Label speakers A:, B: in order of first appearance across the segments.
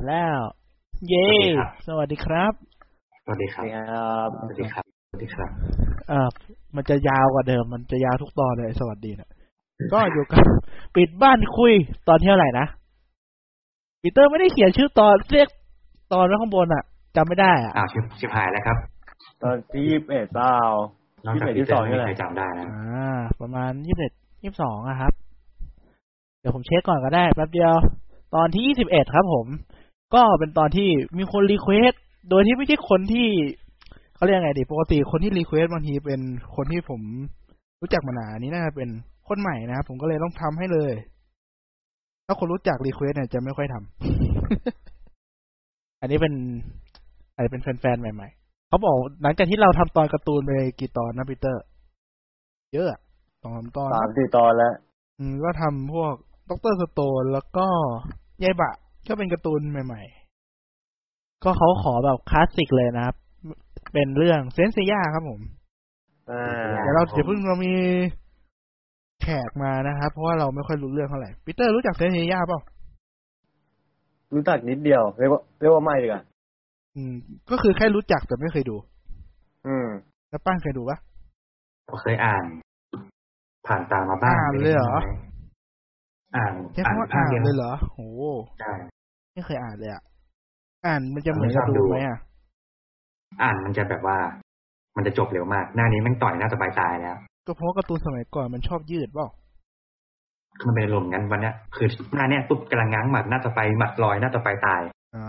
A: ดแล้ว เย้ สวัสดีครับ
B: สวัสดีครับ
C: ครับ
B: สวัสดีครับ สวัสดีครับ
A: เอ่อมันจะยาวกว่าเดิม มันจะยาวทุกตอนเลยไอ้สวัสดีเนี่ยก็อยู่กับ ปิดบ้านคุยตอนเที่ยวไหร่นะปีเตอร์ไม่ได้เขียนชื่อตอนเรียกตอนไว้ข้างบนอ่ะจำไม่ได้อ่ะ
B: อ้าวชิบชิบหายแล้วครับ
C: ตอนที่ยี่สิบเอ็ดเปล่า
B: นอกจาก
C: 21
B: พี่เตอร์
C: 22
B: ไม่มี
C: นี่แหละ
B: ใครจำได้นะ
A: อ่า ประมาณยี่สิบเอ็ดยี่สิบสองะครับ เดี๋ยวผมเช็คก่อนก็ได้แป๊บเดียว ตอนที่ยี่สิบเอ็ดครับผม ก็เป็นตอนที่มีคนรีเควสโดยที่ไม่ใช่คนที่เขาเรียกไงดีปกติคนที่รีเควสบางทีเป็นคนที่ผมรู้จักมานานอันนี้น่าจะเป็นคนใหม่นะครับผมก็เลยต้องทำให้เลย ถ้าคนรู้จักรีเควสเนี่ยจะไม่ค่อยทำ อันนี้เป็นอาจจะเป็นแฟนๆใหม่ๆเขาบอกหลังจากที่เราทำตอนการ์ตูนไปกี่ตอนนะปีเตอร์ เยอะอะสองสามตอน
C: สามสี่ตอนแล้ว
A: อืมก็ทำพวกด็อกเตอร์สโตนแล้วก็ยายบะ ก็เป็นการ์ตูนใหม่ ๆ ก็เขาขอแบบคลาสสิกเลยนะครับ เป็นเรื่องเซนเซียครับผม
C: อ่า
A: เดี๋ยวเรา
B: ผม
A: เดี๋ยวเพิ่งเรามีแขกมานะครับ เพราะว่าเราไม่ค่อยรู้เรื่องเท่าไหร่ปีเตอร์รู้จักเซนเซียเปล่า
C: รู้จักนิดเดียว เรียกว่าเรียกว่าไม่ดีกว่า
A: อืม ก็คือแค่รู้จักแต่ไม่เคยดู
C: อืม
A: แล้วป้านเคยดูปะ
B: ผมเคยอ่าน ผ่านตามมาบ้าง
A: อ่านเลยเหรอ
B: อ่าน
A: ใช้
B: อ่าน
A: คำว่าอ่า
B: อ่า
A: น น
B: เรียน
A: เลยเหรอโห
B: ใช่
A: ไม่เคยอ่านเลยอ่ะอ่านมันจะเหมือนกับดูไหมอ่ะ
B: อ่านมันจะแบบว่า มันจะจบเร็วมาก หน้านี้แม่งต่อยหน้าสบายตายแล้ว
A: ก็เพราะว่าการ์ตูนสมัยก่อนมันชอบยืดเปล่า
B: มันเป็นลมณ์งั้นวันเนี้ย คือหน้าเนี้ยปุ๊บกำลังง้างหมัดหน้าสไปหมัดลอยหน้าสไปตาย
A: อ่า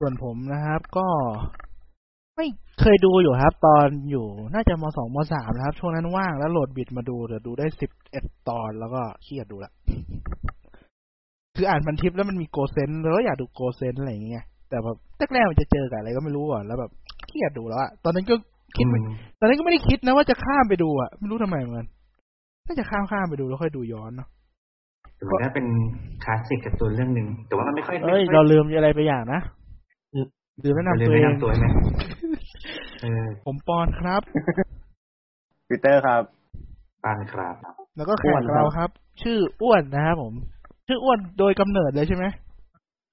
A: ส่วนผมนะครับก็ไม่เคยดูอยู่ครับ ตอนอยู่น่าจะมสองมสามนะครับ ช่วงนั้นว่างแล้วโหลดบิดมาดูเดี๋ยวดูได้สิบเอ็ดตอนแล้วก็เครียดดูละ คืออ่านพันทิปแล้วมันมีโกเซนแล้วก็อยากดูโกเซนอะไรอย่างเงี้ยแต่แบบแรกๆมันจะเจอกับอะไรก็ไม่รู้อ่ะแล้วแบบเครียดดูแล้วอะตอนนั้นก็คิดไม่ตอนนั้นก็ไม่ได้คิดนะว่าจะข้ามไปดูอ่ะไม่รู้ทำไมเหมือนกันน่าจะข้ามข้ามๆไปดูแล้วค่อยดูย้อนเนาะ
B: ถือว่าเป็นคลาสสิกการ์ตูนเรื่องหนึ่งแต่ว่ามันไม่ค่อย
A: เอ้ยเราลืมอะไรไปอย่างนะลืมแนะ
B: เราลื
A: นำ
B: ม
A: ตัวเอ
B: แนะ
A: ง
B: นำตัวไหมเออ
A: ผมปอนครับ
C: ปีเตอร์ครับ
B: ปานครับ
A: แล้วก็แข
C: อ้ว
A: ก
C: นครับ
A: เราครับ ชื่ออ้วนนะครับผม ชื่ออ้วนโดยกำเนิดเลยใช่ไหม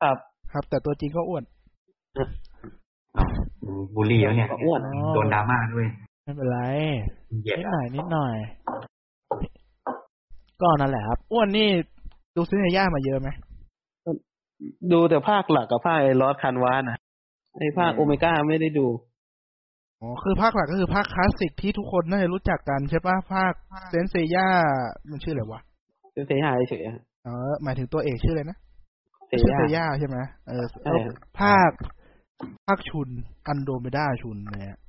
D: ครับ
A: ครับ แต่ตัวจริงก็อ้วน
B: อ้าวบูลลี่แล้วเนี่ย
D: อ้วน
A: อ๋อ
B: โดนดราม่าด้วย
A: ไม่เป็นไร
B: เหยียด
A: นิด
B: อะ
A: หน่อยนิดหน่อย ก็นั่นแหละครับ อ้วนนี่ดูซิเนย่ามาเยอะไหม
D: ดูแต่ภาคหลักกับภาคไอ้ลอสคันวานะไอ้ภาค
C: อืม
D: โอเมก้าไม่ได้ดู
A: อ๋อคือภาคหลักก็คือภาคคลาสสิกที่ทุกคนน่าจะรู้จักกันใช่ปะภาคเซนเซย่ามันชื่ออะไรวะ
D: เป็นเซยาเฉยๆอะ
A: เออหมายถึงตัวเอกชื่ออะไรนะ
D: เซ
A: ชื่อเซ
D: ยา
A: ย่าใช่ไหมเออ
D: ใช่
A: แล้วภาค ภาคชุนอันโดเมดาชุนเนี่ย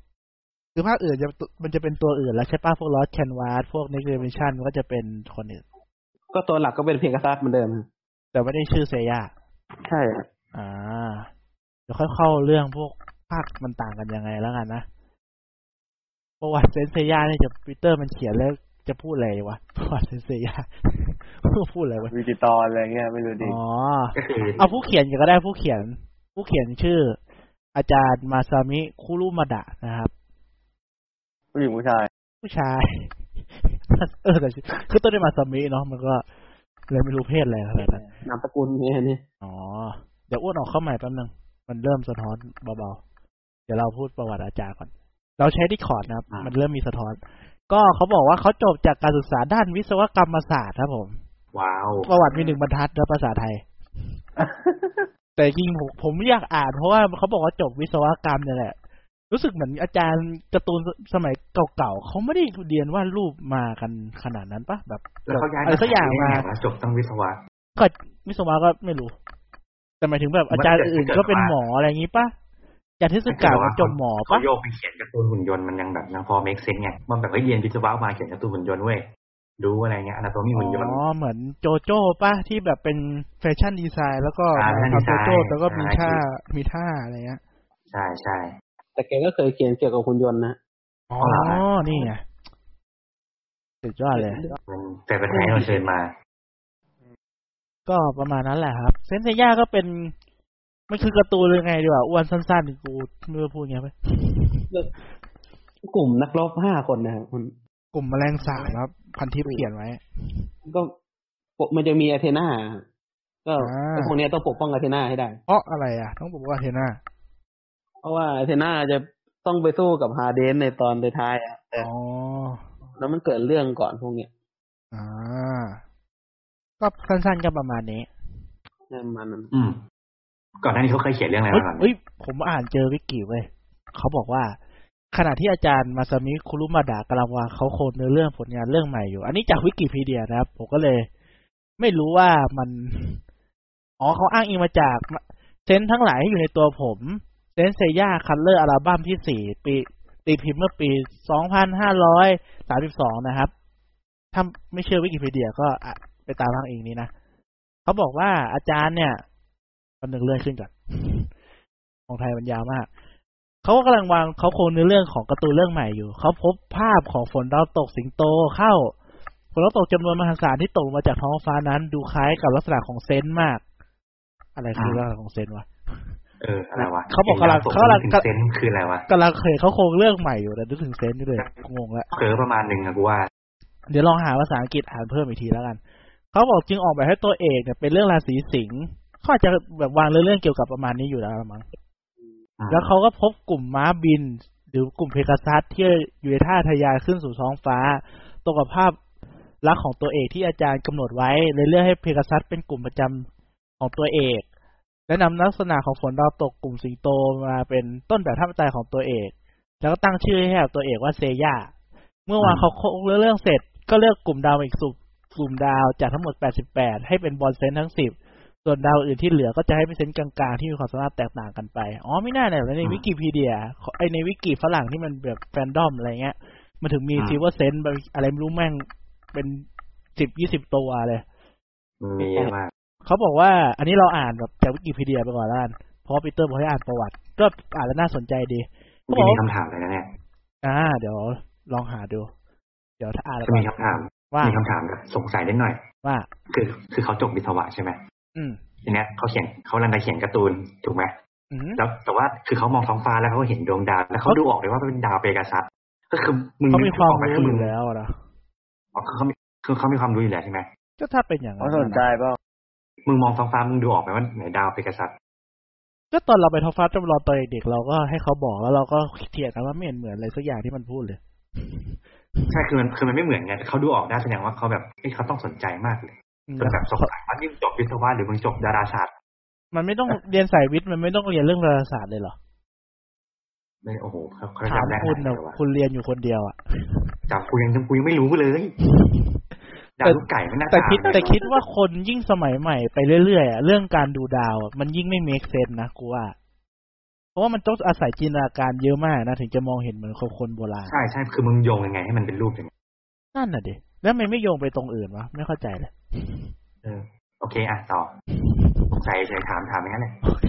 A: คือภาคอื่นจะมันจะเป็นตัวอื่นแล้วใช่ปะพวกลอสแคนวาสพวกนิกเรมิชันก็จะเป็นคนอื่น
D: ก็ตัวหลักก็เป็นเพียงกระซักเหมือนเดิม
A: แต่ไม่ได้ชื่อเซย่า
D: ใช่อะ
A: อ่า เดี๋ยวค่อยเข้าเรื่องพวกภาคมันต่างกันยังไงแล้วกันนะ ประวัติเซนเซย่าเนี่ยจะปีเตอร์มันเขียนแล้วจะพูดอะไรวะ ประวัติเซนเซย่า พูดอะไรวะ
C: วิกิตอนอะไรเงี้ยไม่รู้ดิ
A: อ๋อ
B: ก็คือ
A: เอาผู้เขียนก็ได้ผู้เขียน ผู้เขียนชื่อ อาจารย์มาซามิคุรุมาดะนะครับ
C: ผู้หญิงผู้ชาย
A: ผู้ชาย เออแต่ชื่อคือต้นได้มาซามิเนาะมันก็เลยไม่รู้เพศอะไรขนาดนั้น
D: นามสกุลเนี่ยนี่
A: อ๋อ เดี๋ยวอ้วนออกเข้าใหม่แป๊บนึง มันเริ่มสะท้อนเบาๆ เดี๋ยวเราพูดประวัติอาจารย์ก่อน เราใช้ดิคอร์ดนะครับ มันเริ่มมีสะท้อน ก็เขาบอกว่าเขาจบจากการศึกษาด้านวิศวกรรมศาสตร์ครับผม
B: ว้าว
A: ประวัติมีหนึ่งบรรทัดนะภาษาไท ย แต่จริงผมผมอยากอ่านเพราะว่าเขาบอกว่าจบวิศวกรรมเนี่ยแหละ รู้สึกเหมือนอาจารย์การ์ตูนสมัยเก่าๆเขาไม่ได้เรียนวาดรูปมากันขนาดนั้นปะแบบ
B: แล้วเขา
A: อะ
B: ย้าย
A: ไรสักอย่างมา
B: ได้ไวะจบต้องวิศวะ
A: ก็วิศวะก็ไม่รู้ แต่หมายถึงแบบอาจารย์อื่นก็เป็นหมออะไรอย่างนี้ปะอาจารย์เทศกาลมันจบหมอ
B: เขา
A: ปะ
B: โยกไปเขียนการ์ตูนหุ่นยนต์มันยังแบบยังพอเมคเซนไงมันแบบว่าเรียนวิศวะมาเขียนการ์ตูนหุ่นยนต์เว้ยดูอะไรเงี้ยอนาโตมีหุ่นยนต์
A: อ๋อเหมือนโจโจ้ปะที่แบบเป็นแฟชั่นดีไซน์ แล้วก็
B: อ่าแฟชั่นดี
A: ทำ
B: ไซ
A: โจ
B: น์
A: โจ้แล้วก็มี
B: อ่า
A: ท่ามีท่าอะไรเงี้ย
B: ใช่ใช่
D: แต่แกก็เคยเขียนเกี่ยวกับหุ่นยนต์นะ
A: อ๋อ
B: เอาล่ะ
A: นี่ไงสุดยอดเลย
B: มันแต่ประเทศเราเชิญมา
A: ก็ประมาณนั้นแหละครับ เซนเซย่าก็เป็นมันคือการ์ตูนยังไงดีวะอ้วนสั้นๆกูไม่รู้จะพูดไงไป
D: กลุ่มนักรบห้าคนนะครับมัน
A: กลุ่มแมลงสาบครับ พันทิพย์เขียนไว้
D: ก็มันจะมีอาเทนา ก็
A: อ่า
D: ก็พวกเนี้ยต้องปกป้องอาเทนาให้ได้
A: เพราะอะไรอ่ะ ต้องบอกว่าเทน่า
D: เพราะว่าอาเทนาจะต้องไปสู้กับฮาเดนในตอนท้ายๆอ่ะแต่
A: อ๋อ
D: แล้วมันเกิดเรื่องก่อนพวกเนี้ย
A: อ่า ก็สั้นๆก็ประมาณนี้
D: นั่นมันนั้น
B: อืม ก่อนหน้านี้เขาเคยเขียนเรื่องอะไร
A: เฮ้ย
B: มาก่อน
A: เฮ้ย ผมอ่านเจอวิกิเว้ยเขาบอกว่า ขณะที่อาจารย์มาซามิคุรุมาดะกำลังวางเขาโคลนเนื้อเรื่องผลงานเรื่องใหม่อยู่ อันนี้จากวิกิพีเดียนะครับ ผมก็เลย ไม่รู้ว่ามัน อ๋อเขาอ้างอิงมาจากเซนส์ทั้งหลายที่อยู่ในตัวผม เซนเซย่าคัลเลอร์อัลบั้มที่สี่ปีตีพิมพ์เมื่อปี 2532 นะครับ ถ้าไม่เชื่อวิกิพีเดียก็อ่ะไปตามทางเองนี้นะเขาบอกว่าอาจารย์เนี่ยคนหนึ่งเลื่อนขึ้นก่อน ของไทยมันยาวมาก เขาก็กำลังวางเขาโครงเนื้อเรื่องของการ์ตูนเรื่องใหม่อยู่ เขาพบภาพของฝนดาวตกสิงโตเข้า ฝนดาวตกจำนวนมหาศาลที่ตกลงมาจากท้องฟ้านั้น ดูคล้ายกับลักษณะของเซนต์มาก อะไรคือลักษณะของเซนต์วะ
B: เอออะไรวะ
A: เขาบอกกำลัง
B: ห็น
A: เขากำลัง
B: ถึเซนส์คืออะไรวะ
A: กำลังเคยเขาโครงเรื่องใหม่อยู่แต่นึกถึงเซนต์นี่เลยงงละ
B: เผลอประมาณหนึ่งอะกูว่า
A: เดี๋ยวลองหาภาษาอังกฤษอ่านเพิ่มอีกทีแล้วกัน เขาบอกจึงออกแบบให้ตัวเอกเนี่ยเป็นเรื่องราศีสิงห์เขาอาจจะแบบวางเรื่องเกี่ยวกับประมาณนี้อยู่แล้วละมั้ง
B: อืม
A: แล้วเขาก็พบกลุ่มม้าบิน หรือกลุ่มเพกาซัสที่อยู่ในท่าทะยานขึ้นสู่ท้องฟ้า ตรงกับภาพลักษณ์ของตัวเอกที่อาจารย์กำหนดไว้เลยเลือกให้เพกาซัสเป็นกลุ่มประจำของตัวเอก และนำลักษณะของฝนดาวตกกลุ่มสิงโตมาเป็นต้นแบบท่าตายของตัวเอก แล้วก็ตั้งชื่อให้กับตัวเอกว่าเซย่า เมื่อวานเขาโคงเรื่องเสร็จ ก็เลือกกลุ่มดาวอีกสุกลุ่มดาวจากทั้งหมด 88 ให้เป็นบอลเซนทั้ง 10 ส่วนดาวอื่นที่เหลือก็จะให้เป็นเซนกลางๆที่มีความสามารถแตกต่างกันไป อ๋อไม่น่าเนี่ยแล้วใน
B: อืม
A: วิกิพีเดียไอในวิกิฝรั่งที่มันแบบแฟนดอมอะไรเงี้ย มันถึงมี
B: อืม
A: ซิวเวอร์เซนอะไรไม่รู้แม่งเป็นสิบยี่สิบตัวเลย
B: มีเยอะมาก
A: เขาบอกว่าอันนี้เราอ่านแบบจากวิกิพีเดียไปก่อนแล้วกันเพราะว่าปีเตอร์บอกให้อ่านประวัติ ก็อ่านแล้วน่าสนใจดีเขาบอ
B: นี่
A: ก
B: มี
A: ว่า
B: คำถามเลยนะเนี่ย
A: อ่า เดี๋ยวลองหาดู เดี๋ยวถ้าอ่านแล้ว
B: จะมีคำถาม
A: ว่า
B: มีคำถามแบบสงสัยนิดหน่อย
A: ว่า
B: คือ คือเขาจบวิศวะใช่ไหม
A: อืม
B: ทีเนี้ยเขาเขียนเขาลังจะเขียนการ์ตูนถูกไหม
A: อืม
B: แล้วแต่ว่าคือเขามองท้องฟ้าแล้วเขาเห็นดวงดาว แล้วเขาดูออกเลยว่ามันเป็นดาวเปกาซัสก็คือมึง
A: เขามีความ
B: ออกไห
A: รู้
B: คือ
A: อ
B: มึง
A: ยู่แล้วนะ
B: อ๋อคือเขามีคือเขามีความรู้อยู่แล้วใช่ไหม
A: ก็ถ้าเป็นอย่าง
C: เขา
A: นั้น
C: สนใจเปล่า
B: มึงมองท้องฟ้ามึงดูออกไหมว่าไหนดาวเปกาซัส
A: ก็ตอนเราไปท้องฟ้าจำลองตอนเด็กๆเราก็ให้เขาบอกแล้วเราก็เถียงกันว่าไม่เห็นเหมือนอะไรสักอย่างที่มันพูดเลย
B: ใช่คือมันคือมันไม่เหมือนกันเขาดูออกได้แสดงว่าเขาแบบเอ้ยเขาต้องสนใจมากเลยจนแบบสงสัยว่านี่มึงจบวิศวะหรือมึงจบดาราศาสตร์
A: มันไม่ต้องเรียนสายวิทย์มันไม่ต้องเรียนเรื่องดาราศาสตร์เลยเหรอ
B: ไม่โอ้โหเขาเขา
A: ถาม
B: จำได้ข
A: คุณ
B: นาด
A: นะ
B: นี้วะ
A: คุณเรียนอยู่คนเดียวอ่ะ
B: จำกูยังจำกูยังไม่รู้ เลยดาวลูกไก่ไม่น่า
A: แต่
B: ตาม
A: คิด
B: เลย
A: แต่คิดว่าคนยิ่งสมัยใหม่ไปเรื่อยๆอะเรื่องการดูดาวอะมันยิ่งไม่เมคเซนนะกูว่า เพราะว่ามันต้องอาศัยจินตนาการเยอะมากนะถึงจะมองเห็นเหมือนคนโบราณ
B: ใช่ใช่คือมึงโยงยังไงให้มันเป็นรูปอย่างเงี้ย
A: นั่นน่ะดิแล้วทำไมันไม่โยงไปตรงอื่นวะไม่เข้าใจเลย
B: เออโอเค อ่ะ ต่อสงสัยเฉยถามถามอย่างนั้นเลย
A: โอเค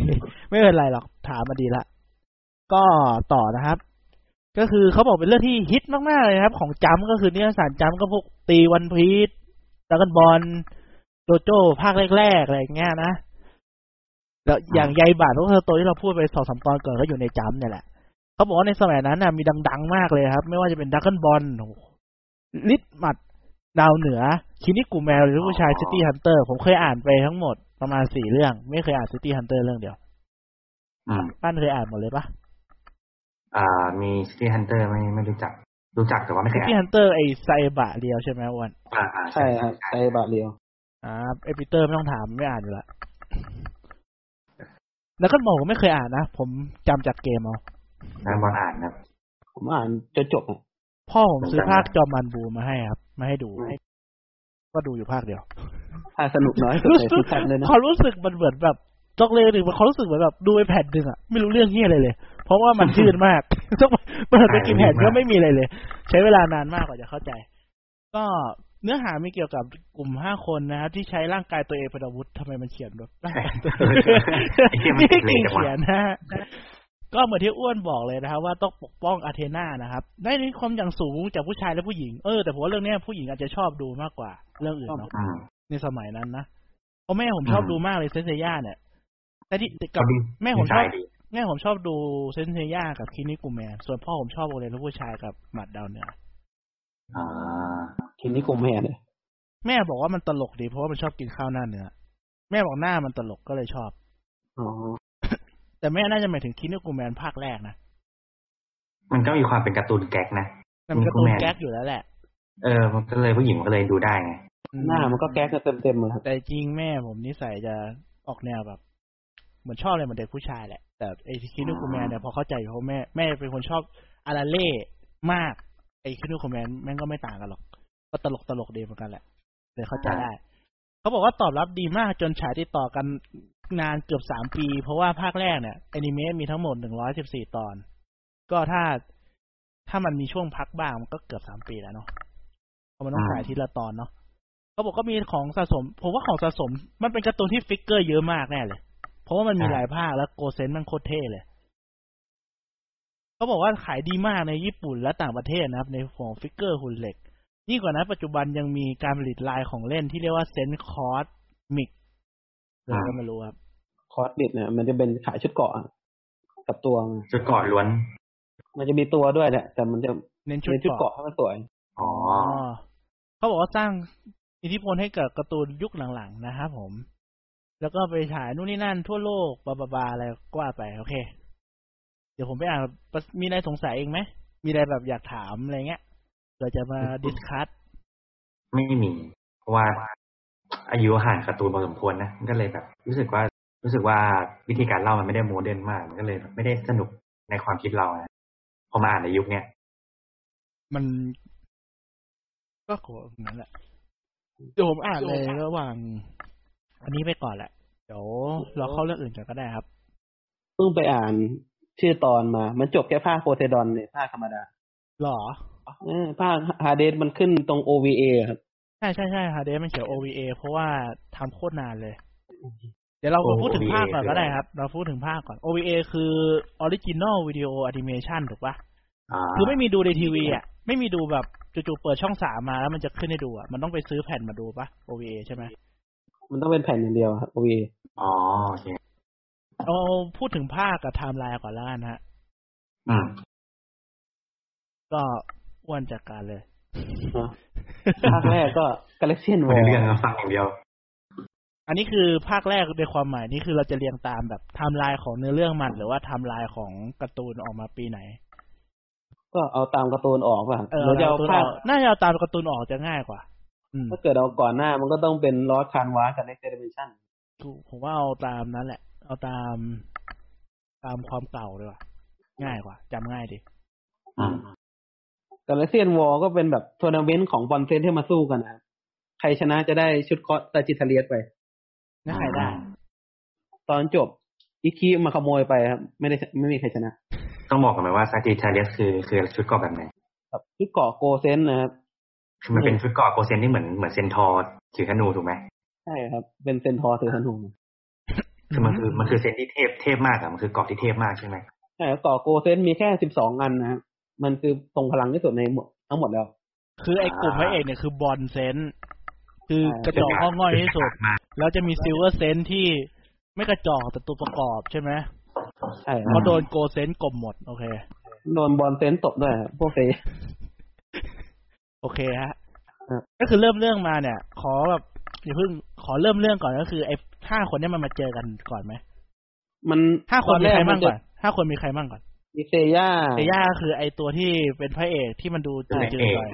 A: ไม่เป็นไรหรอกถามมาดีละ ก็ต่อนะครับ ก็คือเขาบอกเป็นเรื่องที่ฮิตมากๆเลยนะครับ ของจัมป์ก็คือนิตยสารจัมป์ก็พวกตีวันพีชดักกันบอลโดโจภาคแรกๆอะไรอย่างเงี้ยนะแล้วอย่างใยบาทโรเธอโตที่เราพูดไปสองสามตอนก่อนก็อยู่ในจัมป์เนี่ยแหละเขาบอกว่าในสมัยนั้นน่ะมีดัง ๆ มากเลยครับ ไม่ว่าจะเป็นดักกันบอลลิทมัดดาวเหนือ คินิกูแมวหรือผู้ชายซิตี้ฮันเตอร์ผมเคยอ่านไปทั้งหมดประมาณสี่เรื่อง ไม่เคยอ่านซิตี้ฮันเตอร์เรื่องเดียว
B: อืม
A: ปั้นเคยอ่านหมดเลยปะ
B: อ่า มีซิตี้ฮันเตอร์ไม่ไม่รู้จัก รู้จักแต่ว่าไม่เค
A: ซิ
B: ย
A: ตี้
B: อ่าน
A: ฮันเตอร์ไอไซบะเดียวใช่ไหมอ้วัน
B: อ่าอ่า
D: ใช่ครับไอบาเรียว
A: อ่าเอพิเตอร์ไม่ต้องถามไม่อ่านอยู่ละแล้วก็บอกว่าไม่เคยอ่านนะ ผมจำจากเกมเอา
B: นักบอลอ่านนะ
D: ผมอ่านจนจบอะ
A: พ่อผมซื้อภาคจอมันบูมาให้ครับ มาให้ดู ก็ดูอยู่ภาคเดียว
D: ภาคสนุกน้อยสุ
A: รู้
D: ดใน
A: สึ
D: ทุ
A: ก
D: กท่านเลยนะ
A: ความรู้สึกมันเหมือนแบบจอกเลยหนึ่งมันความรู้สึกเหมือนแบบดูไปแผ่นหนึ่งอะไม่รู้เรื่องเฮียอะไรเลย เพราะว่ามันชืดมาก ต้องเปิดไปกี่แผ่นก็ไม่มีอะไรเลย ใช้เวลานานมากกว่าจะเข้าใจ ก็เนื้อหามีเกี่ยวกับกลุ่มห้าคนนะครับที่ใช้ร่างกายตัวเองเป็นอาวุธทำไมมันเขียนแบบร่างกายตัวเอง
B: ไอ้เหี้ยมัน
A: นี่
B: ติ
A: ให้
B: ดเล
A: กิ่
B: ย
A: ง
B: จังวะ
A: เขียนนะฮะ ก็เหมือนที่อ้วนบอกเลยนะครับว่าต้องปกป้องอาเทนานะครับ ได้ในความอย่างสูงจากผู้ชายและผู้หญิงเออแต่ผมว่าเรื่องเนี้ยผู้หญิงอาจจะชอบดูมากกว่า เรื่องอื่นเนาะ
B: อืม
A: ในสมัยนั้นนะเพราะแม่ผมชอบ
B: อืม
A: ดูมากเลยเซนเซย่าเนี่ยแต่ที่กับ
B: ก็ดี
A: แม่ผมชอบ
B: ดี
A: แม่ผมชอบดูเซนเซย่ากับคินิกุแมนส่วนพ่อผมชอบโอเลนและผู้ชายกับหมัดดาวเหนือ
B: อ่า
D: คินนิคมแฮนเลย
A: แม่บอกว่ามันตลกดีเพราะว่ามันชอบกินข้าวหน้าเนื้อ แม่บอกหน้ามันตลกก็เลยชอบ
D: อ๋อ
A: แต่แม่น่าจะหมายถึงคินเนอร์กูแมนภาคแรกนะ
B: มันก็มีความเป็นการ์ตูนแก๊กนะ
A: นั่นมันการ์ตูน
B: Kinnikuman
A: แก๊กอยู่แล้วแหละ
B: เออมันก็เลยผู้หญิงก็เลยดูได้ไง
A: อื
D: หน้ามันก็แก๊กเต็มเต็มๆเลยครับ
A: แต่จริงแม่ผมนิสัยจะออกแนวแบบ เหมือนชอบอะไรเหมือนเด็กผู้ชายแหละ แต่ไอ้คินเนอร์กูแมนเนี่ยพอเข้าใจอยู่เพราะแม่แม่เป็นคนชอบอาราเล่มาก ไอ้คินเนอร์กูแมนแม่งก็ไม่ต่างกันหรอก ก็ตลกตลกๆดีเหมือนกันแหละเลยเข้าใจได้ เขาบอกว่าตอบรับดีมากจนฉายติดต่อกันนานเกือบสามปี เพราะว่าภาคแรกเนี่ยแอนิเมะมีทั้งหมดหนึ่งร้อยสิบสี่ตอน ก็ถ้าถ้ามันมีช่วงพักบ้างมันก็เกือบสามปีแล้วเนาะเพราะมันต้อง
B: อ่า
A: ฉายทีละตอนเนาะเขาบอกก็มีของสะสม ผมว่าของสะสม มันเป็นการ์ตูนที่ฟิกเกอร์เยอะมากแน่เลย เพราะว่ามันมีหลายภาคแล้วโกเซนมันโคตรเท่เลย เขาบอกว่าขายดีมากในญี่ปุ่นและต่างประเทศนะครับ ในของฟิกเกอร์หุ่นเหล็ก ยิ่งกว่านั้นปัจจุบันยังมีการผลิตลายของเล่นที่เรียกว่าเซนคอร์สมิกอะไรก็ไม่รู้ครับ
D: คอสดิดเนี่ยมันจะเป็นขายชุดเกาะอะกับตัวมัน
B: จุดกอดล้วน
D: มันจะมีตัวด้วยแหละแต่มันจะ
A: เน้นชุด
D: เป็นชุด
A: เกาะ
D: เกาะให้มันสวย
B: อ๋อ
A: อ๋อเขาบอกว่าสร้างอิทธิพลให้กับการ์ตูนยุคหลังๆนะครับผม แล้วก็ไปฉายนู่นนี่นั่นทั่วโลกบาบาบาอะไรก็ว่าไป โอเค เดี๋ยวผมไปอ่านมีอะไรสงสัยเองไหม มีอะไรแบบอยากถามอะไรเงี้ยเราจะ มาดิสคัส
B: ไม่มีเพราะว่าอายุห่างการ์ตูนพอสมควรนะมันก็เลยแบบ รู้สึกว่ารู้สึกว่าวิธีการเล่ามันไม่ได้โมเดิร์นมาก มันก็เลยแบบไม่ได้สนุกในความคิดเรานะพอมาอ่านในยุคเนี้ย
A: มันก็โขนั้นแหละ เดี๋ยวผมอ่านเลยระหว่าง อันนี้ไปก่อนแหละ เดี๋ยวเราเข้าเรื่องอื่นกันก็ได้ครับ
D: เพิ่งไปอ่านชื่อตอนมา มันจบแค่ภาคโพเทดอนเนี่ยภาคธรรมดา
A: หรอ
D: เออภาคฮาเดสมันขึ้นตรง OVA ครับ
A: ใช่ใช่ใช่ฮะเดฟมันเขียน OVA เพราะว่าทำโคตรนานเลย เดี๋ยวเรามาพูดถึงภาคก่อนก็ได้ครับ เราพูดถึงภาคก่อน OVA คือ Original Video Animation ถูกปะ
B: อ่า
A: คือไม่มีดูในทีวีอ่ะ ไม่มีดูแบบจู่ๆเปิดช่องสามมาแล้วมันจะขึ้นให้ดูอ่ะ มันต้องไปซื้อแผ่นมาดูปะ OVA ใช่ไหม
D: มันต้องเป็นแผ่นอย่างเดียวครับ OVA
B: อ๋อโอเค
A: เอาพูดถึงภาคกับไทม์ไลน์ก่อนละกันฮะ
B: อืม
A: ก็อ้วนจากการเลย
D: อ่ะภาคแรกก็ Galaxian
B: ไม่
D: War
B: ได้เรื่องนะฟังอย่างเดียว
A: อันนี้คือภาคแรกในความหมายนี่คือเราจะเรียงตามแบบไทม์ไลน์ของเนื้อเรื่องมัน หรือว่าไทม์ไลน์ของการ์ตูนออกมาปีไหน
D: ก็เอาตามการ์ตูนออกป่ะ
A: เออ
D: เราจะเอา
A: การ์ตูน
D: ภา
A: อ
D: ค
A: อกน่าจะเอาตามการ์ตูนออกจะง่ายกว่า อืม
D: ถ้าเกิดเอาก่อนหน้ามันก็ต้องเป็น Lost Canvas กับ Next Dimension
A: ถูกผมว่าเอาตามนั้นแหละ เอาตามตามความเก่าดีกว่าง่ายกว่าจำง่ายดี
B: อืม
D: Galaxian War ก็เป็นแบบทัวร์นาเมนต์ของบอลเทนที่มาสู้กันนะครับใครชนะจะได้ชุดคอสตาจิทาเลียสไป
A: ง่ายได้
D: ตอนจบอิคิมาขโมยไปครับไม่ได้ไม่มีใครชนะ
B: ต้องบอกก่อนไหมว่าซาติชาเลสคือคือชุดเกาะแบบไหน
D: แบบที่เกาะโกเซนนะครับ
B: คือมันเป็นชุดเกาะโกเซนที่เหมือนเหมือนเซนทอร์ถือธนูถูกไหม
D: ใช่ครับ เป็นเซนทอร์ถือธนู
B: คือมันคือมันคือเซนที่เทพเทพมากอะมันคือเกาะที่เทพมากใช่ไหม
D: ใช่ครับเกาะโกเซนมีแค่สิบสองอันนะครับมันคือทรงพลังที่สุดในหมดทั้งหมดแล้ว
A: คือไอ้กลุ่มพระเอกเนี่ยคือบอลเซนส์คือกระจอกข้อง่อยที่สุด
B: มา
A: แล้วจะมีซิลเวอร์เซนส์ที่ไม่กระจอกแต่ตัวประกอบใช่ไหม
D: ใช่ครับ
A: เขาะโดนโกเซนส์กลบหมด โอเค
D: โดนบอลเซนตบด้วยครับพวกเซ
A: โอเคฮะ
D: ครับ
A: ก็คือเริ่มเรื่องมาเนี่ย ขอแบบอย่าเพิ่งขอเริ่มเรื่องก่อนก็คือไอ้ห้าคนเนี่ยมันมาเจอกันก่อนไหม
D: มัน
A: ห้าคน
D: ตอ
A: มีใครบ้าง
D: จะ
A: ก่อนห้าคนมีใครบ้างก่อน
D: มีเซย่า
A: เซย่าคือไอ้ตัวที่เป็นพระเอกที่มันดูจืดๆหน่อย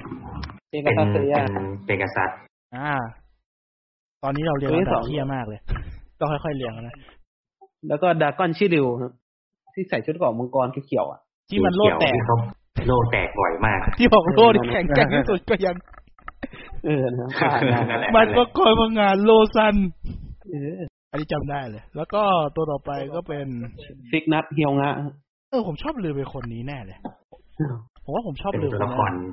D: เอกา
B: เป็น
D: ซัสเซย่า
B: เป็นเปกัสซัส
A: อ่า ตอนนี้เราเรียง
D: ตัวที่
A: ลำ
D: ส
A: ดั
D: อบ ง
A: เทียมากเลย ต้องค่อยๆเรียงนะ
D: แล้วก็ดากอนชิดิวครับที่ใส่ชุดเกาะมังกรเขียวๆอ่ะ
A: ที่มันโลดแตก
B: เขาโลดแตกบ่อยมาก
A: ที่บอกโลดแข็งแกร่งที่สุดก็ยัง
D: เออนะครับผ่าน นะ
B: นั่นแหละ
A: มันก็คอยมางานโลซัน
D: เออ
A: อันนี้จำได้เลย แล้วก็ตัวต่อไปก็เป็น
D: ฟิกนัทเฮียวงะ
A: เออผมชอบลืมไปคนนี้แน่เลยผมว่าผมชอบ
B: เป็น
A: ลืม
B: ตัว
A: คน
B: ละค
A: นี้
B: ร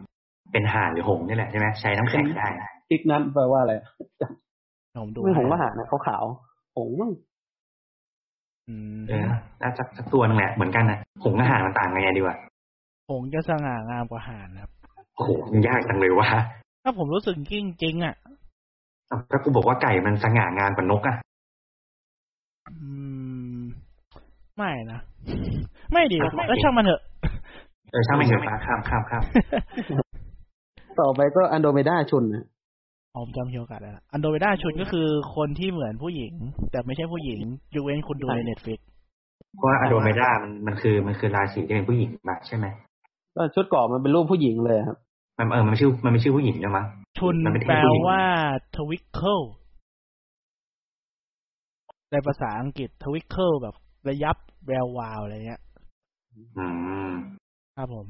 B: เป็นห่านหรือหงส์นี่แหละใช่ไหมใช้น้ำแข็งได้
D: ฟิกนัทแปลว่าอะไร
A: ผมดู
D: ไม่หงว่าหานะขาวๆหงมั้ง
A: อืม
B: เออน่าจะสักตัวนึงแหละเหมือนกันนะหงส์กับห่านมันต่างกันไงดีวะ
A: หงส์จะสง่างามกว่าห่านครับ
B: โอ้โหมันยากจังเลยว่ะ
A: ถ้าผมรู้สึกจริงจริงๆอ่ะ
B: ถ้ากูบอกว่าไก่มันสง่างามกว่านกอ่ะ
A: อืม ไม่นะ ไม่ดีก็ช่างมันเถอะ
B: เออช่างไม่เห็นฟ้าข้ามข้ามข้าม
D: ต่อไปก็อันโดเมดาชุนนะ
A: อ๋อผมจำเฮียวกัดแล้วอันโดเวด้าชุนก็คือคนที่เหมือนผู้หญิง แต่ไม่ใช่ผู้หญิงยกเว้นคุณดูในเน็ตฟิก
B: เพราะว่าอโดเมดามันมันคือมันคือราศีที่เป็นผู้หญิงมาใช่ไหม
D: ก็ชุดเกราะมันเป็นรูปผู้หญิงเลยครับ
B: มันเออมันชื่อมันไม่ชื่อผู้หญิงใช่ไหมง
A: ชุน
B: มันเป็นเท
A: แปล
B: พผู้หญิง
A: ว่าทวิคเคิลในภาษาอังกฤษทวิคเคิลแบบระยับแวววาวอะไรเงี้ย
B: อืม
A: ครับผม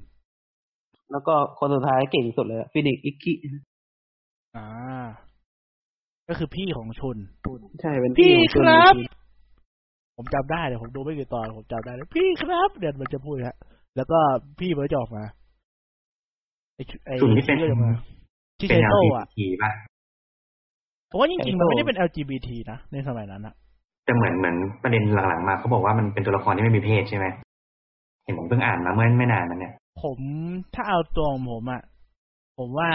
D: แล้วก็คนสุดท้ายเก่งสุดเลยฟินิกอิกิ
A: อ่า ก็คือพี่ของชุน
D: ใช่เป็น
A: พี่
D: ของ
A: ค
D: ชุน
A: รับ
D: จง
A: ผมจำได้เดี๋ยวผมดูไม่กี่ตอนผมจำได้เลยพี่ครับ เดี๋ยวมันจะพูดฮะแล้วก็พี่มันก็จะออกมาไอ้ชุไอ้
B: ชุนที่เป็น
A: ก็จะมาชิ
B: เป็
A: เช
B: น
A: โตอ่ะ
B: LGBT ป่ะ
A: ผมว่าจริงๆมันไม่ได้เป็น LGBT นะ ในสมัยนั้นอะ
B: แต่เหมือนเหมือนประเด็นหลังๆมาเขาบอกว่ามันเป็นตัวละครที่ไม่มีเพศใช่ไหมเห็นผมเพิ่งอ่านมาเมื่อไม่นานนั้นเนี่ย
A: ผมถ้าเอาตัวของผมอะผมว่า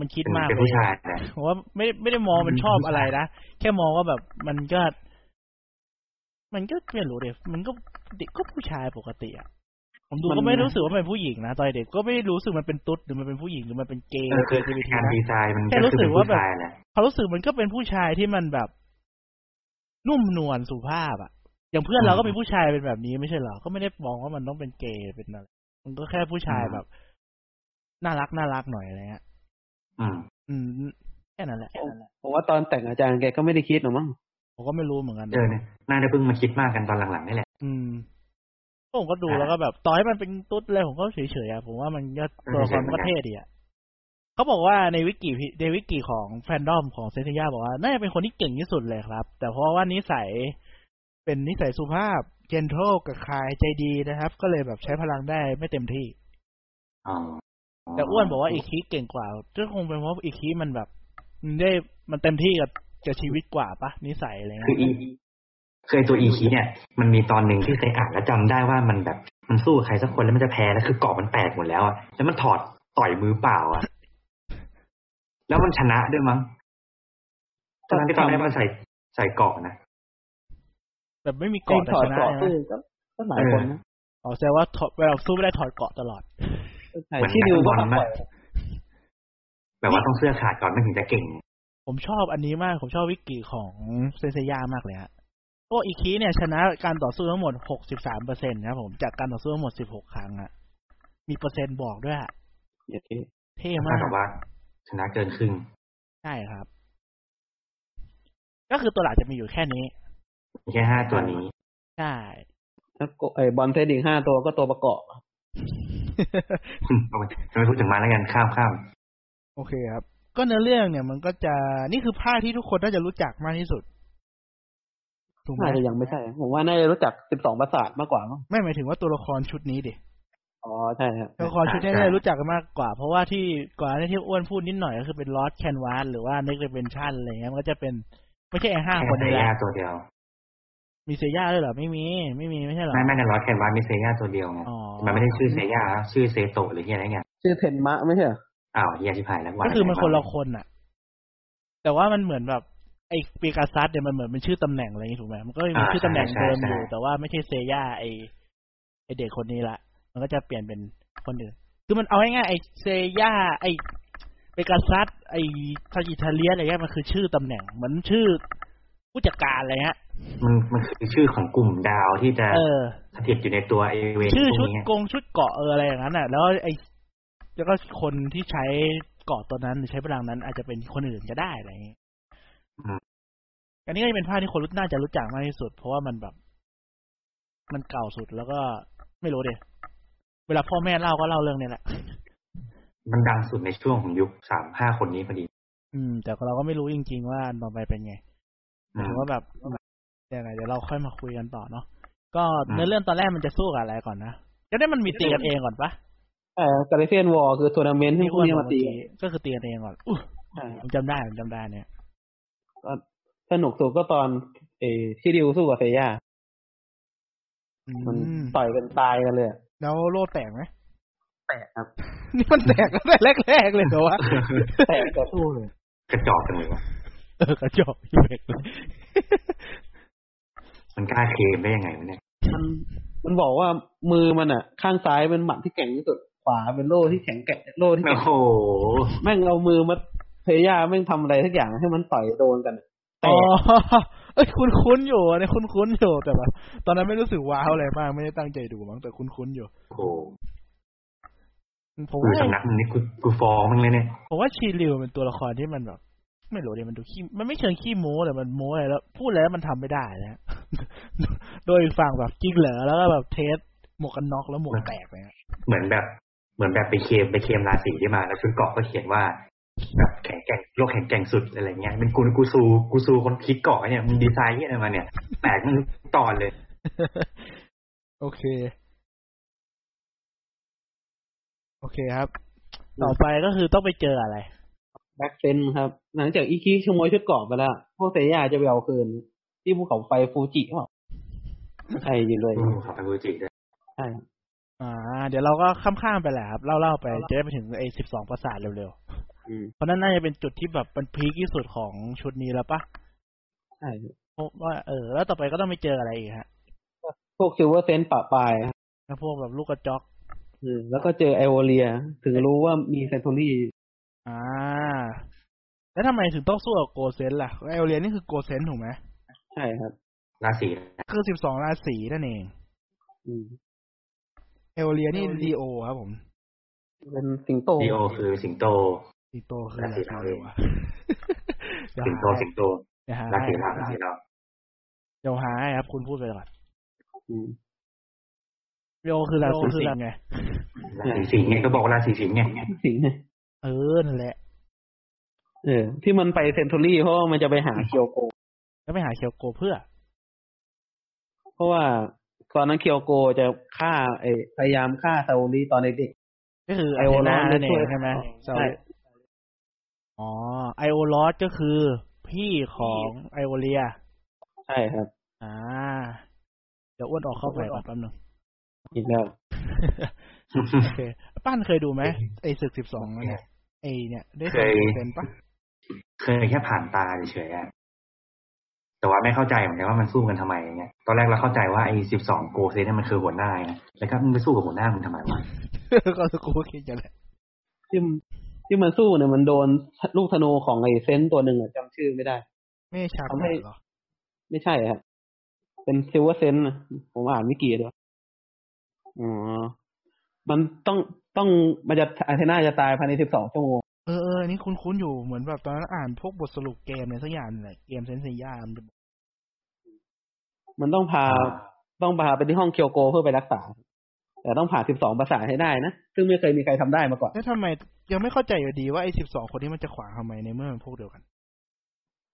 A: มันคิด
B: เป็น
A: มาก
B: เป็น
A: เล
B: ผู้
A: ย
B: ชายนะ
A: ผมว่าไม่ได้ไม่ได้มองมันชอบอะไรนะ แค่มองว่าแบบมันก็ มันก็ไม่รู้เด็กมันก็เด็กก็ผู้ชายปกติอะผมดูก็ไม่รู้สึกว่ามันเป็นผู้หญิงนะตอนเด็กก็ไม่ได้รู้สึกมันเป็นตุ๊ดหรือมันเป็นผู้หญิงหรือมันเป็นเกย์
B: เออคือ
A: LGBT
B: การ
A: นะ
B: ดีไซน์มัน
A: แค่
B: ก็
A: รู้
B: คือ
A: สึ
B: เป็
A: ก
B: น
A: ว่าแบ
B: ผู้
A: บ
B: ชายแหละ
A: ความรู้สึกมันก็เป็นผู้ชายที่มันแบบ นุ่มนวลสุภาพอะอย่างเพื่อนเราก็เป็นผู้ชายเป็นแบบนี้ไม่ใช่เหรอ ก็ไม่ได้มองว่ามันต้องเป็นเกย์เป็นอะไรมันก็แค่ผู้ชายแบบ น่ารักน่ารักหน่อยอะไรเงี้ย
B: อืม
A: อืมแค่นั้นแหละแค่นั้นแหละ
D: ผมว่าตอนแต่งอาจารย์แกก็ไม่ได้คิดหรอกมั้ง
A: ผมก็ไม่รู้เหมือนกัน
B: เออเนี่ยน่าจะเพิ่งมาคิดมากกันตอนหลังๆนี่แหละ
A: อืมผมก็ดูแล้วก็แบบต่อให้มันเป็นตุ๊ดอะไรผมก็เฉยๆอะผมว่ามันก็ตัวละครมันก็เท่ดีอะเขาบอกว่าในวิกิพิในวิกิของแฟนดอมของเซนติยาบอกว่าน่าจะเป็นคนที่เก่งที่สุดเลยครับ แต่เพราะว่านิสัย เป็นนิสัยสุภาพเจนโทรกับคายใจดีนะครับ ก็เลยแบบใช้พลังได้ไม่เต็มที่
B: อ๋อ
A: แต่อ้วนบอกว่าอีคิเก่งกว่าก็คงเป็นเพราะอีคิมันแบบมันได้มันเต็มที่กับกับชีวิตกว่าปะนิสัยอะไร
B: คือ
A: เงี้ย
B: อีเคยตัวอีคีเนี่ย มันมีตอนหนึ่งที่เคยอ่านแล้วจำได้ว่ามันแบบมันสู้กับใครสักคนแล้วมันจะแพ้แล้วคือกรอบมันแตกหมดแล้วอ่ะแล้วมันถอดต่อยมือเปล่าอ่ะ แล้วมันชนะด้วยมั้งตอนนั้นที่ตอนแรกมันใส่ใส่เกรอบนะ
A: แบบไม่มี
D: เก่
A: เกาะ
D: ง
A: แต่
D: ถอด
A: ชนะ
D: เกราะ
A: ใช่ไหม
D: สู้ก็ก็หลายคนนะ
A: อ๋อแสดงว่าถอดเวลาสู้ไม่ได้ถอดเกาะตลอด
D: ใช่
B: เหมือน
D: ที่ดูก็
B: นั
D: ต้อก ง
B: บอล
D: ปล่อย
B: มาก แบบว่าต้องเสื้อขาดก่อนมันถึงจะเก่ง
A: ผมชอบอันนี้มาก ผมชอบวิกิของเซเซย่ามากเลยฮะตัวอีคีเนี่ย ชนะการต่อสู้ทั้งหมด 63เปอร์เซ็นต์นะครับผมจากการต่อสู้ทั้งหมด 16 ครั้งอะมีเปอร์เซ็นต์บอกด้วยอะ
D: โอเค
A: เท่มา
B: ถ้าก กับว่าชนะเกินครึ่ง
A: ใช่ครับ ก็คือตัวหลักจะมีอยู่แค่นี้
B: มีแค่ห้าตัวนี้
A: ใช่
D: แล้วก็ไอ้บอลเทนอีกห้าตัวก็ตัวประกอบ
B: เอาไปจะไม่พูดถึงมาแล้วกันข้ามข้าม
A: โอเคครับ ก็เนื้อเรื่องเนี่ย มันก็จะนี่คือภาคที่ทุกคนน่าจะรู้จักมากที่สุดถูกไหม
D: น่าจะยังไม่ใช่ ผมว่าน่าจะรู้จัก 12 ประสาทมากกว่ามั้ง
A: ไม่หมายถึงว่าตัวละครชุดนี้ดิ
D: อ๋อ ใช่ครับ
A: ตัวละครชุดนี้
B: ใช่
A: ได้รู้จักกันมากกว่า เพราะว่าที่ก่อนหน้าที่อ้วนพูดนิดหน่อยก็คือเป็นลอสแคนวาสหรือว่าเน็กเรเ n นชั่นอะไรเงี้ยมันก็จะเป็นไม่ใช่ไอ้ห้าคน
B: แค่เซ
A: นี่แห
B: ย่า
A: ละ
B: ตัวเดียว
A: มีเซย่าด้วยเหรอ ไม่มี ไม่มีไม่ใช่เหรอ
B: ไม่ไม่ในร้อยแคนวาสมีเซย่าตัวเดียวไง
A: อ๋อ
B: มันไม่ได้ชื่อเซย่านะชื่อเซโตะหรือที่อะไรเงี้ย
D: ชื่อเทนมะไม่ใช่เหรอ
B: อ้าวเฮียชิบหายแล้ว
A: ก็คือมันคนละคนน่ะ แต่ว่ามันเหมือนแบบไอ้ปีกาซัสเนี่ยมันเหมือนเป็นชื่อตำแหน่งอะไรอย่างงี้ถูกไหมมันก็มีชื่อตำแหน่งเดิมอยู่ แต่ว่าไม่ใช่เซย่าไอ้ไอ้เด็กคนนี้ละมันก็จะเปลี่ยนเป็นคนอื่นคือมันเอาง่ายๆไอ้เซย่าไอ้ปีกาซัสไอ้ทากิทาเลียนอะไรเงี้ยมันคือชื่อตำแหน่งเหมือนชื่อผู้จัดการอะไรฮะ
B: มันมันคือชื่อของกลุ่มดาวที่จะ
A: เออ
B: สถิตอยู่ในตัวไอเวน
A: ชื่อ
B: พ
A: ชุ
B: ว
A: ด
B: กนี้
A: กงชุดเกาะเอออะไรอย่างนั้นน่ะ แล้วไอ้แล้วก็คนที่ใช้เกาะตัวนั้นหรือใช้พลังนั้น อาจจะเป็นคนอื่นก็ได้อะไรอย่างนี้อันนี้ก็จะเป็นภาพที่คนรุ่นน่าจะรู้จักมากที่สุด เพราะว่ามันแบบ มันเก่าสุดแล้วก็ไม่รู้เดยเวลาพ่อแม่เล่าก็เล่าเรื่องเนี้แหละ
B: มันดังสุดในช่วงของยุคสามห้าคนนี้พอดี
A: อืม แต่เราก็ไม่รู้จริง ๆ ว่าอันต่อไปเป็นไง ห
B: อื
A: มาย
B: ม
A: ถึงว่าแบบยังไงเดี๋ยวเราค่อยมาคุยกันต่อเนาะก็เนื้อเรื่องตอนแรกมันจะสู้กับอะไรก่อนนะจะได้มันมีตีกันเองก่อนปะ
D: เออกาเลเซียนวอลคือทัวร์นาเมนต์ที่พวกนี้มาตี
A: ที่อ้วนบอกเอกี้ก็คือตีกันเองก่อนอุ๊ย
D: ใช่
A: ผมจำได้ผมจำได้เนี่ย
D: สนุกสุดก็ตอนเออที่ดิวสู้กับเซย่า มัน
A: อืม
D: ต่อยกันตายกันเลยอะ
A: แล้วโลดแตกไหม
D: แตกครับ
A: นี่มันแตกตั้งแต่แรกๆเลยเหรอวะ
D: แตกกระสู้เลย
B: กระจอกจังเลยวะ
A: เออกระจอกอยู่เบกเลย
B: มันกล้าเคลมได้ยังไงวะเนี่ย
D: มันมันบอกว่ามือมันอ่ะ ข้างซ้ายเป็นหมัดที่แข็งที่สุด ขวาเป็นโล่ที่แข็งแกร่งโล่ที่แข็ง
B: โอ้โห
D: แม่งเอามือมา เพย่าแม่งทำอะไรทักอย่างให้มันต่อยโดนกันอะแต่
A: อ๋อเอ้ยคุ้นคุ้นๆอยู่อันนี้คุ้นคุ้นๆอยู่แต่แบบตอนนั้นไม่รู้สึกว้าวอะไรมากไม่ได้ตั้งใจดูมั้งแต่คุ้นคุ้นๆอยู่
B: โอ้โห
A: ผม
B: กู
A: ว่า
B: สำนักมึงนี่กูกูฟ้องมึงเลยเนี่ย
A: ผมว่าชีริวเป็นตัวละครที่มันแบบ ไม่รู้ดิมันดูขี้มันไม่เชิงขี้โม้แต่มันโม้อะไรแล้ว พูดแล้วมันทำไม่ได้นะ โดยฝั่งแบบจริงเหรอแล้วก็แบบเทสหมวกกันน็อกแล้วหมวกแตกเลยนะ
B: เหมือนแบบเหมือนแบบไปเคลมไปเคลมราศีที่มา แล้วชุดเกราะก็เขียนว่า แบบแข็งแกร่งโลกแข็งแกร่งสุดอะไรเงี้ยเป็นกูกูซูกูซูคนคิดเกราะเนี่ยมึงดีไซน์ที่อะไรมาเนี่ยแปลกมึงทุกตอนเลย
A: โอเค โอเคครับ ต่อไปก็คือต้องไปเจออะไร
D: แบ็คเซนครับ หลังจากอีคิขโมยชุดเกราะไปแล้ว พวกเซย่าจะไปเอาคืน ที่ภูเขาไฟฟูจิเปล่าใช่อยู่เลย
B: อืมขอบคุณกูจิด้วย
D: ใช่
A: อ่า เดี๋ยวเราก็ข้ามๆไปแหละครับเล่าๆไปจะได้ไปถึงไอ้สิบสองประสาทเร็ว
D: อืม
A: ๆเพราะนั่นน่าจะเป็นจุดที่แบบมันพีคที่สุดของชุดนี้แล้วปะ
D: ใช่
A: เพราะว่าเออ แล้วต่อไปก็ต้องไปเจออะไรอีกฮะ
D: พวกซิลเวอร์เซนปะปลายครับ
A: แล้วพวกแบบลูกกระจอก
D: อืมแล้วก็เจอไอโอเลีย ถึงรู้ว่ามีเซนโทรี่
A: อ่า แล้วทำไมถึงต้องสู้กับโกเซนล่ะไอโอเรียนนี่คือโกเซนถูกไหม
D: ใช่ครับ
B: ราศี
A: คือสิบสองราศีนั่นเอง
D: อืม
A: ไอโอเรียนี่
D: ไอโอเรี
A: ลี
D: ย
A: โอครับผม
D: เป็นสิงโต
B: ดีโอคือสิงโต
A: ลีโตคืออะไร
B: ราศีเราเอง
A: วะ
B: สิงโตสิงโต
A: เดี๋ยวหา
B: ราศีเราราศีเรา
A: เดี๋ยวหาครับ คุณพูดไปก่อน
D: อืม
A: ลีโอคือราศีสิงห์ไง
B: ราศีสิงห์ไงก็บอกว่าราศีสิงห์ไง
D: สิงห์ไง
A: เออนั่นแหละ
D: เออ ที่มันไปเซนโทรี่เพราะว่ามันจะไปหาเคียวโก
A: แล้วไปหาเคียวโกเพื่อ
D: เพราะว่าตอนนั้นเคียวโกจะฆ่าไอพยายามฆ่าซาอุรีตอนเด็ก
A: ก็คือไอ
D: ไอโอ
A: โอ
D: ล
A: ล
D: อ
A: อ
D: ส
A: ส
D: ได้
A: นั่น
D: ช่
A: เอ
D: วย
A: งใช่ไหม
D: ใช่
A: อ๋อไอโอลอสก็คือพี่ของไอโอเลีย
D: ๆใช่ครับ
A: อ่า เดี๋ยวอ้วนออกเข้าไปก่อนแป๊บนึง
D: อีกแล้ว
A: โอเค ป้านเคยดูไหมไอศึกสิบสองเนี่ยไอเนี่ยได้เคยเป็น ปะ
B: เคยแค่ผ่านตาเฉยๆอะแต่ว่าไม่เข้าใจเหมือนกันว่ามันสู้กันทำไมอย่างเงี้ยตอนแรกเราเข้าใจว่าไอ้สิบสองโกเซนเนี่ยมันคือหัวหน้าไงแล้วก็มึงไปสู้กับหัวหน้ามึงทำไมวะ
A: ก็สกูก็คิดอย่างนั้นแหละ
D: ที่มที่มันสู้เนี่ยมันโดนลูกธนูของไอเซนต์ตัวหนึ่งอะจำชื่อไม่ได้
A: ไม่ใช่ฉาก
D: ทำให้
A: นั้นเหรอ
D: ไม่ใช่ครับเป็นซิลเวอร์เซนต์ผมอ่านไม่กี่ด้วยอ๋อมันต้องต้องมันจะอาเทนาจะตายภายในสิบสองชั่วโมง
A: เออเอออันนี้คุ้นๆอยู่เหมือนแบบตอนนั้นอ่านพวกบทสรุปเกมอะไรสักอย่างเนี่ยเกมเซนเซียมันจะบอก
D: มันต้องพาต้องพาไปที่ห้องเคียวโกเพื่อไปรักษา แต่ต้องผ่านสิบสองภาษาทให้ได้นะ ซึ่งไม่เคยมีใครทำได้มาก่อน
A: แล้วทำไมยังไม่เข้าใจอยู่ดีว่าไอสิบสองคนนี้มันจะขวางทำไมในเมื่อมันพวกเดียวกัน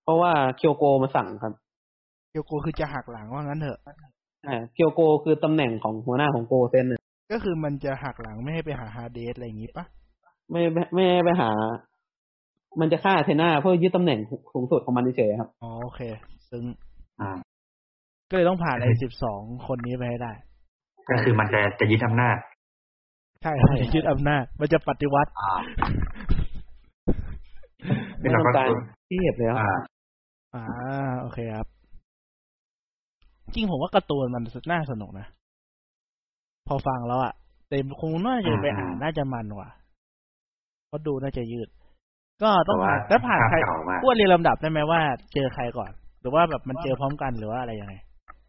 D: เพราะว่าเคียวโกมาสั่งครับ
A: เกียวโกคือจะหักหลังว่างั้นเถอะ
D: อ่าเกียวโกคือตำแหน่งของหัวหน้าของโกเซนน่ะ
A: ก็คือมันจะหักหลังไม่ให้ไปหาฮาเดสอะไรอย่างงี้ปะ
D: ไม่ไม่ไม่ให้ไปหา มันจะฆ่าอาเทนาเพื่อยึดตำแหน่งสูงสุดของมันเฉยๆครับ
A: อ๋อโอเค ซึ่ง
B: อ่า
A: ก็เลยต้องผ่านไอ้สิบสองคนนี้ไปให้ได้
B: ก็คือมันจะจะยึดอำนาจ
A: ใช่มันยึดอำนาจ มันจะปฏิวัติ
B: อ่า
D: ไม่ต้องการเทียบเลยครับ
B: อ่า
A: อ่า โอเคครับ จริงผมว่าการ์ตูนมันน่าสนุกนะ พอฟังแล้วอะแต่คงน่าจะไปอ่าน
B: อ่า
A: น่าจะมันกว่าเพราะดูน่าจะยืด ก็ต้
B: แต่
A: อง
B: ว่า
A: ผ่านแล้วผ่าน
B: ภพ
A: ใคร
B: เก่ามาก
A: อ้วนเรียงลำดับได้ไหมว่าเจอใครก่อน หรือว่าแบบมันเจอพร้อมกันหรือว่าอะไรยังไง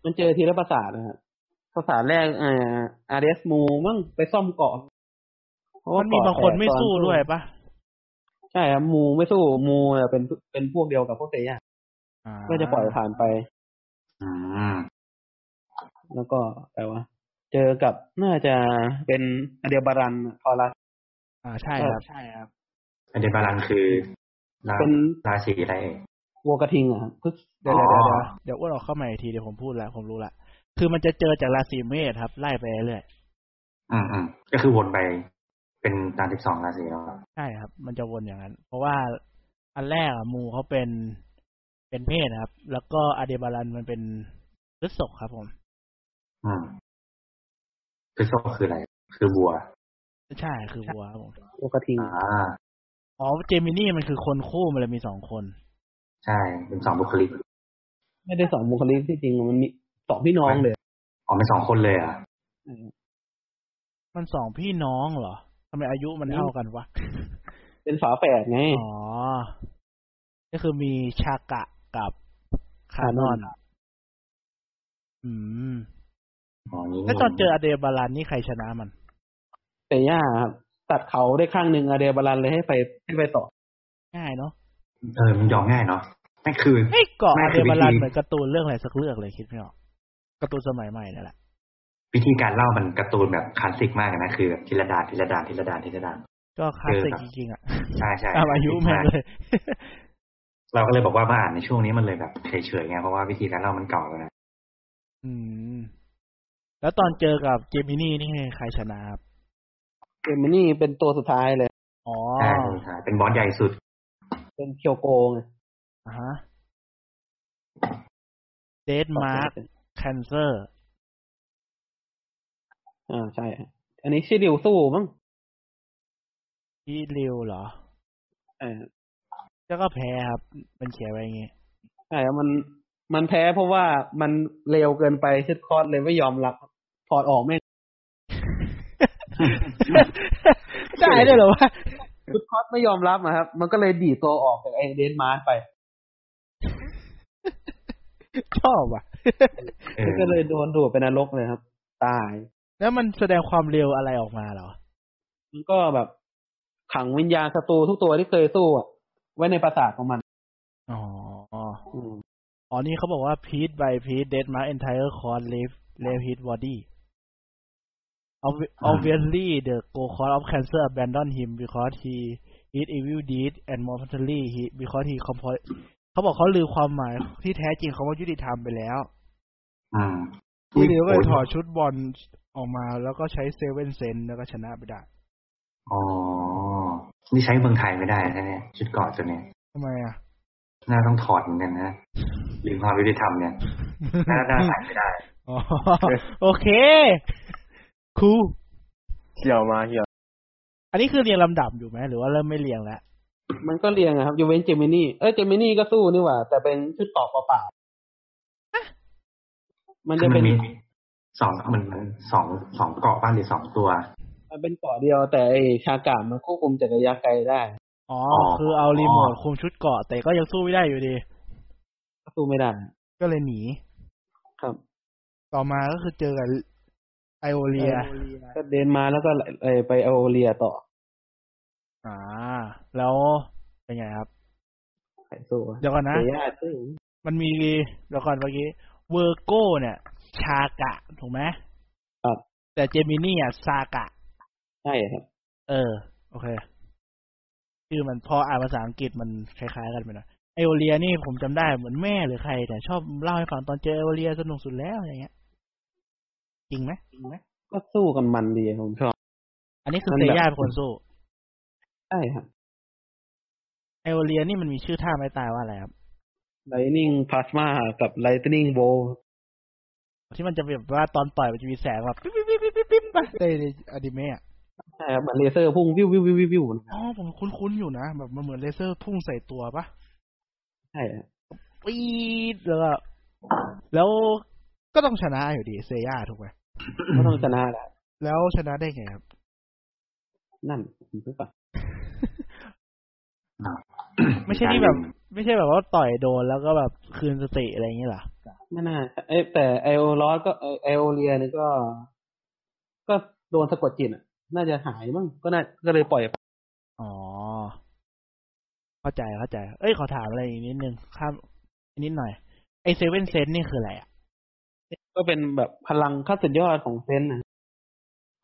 D: มันเจอทีละภาษาทนะครับภาษาทแรกอ่าอาร์เอสมูมั่งไปซ่อมเกาะเพระว่
A: มันมีบางคนไม่
D: เกะแตกตอ
A: สู้ด้วยปะ
D: ใช่ครับมูไม่สู้มูเนี่ยเป็นเป็นพวกเดียวกับพวกเซย่า
A: อ่า
D: ก็จะปล่อยผ่านไป
B: อืม
D: แล้วก็แต่ว่า เจอกับน่าจะเป็นอเดียบารันทอรัส
A: อ่าใช่ครับใช่ครับ
B: อันเดบาลังคือรา
D: เป็น
B: ราศีอะไรเอง
D: วัวกระทิงอะครับพึ่ง
A: เดี๋ยว
B: อ๋
A: เดี๋
B: อ
A: ยวเดี๋ยวเดี๋ยวอ้วนออกเข้ามาอีกทีเดี๋ยวผมพูดแล้วผมรู้ละคือมันจะเจอจากราศีเมษครับ ไล่ไปเรื่อย
B: อืมอืมก็คือวนไปเป็นตามสิบสองราศีแล้วอะ
A: ใช่ครับ มันจะวนอย่างนั้น เพราะว่าอันแรกอะมูเขาเป็นเป็นเมษครับ แล้วก็อเดบารันมันเป็นพฤษภครับผม
B: อืมพฤษภคืออะไร คือบัว
A: ใช่คือวัวครับผม
D: วัวกระทิง
B: อ่า
A: อ๋อเจมินี่มันคือคนคู่มันเลยมีสองคน
B: ใช่ เป็นสองบุคลิก
D: ไม่ได้สองบุคลิกที่จริงมันมีสองพี่น้องเลย
B: อ๋อเป็นสองคนเลยเหรอ่ะ
A: มันสองพี่น้องเหรอทำไมอายุมันเท่ากันวะ
D: เจ เป็นฝาแฝดไง
A: อ๋อ ก็คือมีชากะกับคานอน
D: คานอน
A: อืม
B: อ๋ออย่างนี้
A: แล้วตอนเจออเดบาลันนี่ใครชนะมัน
D: แต่ย่าครับตัดเขาได้ข้างหนึ่งอะเดบาลันเลยให้ไปให้ไปต่อ
A: ง่ายเนาะ
B: เออมันยอมง่ายเนาะนั่นคือ
A: เฮ้ยเกาะ
B: ไม่
A: อ
B: คื
A: เด
B: อวิธี
A: บาลันเหมือนการ์ตูนเรื่องอะไรสักเรื่องเลยคิดไม่ออกการ์ตูนสมัยใหม่นั่นแหละ
B: วิธีการเล่ามันการ์ตูนแบบคลาสสิกมากนะคือแบบทีละด่านทีละด่านทีละด่านทีละด่าน
A: ก็คลาสสิก
B: เอ
A: จ
B: อ
A: ริงๆอ่ะ
B: ใช่ใช่
A: ตามอายุแม่งเลย
B: เราก็เลยบอกว่ามาอ่านในช่วงนี้มันเลยแบบเฉยๆไงเพราะว่าวิธีการเล่ามันเก่าแล้วนะ
A: อืม แล้วตอนเจอกับเจมินี่นี่ใครชนะครับ
D: เกมนี่เป็นตัวสุดท้ายเลย
A: อ๋อ
B: ใช่ใช่เป็นบอสใหญ่สุด
D: เป็นเคียวโกง
A: อ่าฮะเดดมาร์คแคนเซอร์
D: อ่าใช่ฮะอันนี้ชื่อดิวสู้มั้ง
A: ที่ริวเหรอ
D: เออ
A: แล้วก็แพ้ครับ มันเขียนไว้อย่าง งี้
D: ใช่ครับมันมันแพ้เพราะว่ามันเร็วเกินไปชุดคอร์สเลยไม่ยอมรับถอดออกไม่ง
A: ได้ด้วยเหรอวะ
D: ชุดคอร์สไม่ยอมรับนะครับ มันก็เลยดีดตัวออกจากไอเดนมาร์ไป
A: ชอบว่ะ
B: เออ
D: ก็เลยโดนดูดเป็นนรกเลยครับ ตาย
A: แล้วมันแสดงความเร็วอะไรออกมาเหรอ
D: มันก็แบบขังวิญญาณศัตรูทุกตัวที่เคยสู้อะไว้ในปราสาทของมัน
A: อ๋อ
D: อืม
A: อ๋อ นี่เขาบอกว่า piece by piece Denmark entire court left left his body Obvi- obviously the go cause of cancer abandoned him because he did evil deed and mortally he because he compo- เขาบอกเขาลืมความหมายที่แท้จริงเขาว่ายุติธรรมไปแล้ว
B: อืม
A: ที่เหลือก็เลย
B: โย
A: ถอดชุดบอลออกมาแล้วก็ใช้เซเว่นเซนแล้วก็ชนะไปได้
B: อ๋อนี่ใช้เมืองไทยไม่ได้นะเนี่ยชุดเกาะตัวเนี้ย
A: ทำไมอ่ะ
B: น่าต้องถอดเหมือนกันนะหรือความยุติธรรมเนี่ยน่าน่าใส่ไม่ได้
A: อ๋อโอเค คูล
C: เขียวมาเขียว
A: อันนี้คือเรียงลำดับอยู่ไหมหรือว่าเริ่มไม่เรีย งแล้ว
D: มันก็เรียงอะครับยูเวนเจมินี่เอ้ยเจมินี่ก็สู้นี่หว่า แต่เป็นชุดต่อเปล่าๆมัน
B: คื
D: จะ
B: อมั
D: เป็น น
B: มีสองมันมันสองสองเกาะบ้านหรือสองตัว
D: มันเป็นเกาะเดียวแต่ไอ้ชากามันควบคุมจักรยานไกลได้
A: อ๋อ
B: อ๋อ
A: คือเอารีโมทคุมชุดเกาะแต่ก็ยังสู้ไม่ได้อยู่ดี
D: ก็สู้ไม่ได้
A: ก็เลยหนี
D: ครับ
A: ต่อมาก็คือเจอกับไอโอเลีย
D: ก็เดินมาแล้วก็เอ่อไปเอาเรียต่อ
A: อ่า แล้วเป็นไงครับ
D: ไปสู้อะ
A: เดี๋ยวก่อนนะ
D: เสียญาติซึ่ง
A: มันมีเดี๋ยวก่อนเมื่อกี้เวอร์โกเนี่ย ชากะ ถูกไหม
D: ครับ
A: แต่เจมินี่อ่ะซากะ
D: ใช่ครับ
A: เออ โอเคคือมันพออ่านภาษาอังกฤษมันคล้ายๆกันไปหน่อยไอโอเลียนี่ผมจำได้เหมือนแม่หรือใครแต่ยชอบเล่าให้ฟังตอนเจอไอโอเลียสนุกสุดแล้วอย่างเงี้ย จริงไหมจริงไหม
D: ก็สู้กันมันดีผมชอบ
A: อันนี้คือ
D: มัน
A: เซ
D: แบบ
A: ย่าเป็นคนสู้
D: ใช่ครับ
A: ไอโอเลียนี่มันมีชื่อท่าไม้ตายว่าอะไรครับ
D: ไลนิ่งพลาสมากับไลนิ่งโบ
A: ที่มันจะแบบว่าตอนต่อยมันจะมีแสงแบบปิ๊บปิ๊บปิ๊บปิ๊บปิ๊บปะในในอดิเมะอะ
D: ใช่ครับเหมือนเลเซอร์พุ่งวิววิววิววิววิวนะค
A: อ๋
D: รับ
A: อผมคุ้นๆอยู่นะแบบมันเหมือนเลเซอร์พุ่งใส่ตัวปะ
D: ใช่ครับ
A: ปีดแล้วก็แล้วก็ต้องชนะอยู่ดีเซย่าถูกไหม
D: ก็ต้องชนะแหละ
A: แล้วชนะได้ไงครับ
D: นั่นผมรู้ป่ะ
A: ไม่ใช่ที่แบบ ไม่ใช่แบบว่าต่อยโดนแล้วก็แบบคืนสติอะไรอย่างเงี้ยเหรอ
D: ไม่น่าเอ้ยแต่ไอโอลอสก็ไอไอโอเรียนี่ก็ ก็โดนสะกดจิตอ่ะ น่าจะหายมั้งก็น่าก็เลยปล่อยไป
A: อ๋อ เข้าใจเข้าใจ เอ้ยขอถามอะไรอีกนิดนึงข้ามนิดหน่อย ไอเซเว่นเซนนี่คืออะไรอ่ะ
D: ก็เป็นแบบพลังขั้นสุดยอดของเซนส์นะ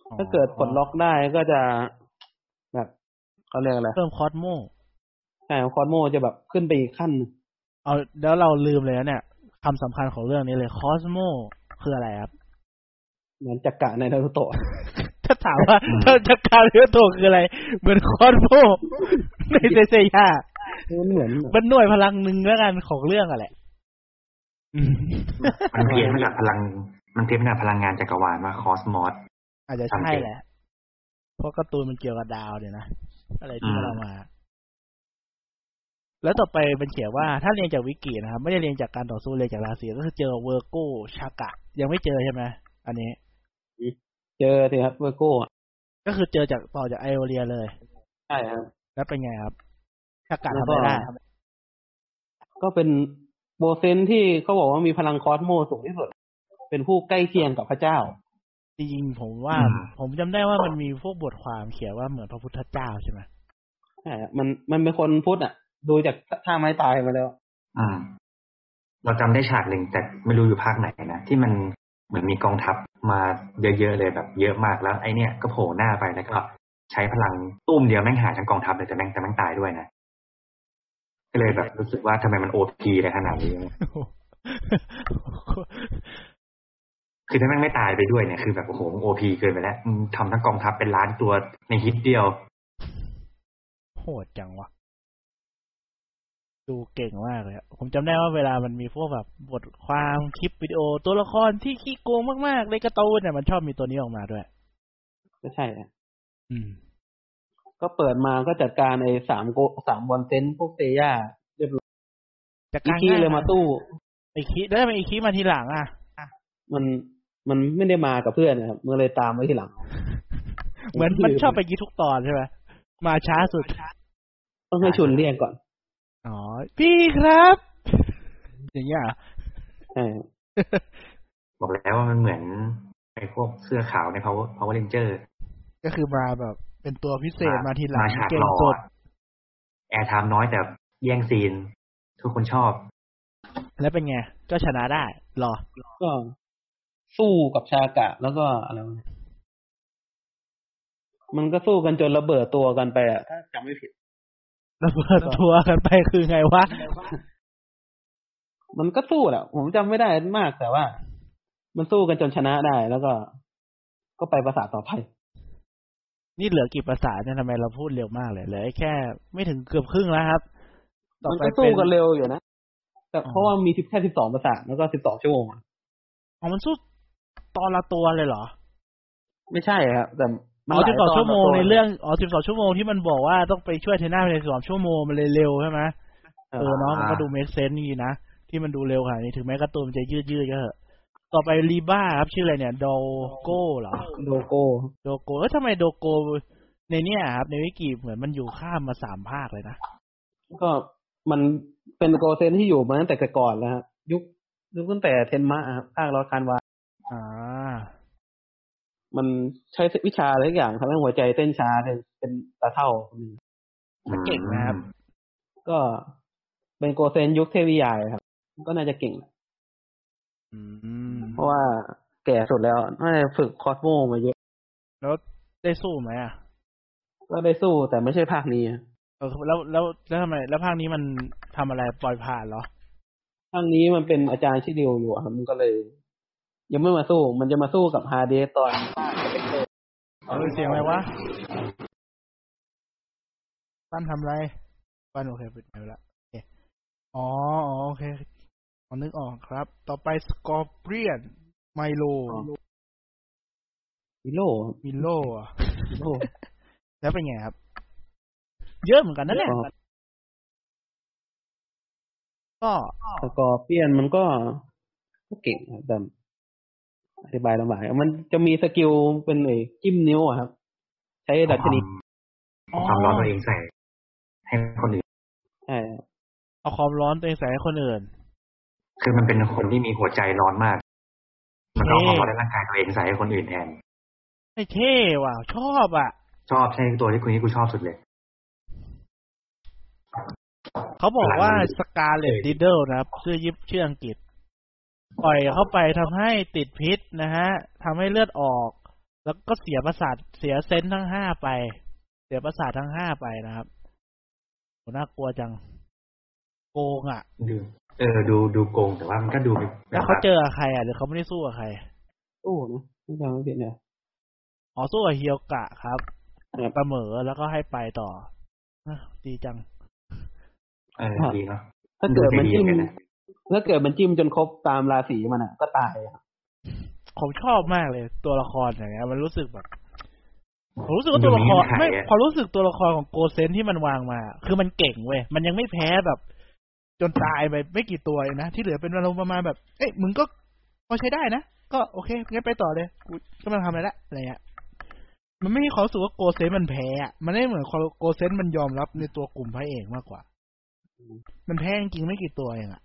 A: อ๋อ
D: ถ้าเกิดปลดล็อกได้ก็จะแบบเขาเรียกอะไร
A: เพิ่มคอสโม
D: ใช่คอนโมจะแบบขึ้นไปอีกขั้นหนึ่ง
A: เอาแล้วเราลืมเลยนะเนี่ยคำสำคัญของเรื่องนี้เลยคอสโมคืออะไรครับ
D: เหมือนจักระในนารูโตะ
A: ถ้าถามว่าถ้าจักรเรียโตคืออะไร เหมือนคอสโมในเซเซย่า
D: มันเหมือน
A: มันหน่วยพลังหนึ่งแล้วกันของเรื่องอะแหละ
B: มันเพี้ยนมาจากพลัง มันเพี้ยนมาจากพลังงานจักรวาลว่าคอสมอส
A: อาจจะใช่แหละ เพราะการ์ตูนมันเกี่ยวกับดาวเนี่ยนะ อะไรที่
B: อืม
A: เรามา แล้วต่อไปมันเขียนว่าถ้าเรียนจากวิกินะครับ ไม่ได้เรียนจากการต่อสู้เรียนจากราศีก็คือเจอเวอร์โกชากะ ยังไม่เจอใช่ไหมอันนี้
D: เจอสิครับเวอร์โก้อะ
A: ก็คือเจอจากต่อจากไอโอเรียเลย
D: ใช่ครับ
A: แล้วเป็นไงครับอากาศ
D: แล้ว
A: ทำ
D: ก็
A: อะไรได้ครับ
D: ก็เป็นโบเซนที่เขาบอกว่ามีพลังคอสโมสูงที่สุด เป็นผู้ใกล้เคียงกับพระเจ้า
A: จริงๆผมว่า
B: อืม
A: ผมจำได้ว่ามันมีพวกบทความเขียนว่าเหมือนพระพุทธเจ้าใช่ไหม
D: ใช่ครับมันมันเป็นคนพุทธอ่ะ ดูจากท่าไม้ตายมาแล้ว
B: อืมเราจำได้ฉากหนึ่งแต่ไม่รู้อยู่ภาคไหนนะที่มันเหมือนมีกองทัพมาเยอะๆเลยแบบ เยอะมากแล้ว ไอเนี่ยก็โผล่หน้าไปแล้วก็ใช้พลังตุ้มเดียวแม่งหายทั้งกองทัพเลยแต่แม่งแต่แม่งตายด้วยนะก็เลยแบบรู้สึกว่าทำไมมันโอพีเลยขนาดนี้วะคือถ้าแม่งไม่ตายไปด้วยเนี่ยคือแบบโอ้โหโอพีเกินไปแล้วอืมทำทั้งกองทัพเป็นล้านตัวในฮิตเดียว
A: โหดจังวะดูเก่งมากเลยอะผมจำได้ว่าเวลามันมีพวกแบบบทความคลิปวิดีโอ ตัวละครที่ขี้โกงมากๆในการ์ตูนเนี่ยมันชอบมีตัวนี้ออกมาด้วย
D: ก็ใช่อะ
A: อืม
D: ก็เปิดมาก็จัดการไอ้สามโกสามบอลเซนพวกเซย่า
A: จาก
D: อิ
A: การ
D: คิเลยมาตู้
A: ไอคิแล้วทำไมไอคิมาทีหลังอ่ะ
D: มันมันไม่ได้มากับเพื่อนนะครับมันเลยตามไว้ทีหลัง
A: เหมือนมันชอบไปยิทุกตอนใช่ไหมมาช้าสุด
D: ต้องให้ชวนเรียกก่อน
A: อ๋อ พี่ครับ อย่างเงี้ยเหรอ
D: ใช่ครับ
B: บอกแล้วว่ามันเหมือนไอพวกเสื้อขาวใน power power ranger
A: ก็คือมาแบบ เป็นตัวพิเศษมาทีหลั
B: มาง ฉาก
A: เก่
B: ห
A: ง
B: ล่อ
A: สุด
B: แอร์ไทม์น้อยแต่แย่งซีน ทุกคนชอบ
A: แล้วเป็นไง ก็ชนะได้เหรอ
D: ก็สู้กับชากะแล้วก็อะไรวะเนี่ยมันก็สู้กันจนระเบิดตัวกันไปอะถ้าจำไม่ผิด
A: ระเบิดทัวร์กันไปคือไงวะ
D: มันก็สู้แหละผมจำไม่ได้มากแต่ว่า มันสู้กันจนชนะได้แล้วก็ ก็ไปประสาทต่อไป
A: นี่เหลือกี่ภาษาเนี่ยทำไมเราพูดเร็วมากเลยเหลือแค่ ไม่ถึงเกือบครึ่งแล้วครับ ต่อ
D: มัน
A: ไปเป็
D: ก็สู้
A: น
D: กันเร็วอยู่นะแต่
A: อ๋อ
D: เพราะว่ามีสิบแค่สิบสองประสาทแล้วก็สิบสองชั่วโมงอะ
A: อ๋อมันสู้ตอนละตัวเลยเหรอ
D: ไม่ใช่ครับแต่มั
A: อ๋
D: น
A: อ
D: หลา
A: สิ
D: ย
A: บสอง
D: ตน
A: ชั่วโมง
D: ต่ต
A: ในเรื่อง อ๋อสิบสองชั่วโมงที่มันบอกว่าต้องไปช่วยเทน่าในสิบสองชั่วโมงมันเลยเร็วใช่ไหม
D: เอ
A: เออ
D: อ
A: เนาะมันก็
B: อ่า
A: ดูเมสเซนต์นี่นะ ที่มันดูเร็วขนาดนี้ถึงแม้การะตูนมันจะยืดยืดๆก็เถอะ ต่อไปรีบ้าครับชื่ออะไรเนี่ย โดโก้เหรอ
D: โดโก้
A: โดโก้เอ้ยทำไมโดโก้ในเนี่ยครับ ในวิกิเหมือนมันอยู่ข้ามมาสามภาคเลยนะ
D: ก็มันเป็นโกเซนที่อยู่มาตั้งแต่ก่อนแล้วครับยุคยุคตั้งแต่เทนมะอะครับภาครอคานวา
A: อ่า
D: มันใช้วิชาอะไรสักอย่างทำให้หัวใจเต้นช้าเป็นเป็นตาเท่าคนหนึ่ง
A: มันเก่งนะครับ
D: ก็เป็นโกเซนยุคเทวิยายครับ ก็น่าจะเก่งแหละ
A: อืม
D: เพราะว่าแก่สุดแล้วน่าจะฝึกคอสโมมาเยอะ
A: แล้วได้สู้ไหมอ่ะ
D: ก็ได้สู้แต่ไม่ใช่ภาคนี้อะ
A: เออแล้วแล้วแล้วทำไมแล้วภาคนี้มันทำอะไรปล่อยผ่านเหรอ
D: ภาคนี้มันเป็นอาจารย์ชิดิวอยู่อะครับมันก็เลย ยังไม่มาสู้ มันจะมาสู้กับฮาเดสตอน
A: เออเสียงอะไรวะตั้นทำไรปั้นโอเคปิดไมค์ไปละโอเคอ๋ออ๋อ โอเคอ๋อนึกออกครับ ต่อไปสกอร์เปียน ไมโล
D: มิโลครับ
A: มิโลอะ
D: มิโล
A: แล้วเป็นไงครับ เยอะเหมือนกันนะเนี่ย ก็
D: สกอร์เปียนมันก็ก็เก่งครับแต่อธิบายลำบากมันจะมีสกิลเป็นไอ้จิ้มนิ้วอะครับ ใช้ดัชนี
B: เอาความเอาความร้อนตัวเองใส่ ให้คนอื่น
D: ใช่ครับ
A: เอาความร้อนตัวเองใส่ให้คนอื่น
B: คือมันเป็นคนที่มีหัวใจร้อนมาก มันเอาความร้อนในร่างกายตัวเองใส่ให้คนอื่นแทน
A: ไม่เท่ว่ะ ชอบอ่ะ
B: ชอบใช่ตัวที่คุณที่กูชอบสุดเลย
A: เขาบอกว่าสกาเลต
B: เออ
A: ดิดเดิลนะครับชื่อยิบชื่ออังกฤษ ปล่อยเข้าไปทำให้ติดพิษนะฮะทำให้เลือดออก แล้วก็เสียประสาทเสียเซนส์ทั้งห้าไป เสียประสาททั้งห้าไปนะครับโหน่ากลัวจัง โกงอ่ะ
B: ดูเออ ดูดูโกงแต่ว่ามันก็ดูแบ
A: แล้ว
B: บ
A: เขาเจอใครอ่ะหรือเขาไม่ได้สู้กับใคร
D: โอ้นะไม่จำไม่ผิดเนี่ย
A: อ๋อสู้กับเฮียวกะครับ
D: แบบ
A: ประเหมอแล้วก็ให้ไปต่ออ่ะดีจัง
B: เออดีเนาะ
D: ถ้าเกิดมันจิ้ม
B: ใจกัะ
D: ถ้าเกิดมันจิ้มจนครบตามราศีมันอ่ะ ก็ตายอะ
A: ผมชอบมากเลย ตัวละครอย่างเงี้ย มันรู้สึกแบบผมรู้สึกว่าตัวละครไม่ความรู้สึกตัวละครของโกเซนที่มันวางมา คือมันเก่งเว้ยมันยังไม่แพ้แบบ จนตายไปไม่กี่ตัวเองนะที่เหลือเป็นเราประมาณแบบ เอ้ยมึงก็พอใช้ได้นะก็โอเคงั้นไปต่อเลยกูก็ไมาทำอะไรละอะไรเงี้ย มันไม่มีความรู้สึกว่าโกเซนมันแพ้อะมันไม่เหมือนโกเซนมันยอมรับในตัวกลุ่มพระเอกมากกว่า มันแพ้จริงๆไม่กี่ตัวเองอะ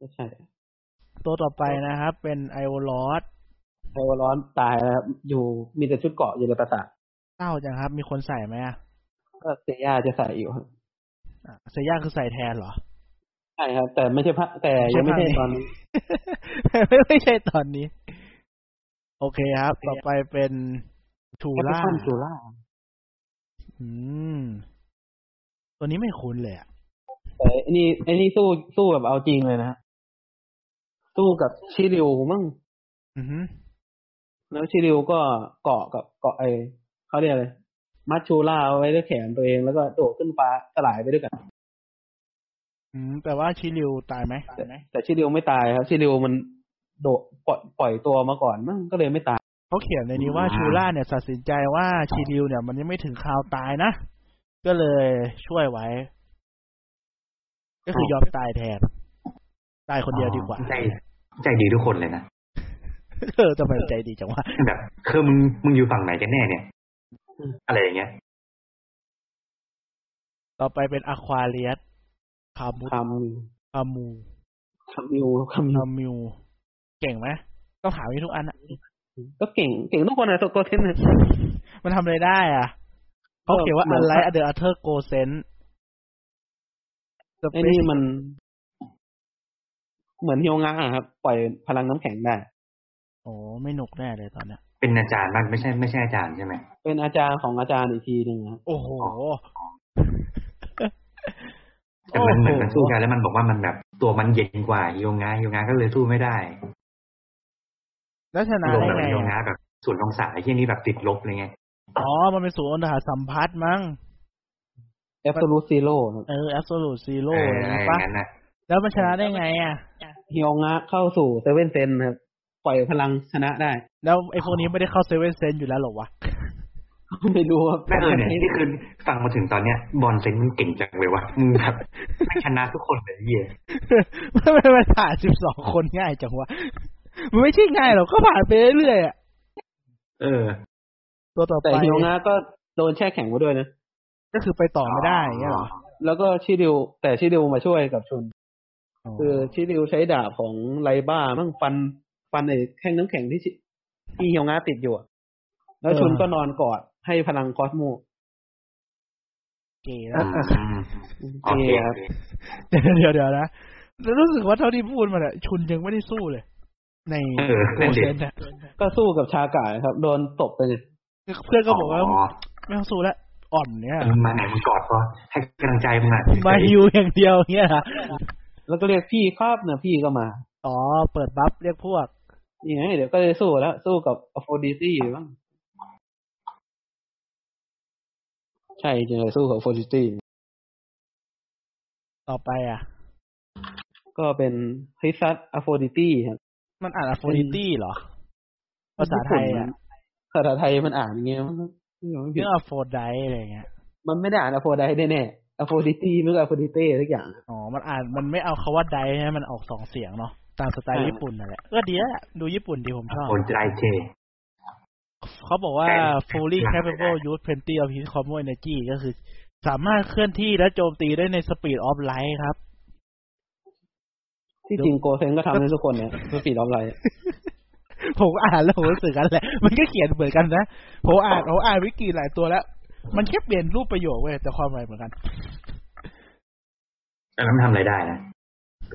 D: ก็ใช่
A: ตัวต่อไปนะครับ เป็นไอโอลอส
D: ไอวอร้อนตายแล้วครับอยู่มีแต่ชุดเกราะอยู่ในปราสาท
A: เต้าจังครับ มีคนใส่ไหมอะ
D: ก็เซย่าจะใส่อยู่ครับ
A: อ่ะเซย่าคือใส่แทนเหรอ
D: ใช่ครับ แต่ไม่ใช่พระแต่ยังไม่ใช่ตอนนี้
A: ไม่ไม่ใช่ตอนนี้ โอเคครับ ต่อไปเป็นทูล่า
D: Captain Tula
A: อืม ตัวนี้ไม่คุ้นเลยอะ
D: แต่ไอ้นี่ไอ้นี่สู้สู้แบบเอาจริงเลยนะฮะสู้กับชิริวมั่ง
A: อือฮึ
D: แล้วชิริวก็เกาะกับเกาะไอเขาเรียกอะไรมัชชูล่าเอาไว้ด้วยแขนตัวเองแล้วก็โดดขึ้นฟ้าสลายไปด้วยกัน
A: อืมแปลว่าชิริวตายไหม
D: แต่แต่ชิริวไม่ตายครับ ชิริวมันโดดปล่อยปล่อยตัวมาก่อนมั่งก็เลยไม่ตาย
A: เขาเขียนในนี้ว่า
D: อ่า
A: ชูล่าเนี่ยตัดสินใจว่าชิริวเนี่ย มันยังไม่ถึงคราวตายนะ ก็เลยช่วยไว้ ก็คือยอมตายแทน ตายคนเดียวดีกว่า
B: ใจใจดีทุกคนเลยนะ
A: เออทำไมใจดีจังวะ
B: แบบคือมึงมึงอยู่ฝั่งไหนกันแน่เนี่ย อะไรอย่างเงี้ย
A: ต่อไปเป็นอควาเลียสคามุ
D: ค
A: คามู
D: ำคำนิวคำนิว
A: คามิว เก่งไหมต้องถามให้ทุกอันอะ
D: ก็เก่งเก่งทุกคนนะตัวโกเทนนะ
A: มันทำอะไรได้อ่ะเขาเขียนว่า
D: เหมื
A: อั
D: อน น
A: ไลท์อเดอร์อัเทอร์โกเซน
D: ไอ้นี่มัน เหมือนเฮียวงาอะครับ ปล่อยพลังน้ำแข็งได้
A: โอ้ไม่หนุกแน่เลยตอนเนี้ย
B: เป็นอาจารย์มันไม่ใช่ไม่ใช่อาจารย์ใช่ไหม
D: เป็นอาจารย์ของอาจารย์อีกทีหนึ่งครับ
A: โอ้โห
B: แต่มันเหมือนมันสู้กันแล้วมันบอกว่ามันแบบตัวมันเย็นกว่าโยงาโยงาก็เลยสู้ไม่ได้
A: แล้วชนะ
B: ลง
A: ได้
B: แบบ
A: ไง
B: โยงา
A: อะ
B: แบบส่วนย์องศาไอ้ที่นี่แบบติดลบเลยไง
A: อ๋อ มันเป็นศูนย์อนุหารสัมพัทธ์มั้ง
D: แอ s โซลูซีโร่
A: เออ absolute
B: เอ
A: zero
B: อ
A: อะไรอ
B: อะ
A: ย่างงี้
B: ไรอย่า
A: ปะ
B: งนั้นนะ
A: แล้วมันชนะได้ไงอ่ะ
D: เฮียวงะเข้าสู่เซเว่นเซนครับ ปล่อยพลังชนะได้
A: แล้วไอ้พวกนี้ไม่ได้เข้าเซเว่นเซนอยู่แล้วเหรอวะ
D: ไม่รู้ครับ
B: แม่เออเนี่ยนี่คือฟังมาถึงตอนเนี้ย บอลเซนมันเก่งจังเลยว่ะมึงแบบไม่ชนะทุกคนเลยเหี้ย
A: มันไม่มันผ่านสิบสองคนง่ายจังวะ มันไม่ใช่ง่ายหรอกก็ผ่านไปเรื่อยๆอะ
B: เออ
A: ตัวต่อไป
D: แต่เฮียวงะก็โดนแช่แข็งมาด้วยนะ
A: ก็คือไปต่อไม่ได้อย่างเงี้ยเหรอ
D: แล้วก็ชิดิว แต่ชิดิวมาช่วยกับชน คือ
A: อ
D: ชิดิวใช้ดาบของไลบ้ามั่งฟันฟันไอ้แข้งน้ำแข็งที่ชิที่เฮียวงะติดอยู่อะแล้วชนก็นอนกอดให้พลังคอสโม
A: เกย์นะ
B: อืม
D: โอ
B: โอ
D: เค
B: เค
D: ครับ
A: เดี๋ยวเดี๋ยวเดี๋ยวนะแล้วรู้สึกว่าเท่าที่พูดมาเนี่ยชุนยังไม่ได้สู้เลย ใน
B: เออ
A: โก
B: นั่น
A: เซ
B: ดิ
A: นนะ
D: ก็สู้กับชากายครับ โดนตบไปเลย
A: เพื่อนก็บอกว่าไม่ต้องสู้แล้วอ่อนเนี่ย
B: มึงมาไหนมึงกอดก็ให้กำลังใจมึงอ่ะ
A: มาฮิวอย่างเดียวเงี้ยนะ
D: แล้วก็เรียกพี่ครับนะพี่ก็มา
A: อ๋อ เปิดบัฟเรียกพวก
D: นี่ไงเดี๋ยวก็เลยสู้แล้ว สู้กับอโฟดิตี้บ้างใช่จริงเลยสู้กับอโฟดิตี้
A: ต่อไปอ่ะ
D: ก็เป็นคริซัสอโฟดิตี้ครับ
A: มันอ่านอโฟ
D: เป็
A: ดิ
D: น
A: ตี้เหรอ ภาษาไทยอ่ะ
D: ภาษาไทยมันอ่านอย่างเงี้ยมั้ง
A: เรื่องอโฟดไดอะไรเงี้ย
D: มันไม่ได้อ่านอโฟไดแน่ๆอโฟดิตี้ไม่ก็อโฟดิเต้ทุกอย่าง
A: อ๋อ มันอ่านมันไม่เอาคาว่าไดใช่ไหมมันออกสองเสียงเนาะ ตามสไตล์
D: ใช่
A: ญี่ปุ่นนั่นแหละ ก็ดีอะดูญี่ปุ่นดีผมชอบ
B: โอนใจเท
A: เขาบอกว่า
B: ใช่
A: fully capable use plenty of his common energy ก็คือ สามารถเคลื่อนที่และโจมตีได้ใน speed of light ครับ
D: ที่จริงโกเซนก็ทำให้ทุกคนเนี่ยสปีดออฟไลน์
A: ผมอ่านแล้วผมรู้สึกกันแหละ มันก็เขียนเหมือนกันนะ ผมอ่านผมอ่านวิกิหลายตัวแล้ว มันแค่เปลี่ยนรูปประโยคเว้ยแต่ความหมายเหมือนกัน
B: แล้วมันทำอะไรได้นะ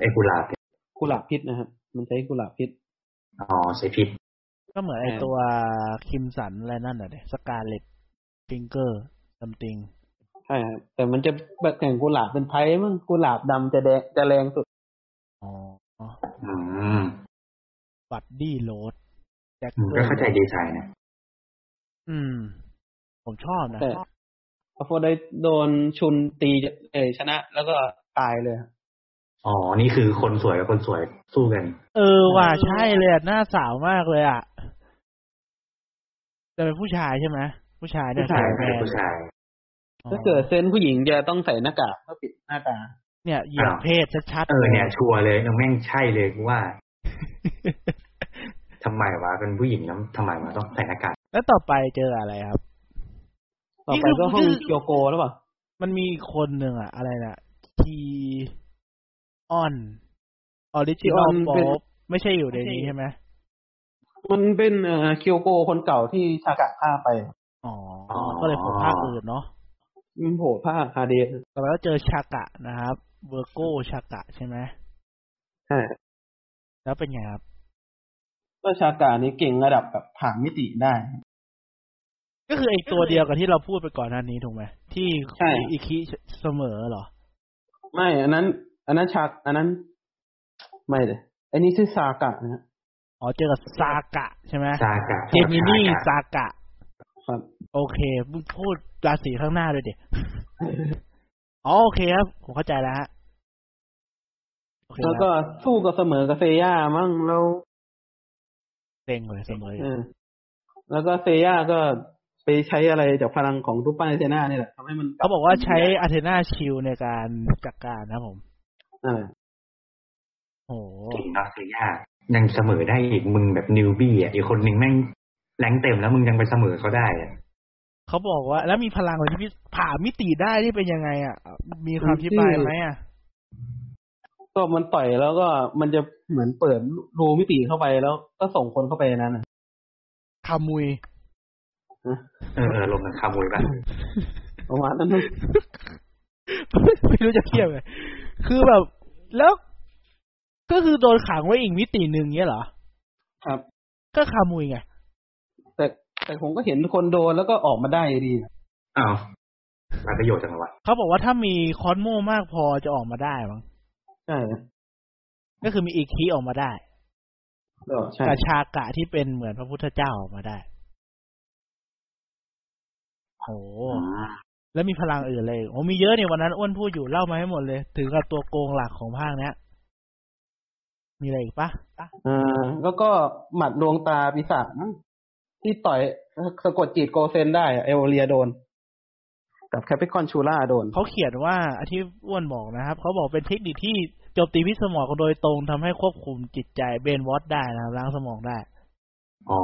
B: ไอ้กุหลาบเนี่ย
D: กุหลาบพิษนะครับมันใช้กุหลาบพิษ
B: อ๋อใช้พิษ
A: ก็เหมือนไอ
D: อ่า
A: ตัวคิมสันอะไรนั่นน่ะเดสกาเลตฟิงเกอร์ซัมติง
D: ใช่ครับแต่มันจะแบบแข่งกุหลาบเป็นไพ่มั้งกุหลาบดำจะแดงจะแรงสุด
A: อ๋อ
B: อืม
A: บัดดี้โรดแจ็ค
B: อืม
A: เกอ
B: ก็
A: ร์
B: เข้าใจดีไซน์นะ
A: อืม ผมชอบนะ
D: แต่พอโฟได้โดนชุนตีเอยชนะ แล้วก็ตายเลยครับ
B: อ๋อ นี่คือคนสวยกับคนสวยสู้กัน
A: เออว่ะใช่เลยอะหน้าสาวมากเลยอ่ะแต่เป็นผู้ชายใช่ไหมผู้ชายเนี่ย
B: ผู้ชาย
A: แมน
B: ผู้ชาย
A: อ๋อ
D: ถ้าเกิดเซนผู้หญิงจะต้องใส่หน้ากากเพื่อปิดหน้าตา
A: เนี่ยเหยียด
B: อ้าว
A: เพศชัด
B: เอ
A: ๆ
B: อ
A: ล
B: เนี่ยชัวร์เลยน้องแม่งใช่เลยกูว่าทำไมวะเป็นผู้หญิงน้ำทำไมวะต้องใส่หน้ากาก
A: แล้วต่อไปเจออะไรครับ
D: ต่อไปก็ห้องเกียวโกหรือเปล่า
A: มันมีอีกคนหนึ่งอะอะไรนะทีออนออริจินอลโป๊ไม่ใช่อยู่ในนี้ใช่ไหม
D: มันเป็นเอ่อเกียวโกคนเก่าที่ชากะฆ่าไป
A: อ๋อ ก็เลยผมภาคอื่นเนาะ
D: อืมโหดผ้าฮาเดน
A: ต่อไปก็เจอชากะนะครับเวอร์โก้ชากะใช่ไหม
D: ใช่
A: แล้วเป็นไงครับ
D: ก็ชากะนี่เก่งระดับแบบผ่านมิติได้
A: ก็คือไอตัวเดียวกับที่เราพูดไปก่อนหน้านี้ถูกไหมที่
D: ใช่
A: อิคิเสมอเหรอ
D: ไม่อันนั้น อันนั้นชากอันนั้น ไม่เลยอันนี้ชื่อซากะนะฮะ
A: อ๋อเจอกับซากะใช่ไหม
B: ซากะ
A: เจมินี่ซากะ
D: ครับ
A: โอเคมึงพูดราศีข้างหน้าด้วยดิ อ๋อโอเคครับ ผมเข้าใจแล้วฮะโอเค
D: แล้วก็สู้กับเสมอกับเซย่ามั่งแล้ว
A: เต็งเลยเสมอเลย
D: เออแล้วก็เซย่าก็ไปใช้อะไรจากพลังของทุปป้าเซน่านี่แหละทำให้มัน
A: เขาบอกว่าใช้อาเทนาชิลในการจัดการนะครับผม
D: อ่า
A: โอ้โห
B: เก่งเนาะเซย่ายังเสมอได้อีกมึงแบบนิวบี้อ่ะอีกคนหนึ่งแม่งแรงเต็มแล้วมึงยังไปเสมอเขาได้อะ
A: เขาบอกว่า แล้วมีพลังอะไรที่ผ่ามิติได้นี่เป็นยังไงอ่ะ มีความอธิบายไหมอ่ะ
D: ก็มันต่อยแล้วก็มันจะเหมือนเปิดรูมิติเข้าไปแล้วก็ส่งคนเข้าไปในนั้นน่ะ
A: คามุย
B: เออเออลงกันคามุยป่ะ
D: ประมาณนั้นนะ
A: ไม่รู้จะเทียบไงคือแบบ แล้ว ก็คือโดนขังไว้อีกมิติหนึ่งเงี้ยเหรอ
D: ครับ
A: ก็คามุยไง
D: แต่แต่ผมก็เห็นคนโดนแล้วก็ออกมาได้อยู่ดีนะ
B: อ้าวหาประโยชน์จังวะ
A: เขาบอกว่าถ้ามีคอนโมมากพอจะออกมาได้มั้ง
D: ใช่
A: ก็คือมีอีกคีออกมาได้
D: ก็ใช่
A: กาชากะที่เป็นเหมือนพระพุทธเจ้าออกมาได้ โห แล้วมีพลังอื่นเลยโอ้มีเยอะเนี่ยวันนั้นอ้วนพูดอยู่เล่ามาให้หมดเลย ถึงกับตัวโกงหลักของภาคเนี้ย มีอะไรอีกปะอ่ะ
D: อ่าแล้วก็หมัดดวงตาปีศาจมั้งที่ต่อยสะกดจิตโกเซนได้อะเอโอเรียโดน กับแคปิคอนชูล่าโดน
A: เขาเขียนว่าอนที่อ้วนบอกนะครับ เขาบอกเป็นเทคนิคที่โจมตีพิษสมองโดยตรงทำให้ควบคุมจิตใจเบนวอตได้นะครับล้างสมองได้
B: อ๋อ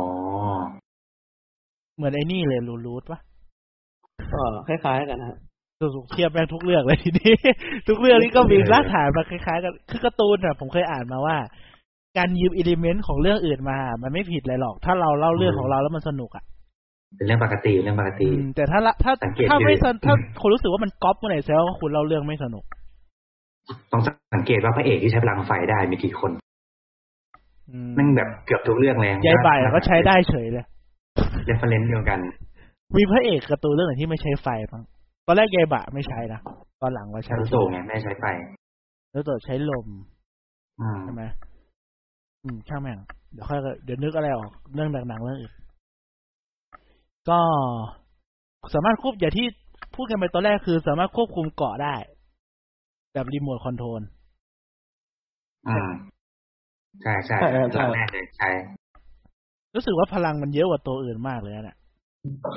A: เหมือนไอ้นี่เลยรูรูทปะ
D: ก็คล้ายๆกันนะฮะ
A: ถูกเทียบแม่งทุกเรื่องเลยทีนี้ ทุกเรื่องนี้ก็มีรากฐานมาคล้ายๆกันคือการ์ตูนอ่ะผมเคยอ่านมาว่า การยืมอิเลเมนต์ของเรื่องอื่นมา มันไม่ผิดอะไรหรอก ถ้าเราเล่าเรื่องของเราแล้วมันสนุกอ่ะ
B: เป็นเรื่องปกติเรื่องปกติ
A: อืมแต่ถ้าละถ้า
B: สังเกต
A: ถ้าไม่
B: ดี
A: สน
B: ๆ
A: ถ้าคนรู้สึกว่ามันก๊อปเมื่อไหร่แซวว่าคุณเล่าเรื่องไม่สนุก
B: ต้องสังเกตว่าพระเอกที่ใช้พลังไฟได้มีกี่คน
A: อืม
B: แม่งแบบเกือบทุกเรื่องเลย
A: ยายบ่ายอะก็ใช้ได้เฉยเลย
B: เรฟเฟรนซ์เดียวกัน
A: มีพระเอกการ์ตูนเรื่องไหนที่ไม่ใช้ไฟบ้างตอนแรกยายบ่าไม่ใช้นะตอนหลังว่า
B: ใช้
A: ใช้
B: โซไงแม่ใช้ไฟ
A: แล้วต่อใช้ลม
B: อืม
A: ใช่ไหมอืมช่างแม่งเดี๋ยวค่อยเดี๋ยวนึกอะไรออกเรื่องหนังๆเรื่องอื่น ก็สามารถควบอย่างที่พูดกันไปตอนแรกคือสามารถควบคุมเกาะได้ แบบรีโมทคอนโทรล
B: อืมใช่ใช่
D: ใช่ใช่
B: หลังแรกเลยใช้
A: รู้สึกว่าพลังมันเยอะกว่าตัวอื่นมากเลยนะเนี่ย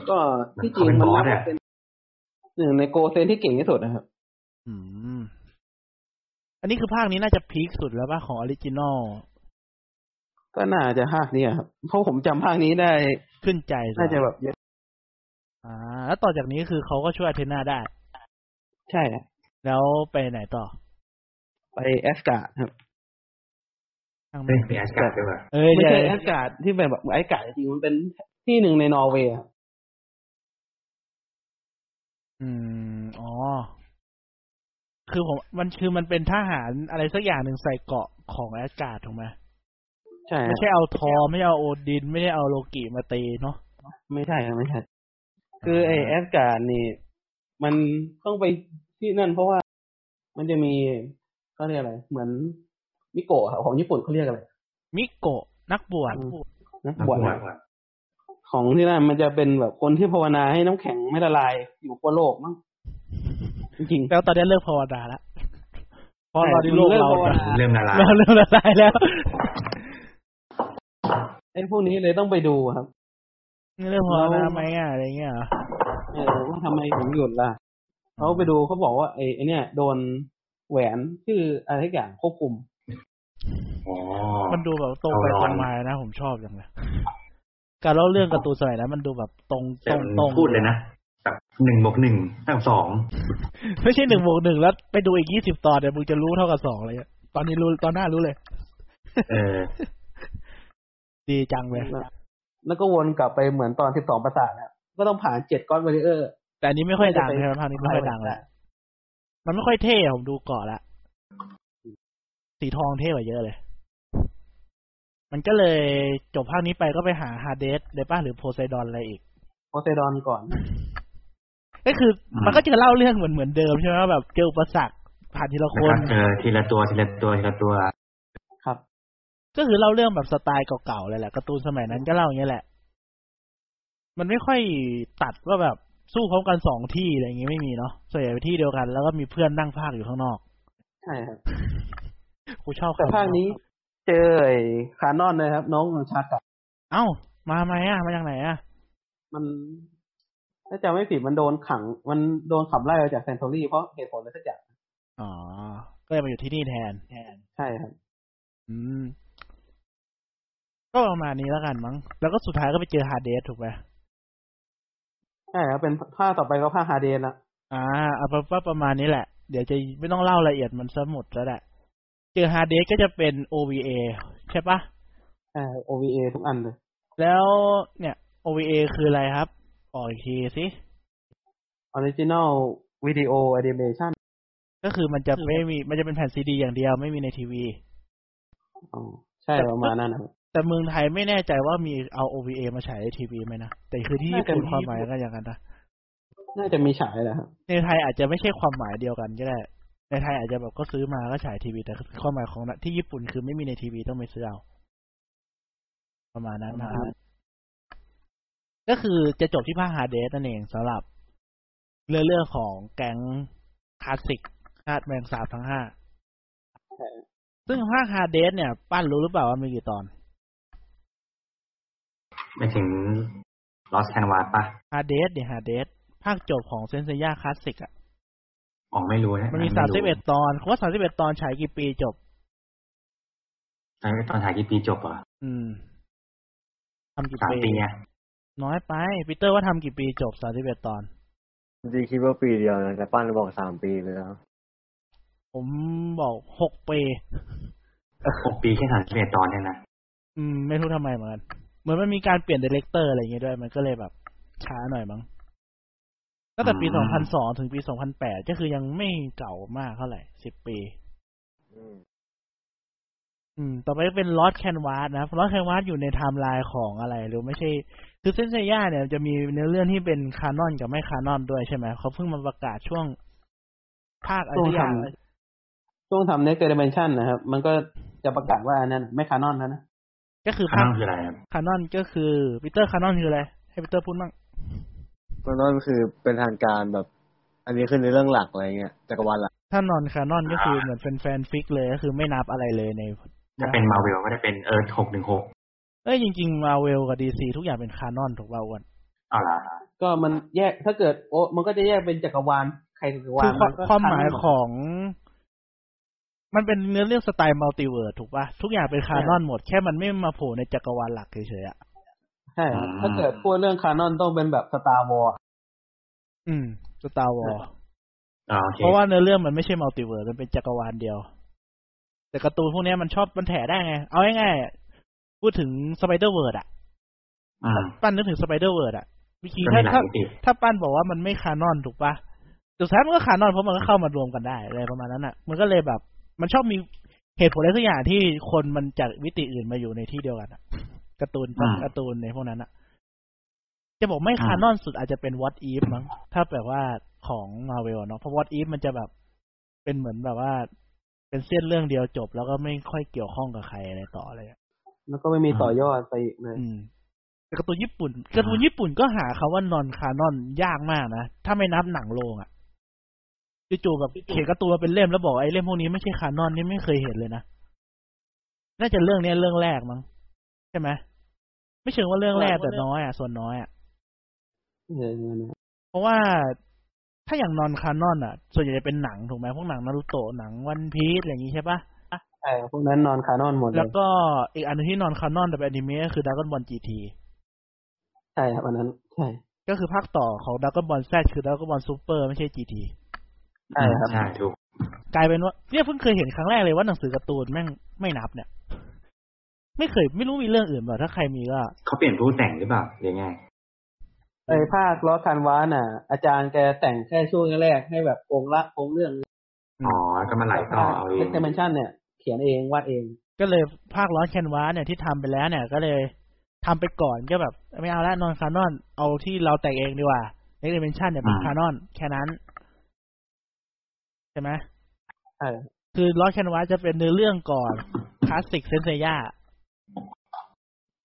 D: ก็ที่จริงมันนับว่าเป็นหนึ่งในโกเซนที่เก่งที่สุดนะครับ
A: อืม อันนี้คือภาคนี้น่าจะพีคสุดแล้วป่ะของออริจินอล
D: ก็น่าจะภาคนี้อะครับเพราะผมจำภาคนี้ได้
A: ขึ้นใจสุด
D: น่าจะแบบเยอะ
A: อ่า แล้วต่อจากนี้คือเขาก็ช่วยอาเทน่าได้
D: ใช่อะ
A: แล้วไปไหนต่อ
D: ไปแอสการ์ดครับ
A: ช่าง
B: เฮ้
A: แม่ง
B: ยมีแอสการ์ดด้วยว่ะ
A: เอ้ย
D: ไม่
A: เดี๋ยว
D: ใช่แอสการ์ดที่เป็นแบบไอสการ์ดจริงๆมันเป็นที่หนึ่งในนอร์เวย์อะ
A: อืมอ๋อ คือผมมันคือมันเป็นทหารอะไรสักอย่างหนึ่งใส่เกราะของแอสการ์ดถูกไหม
D: ใช่
A: ไม่
D: ฮะ
A: ใช่เอาทอร์ไม่ใช่เอาโอดิน ไม่ได้เอาโลกิมาตีเนาะ
D: ไม่ใช่ครับไม่ใช่ คือไอแอสการ์ดนี่ มันต้องไปที่นั่นเพราะว่ามันจะมีเขาเรียกอะไร เหมือนมิโกะครับของญี่ปุ่นเขาเรียกอะไร
A: มิโกะนักบวช
D: นะ
B: นัก
D: บวช
B: บว
D: อะ
B: ชว่ะ
D: ของที่นั่นมันจะเป็นแบบคนที่ภาวนาให้น้ำแข็งไม่ละลายอยู่ขั้วโลกมั้งจริงๆ
A: แล้วตอนนี้เลิกภาวนาละเพราะ
D: ใช่
A: เราในโลก
D: เลิก
A: เรา
D: ภาวนา
B: เริ่มละลาย
A: เราเริ่มละลาย แล้ว
D: ไอ้พวกนี้เลยต้องไปดูครับ
A: เริ่มภาวนาไหมอะอะไรเงี้ยเหรอ
D: เออว่าทำไมถึงหยุดล่ะเขาไปดูเขาบอกว่าไอ้ไอ้เนี่ย โดนแหวนชื่ออะไรสักอย่างควบคุม
B: อ๋อ
A: มันดูแบบตรงไปตรงมานะผมชอบจังเลย การเล่าเรื่องการ์ตูนสมัยนั้นมันดูแบบตรง
B: แต่
A: ตรง
B: มัน
A: ตรง
B: พูดเลยนะแบบหนึ่งบวกหนึ่งเท่ากับสอง
A: ไม่ใช่หนึ่งบวกหนึ่งแล้วไปดูอีกยี่สิบตอนเนี่ยมึงจะรู้เท่ากับสองเลยอะตอนนี้รู้ตอนหน้ารู้เลย
B: เออ
A: ดีจังเลย
D: แล้วแล้วก็วนกลับไปเหมือนตอน 12 ประสาทนะก็ต้องผ่านเจ็ดก้อนบาริเออร์
A: แต่อันนี้ไม่ค่อยดังใช่ไหมภาคนี้ไม่ค่อยดังแล้วมันไม่ค่อยเท่อะผมดูเกาะละสีทองเท่กว่าเยอะเลย มันก็เลยจบภาคนี้ไปก็ไปหาฮาเดสเลยป่ะหรือโพไซดอนอะไรอีก
D: โพเซดอนก่อน
A: ก็คือ
B: อืม
A: มันก็จะเล่าเรื่องเหมือนเหมือนเดิมใช่ไหมว่าแบบเจออุปสรรคผ่านทีละ
B: แล้
A: คว
B: ก็
A: น
B: เจอทีละตัวทีละตัวทีละตัว
D: ครับ
A: ก็คือเล่าเรื่องแบบสไตล์เก่าๆเลยแหละการ์ตูนสมัยนั้นก็เล่าอย่างเงี้ยแหละ มันไม่ค่อยตัดว่าแบบสู้พร้อมกันสองที่อะไรอย่างงี้ไม่มีเนาะส่วนใหญ่ไปที่เดียวกันแล้วก็มีเพื่อนนั่งภาคอยู่ข้างนอก
D: ใช่ครับ
A: กูชอบคำ
D: แต่ภาคนี้เจอไอ้คานอนเลยครับ น้องของชาติกับ
A: เอ้า มาไหมอ่ะ มาจากไหนอ่ะ
D: มัน ถ้าจำไม่ผิดมันโดนขัง มันโดนขับไล่ออกจากแซนโทรี่เพราะเหตุผลอะไรสักอย่าง
A: อ๋อ ก็เลยมาอยู่ที่นี่แทน แทน
D: ใช่ครับ
A: อืม ก็ประมาณนี้แล้วกันมั้ง แล้วก็สุดท้ายก็ไปเจอฮาเดสถูกไหม
D: ใช่ครับเป็นภาคต่อไปก็ภาคฮาเดนละ
A: อ่าเอาเป็นว่าประมาณนี้แหละ เดี๋ยวจะไม่ต้องเล่ารายละเอียดมันซะหมดแล้วแหละ เจอฮาเดสก็จะเป็น OVA ใช่ปะ
D: ใช่ OVA ทุกอันเลย
A: แล้วเนี่ย OVA คืออะไรครับบอกอีกทีสิ
D: Original Video Animation
A: ก็คือมันจะ
D: คือ
A: ไม่มีมันจะเป็นแผ่นซีดีอย่างเดียวไม่มีในทีวี
D: อ๋อใช่ประมาณนั้นนะครับ
A: แต่เมืองไทยไม่แน่ใจว่ามีเอา OVA มาฉายในทีวีไหมนะ แต่คือที่ญี่ปุ่น
D: น่าจะมี
A: ความหมายก็อย่างนั้นนะ
D: น่าจะมีฉายแหละครับ
A: ในไทยอาจจะไม่ใช่ความหมายเดียวกันก็ได้ ในไทยอาจจะแบบก็ซื้อมาก็ฉายทีวี แต่ความหมายของที่ญี่ปุ่นคือไม่มีในทีวีต้องไปซื้อเอา ประมาณนั้นนะครับ ก็คือจะจบที่ภาคฮาเดสนั่นเองสำหรับเรื่องเรื่องของแก๊งคลาสสิกคาดแมงสาบทั้งห้า
D: ใช่
A: ซึ่งภาคฮาเดสเนี่ย ปั้นรู้หรือเปล่าว่ามีกี่ตอน
B: ไปถึงลอสแคนวาสปะ
A: ฮาเดสเนี่ยฮาเดสภาคจบของเซนเซย่าคลาสสิกอ่ะ
B: อ๋อไม่รู้นะ
A: มันมี
B: ไรู้
A: สามสิบเอ็ดตอนเขาว่าสามสิบเอ็ดตอนฉายกี่ปีจบ
B: ตอนนี้ตอนถ่ายกี่ปีจบเหรอ่ะ
A: อืมทำกี่
B: สาม
A: ปี
B: ปีอะ
A: น้อยไปปีเตอร์ว่าทำกี่ปีจบสามสิบเอ็ดตอน
C: จริงๆคิดว่าปีเดียวนะแต่ป้านบอกสามปีไปแล้ว
A: ผมบอกหกปี
B: หกปีแค่สามสิบเอ็ดตอนเนี่ยนะ
A: อืม ไม่รู้ทำไมเหมือนกัน เหมือนมันมีการเปลี่ยนดีเลกเตอร์อะไรอย่างเงี้ยด้วย มันก็เลยแบบช้าหน่อยมั้งตั้งแต่ปีสองพันสองถึงปีสองพันแปดก็คือยังไม่เก่ามากเท่าไหร่สิบปี
C: อืม
A: อืม ต่อไปก็เป็นลอสแคนวาสนะครับลอสแคนวาสอยู่ในไทม์ไลน์ของอะไรหรือไม่ใช่ คือเส้นเซย่าเนี่ยจะมีเนื้อเรื่องที่เป็นคานอนกับไม่คานอนด้วยใช่ไหมเขาเพิ่งมาประกาศช่วงภาคอะไร
D: ช่วง
A: สัก
D: ท
A: อย่าง
D: ำช่วงทำ Next Dimension นะครับ มันก็จะประกาศว่าอันนั้นไม่คานอนแล้วนะ
A: ก็คือ
B: ข้า
A: ภาง ค
B: คืออะไรครับ
A: คานอนก็คือปีเตอร์คานอนคืออะไร ให้ปีเตอร์พูดมั่ง
C: ก็นั่นคือเป็นทางการแบบ อันนี้คือในเรื่องหลักอะไรเงี้ยจักรวาลหลัก
A: ถ้านอนคานอนก็คือเหมือนเป็นแฟนฟิกเลยก็คือไม่นับอะไรเลยใน
B: ถ้าเป็นมาเวลก็จะเป็นเอิร์ธหกหนึ่งหก
A: เอ้ยจริงๆมาเวลกับดีซีทุกอย่างเป็นคานอนถูกป่าวอ้วน
B: เอาล่ะ
D: ก็มันแยกถ้าเกิดโอ้มันก็จะแยกเป็นจักรวาลใครจักรวา
A: คือค
D: ล
A: วาม
D: นก็
A: ความหมาย
D: ทัน
A: ของ มันเป็นเนื้อเรื่องสไตล์มัลติเวิร์ดถูกป่ะทุกอย่างเป็นคานอนหมดแค่มันไม่มาโผล่ในจักรวาลหลักเฉยๆอ่ะ
D: ใช่ครับถ้าเกิดพูดเรื่องคานอนต้องเป็นแบบสตาร์วอล
A: อืมสตาร์วอล
B: อ๋อโอเค
A: เพราะว่าเนื้อเรื่องมันไม่ใช่มัลติเวิร์ดมันเป็นจักรวาลเดียว แต่การ์ตูนพวกเนี้ยมันชอบมันแถได้ไง เอาง่ายๆพูดถึงสไปเดอร์เวิร์ดอะ
B: อืม
A: ปั้นนึกถึงสไปเดอร์เวิร์ดอะวิธี
B: ก็
A: ถ้า
B: มีหลาย
A: ถ้า
B: มิติ
A: ถ้าปั้นบอกว่ามันไม่คานอนถูกปะสุดท้ายมันก็คานอนเพราะมันก็เข้ามารวมกันได้อะไรประมาณนั้นอะมันก็เลยแบบ มันชอบมีเหตุผลอะไรสักอย่างที่คนมันจากวิติอื่นมาอยู่ในที่เดียวกันอะการ์ตูนการ์ตูนในพวกนั้นอะจะบอกไม่คานอนสุดอาจจะเป็น what if มั้งถ้าแบบว่าของมาเวลเนาะเพราะ what if มันจะแบบเป็นเหมือนแบบว่า เป็นเส้นเรื่องเดียวจบ แล้วก็ไม่ค่อยเกี่ยวข้องกับใครอะไรต่ออะไรอย่างเงี้ย
D: แล้วก็ไม่มีต่อยอดไปอีกเลย
A: อืมแต่การ์ตูนญี่ปุ่นการ์ตูนญี่ปุ่นก็หาคาว่านอนคานอนยากมากนะ ถ้าไม่นับหนังโรงอะจู่ๆแบบเขียนการ์ตูนมาเป็นเล่มแล้วบอกไอ้เล่มพวกนี้ไม่ใช่คานอนนี่ไม่เคยเห็นเลยนะ น่าจะเรื่องเนี้ยเรื่องแรกมั้งใช่ไหมไม่เชิงว่าเรื่องแรกแต่น้อยอ่ะส่วนน้อยอ่ะ
D: เออนะ
A: เพราะว่าถ้าอย่างนอนคานอนอ่ะ ส่วนใหญ่จะเป็นหนังถูกไหมพวกหนังนารูโตะหนังวันพีซอะไรอย่างงี้ใช่ปะ
D: ใช่ครับพวกนั้นนอนคานอนหมดเล
A: แล้ว
D: ย
A: ก็อีกอันหนึงที่นอนคานอนแต่เป็นอนิเมะก็คือด r a ก o n บอลจีที
D: ใช่ครับอันนั้น ใช่
A: ก็คือภาคต่อของดักบอลแซคือดักบอลซูเปอร์ไม่ใช่จีที
D: ใช่ครับ
B: ใช่ถูก
A: กลายเป็นว่าเนี่ยเพิ่งเคยเห็นครั้งแรกเลยว่าหนังสือการ์ตูนแม่งไม่นับเนี่ย ไม่เคยไม่รู้มีเรื่องอื่นแบบถ้าใครมีก็
B: เขาเปลี่ยนผู้แต่งหรือเปล่าหรือไง
D: ไอ้ภาคล้อคันวานน่ะ อาจารย์แกแต่งแค่ช่วงแรกๆให้แบบองค์ละองค์เรื่อง
B: อ๋อก็มาไหลต่อเอาเอ
D: เอ็
B: ง
D: กซ์เมนชั่นเนี่ย เขียนเองวาดเอง
A: ก็เลยภาคร้อนแคนวาสเนี่ยที่ทำไปแล้วเนี่ยก็เลยทำไปก่อนก็แบบ ไม่เอาละนอนคานอน เอาที่เราแต่งเองดีกว่าเอ็กเมนชั่นเนี่ยเป็นคานอนแค่นั้น ใช่ไหม
D: ใช่
A: คือร้อนแคนวาสจะเป็นเนื้อเรื่องก่อนคลาสสิกเซนเซย่า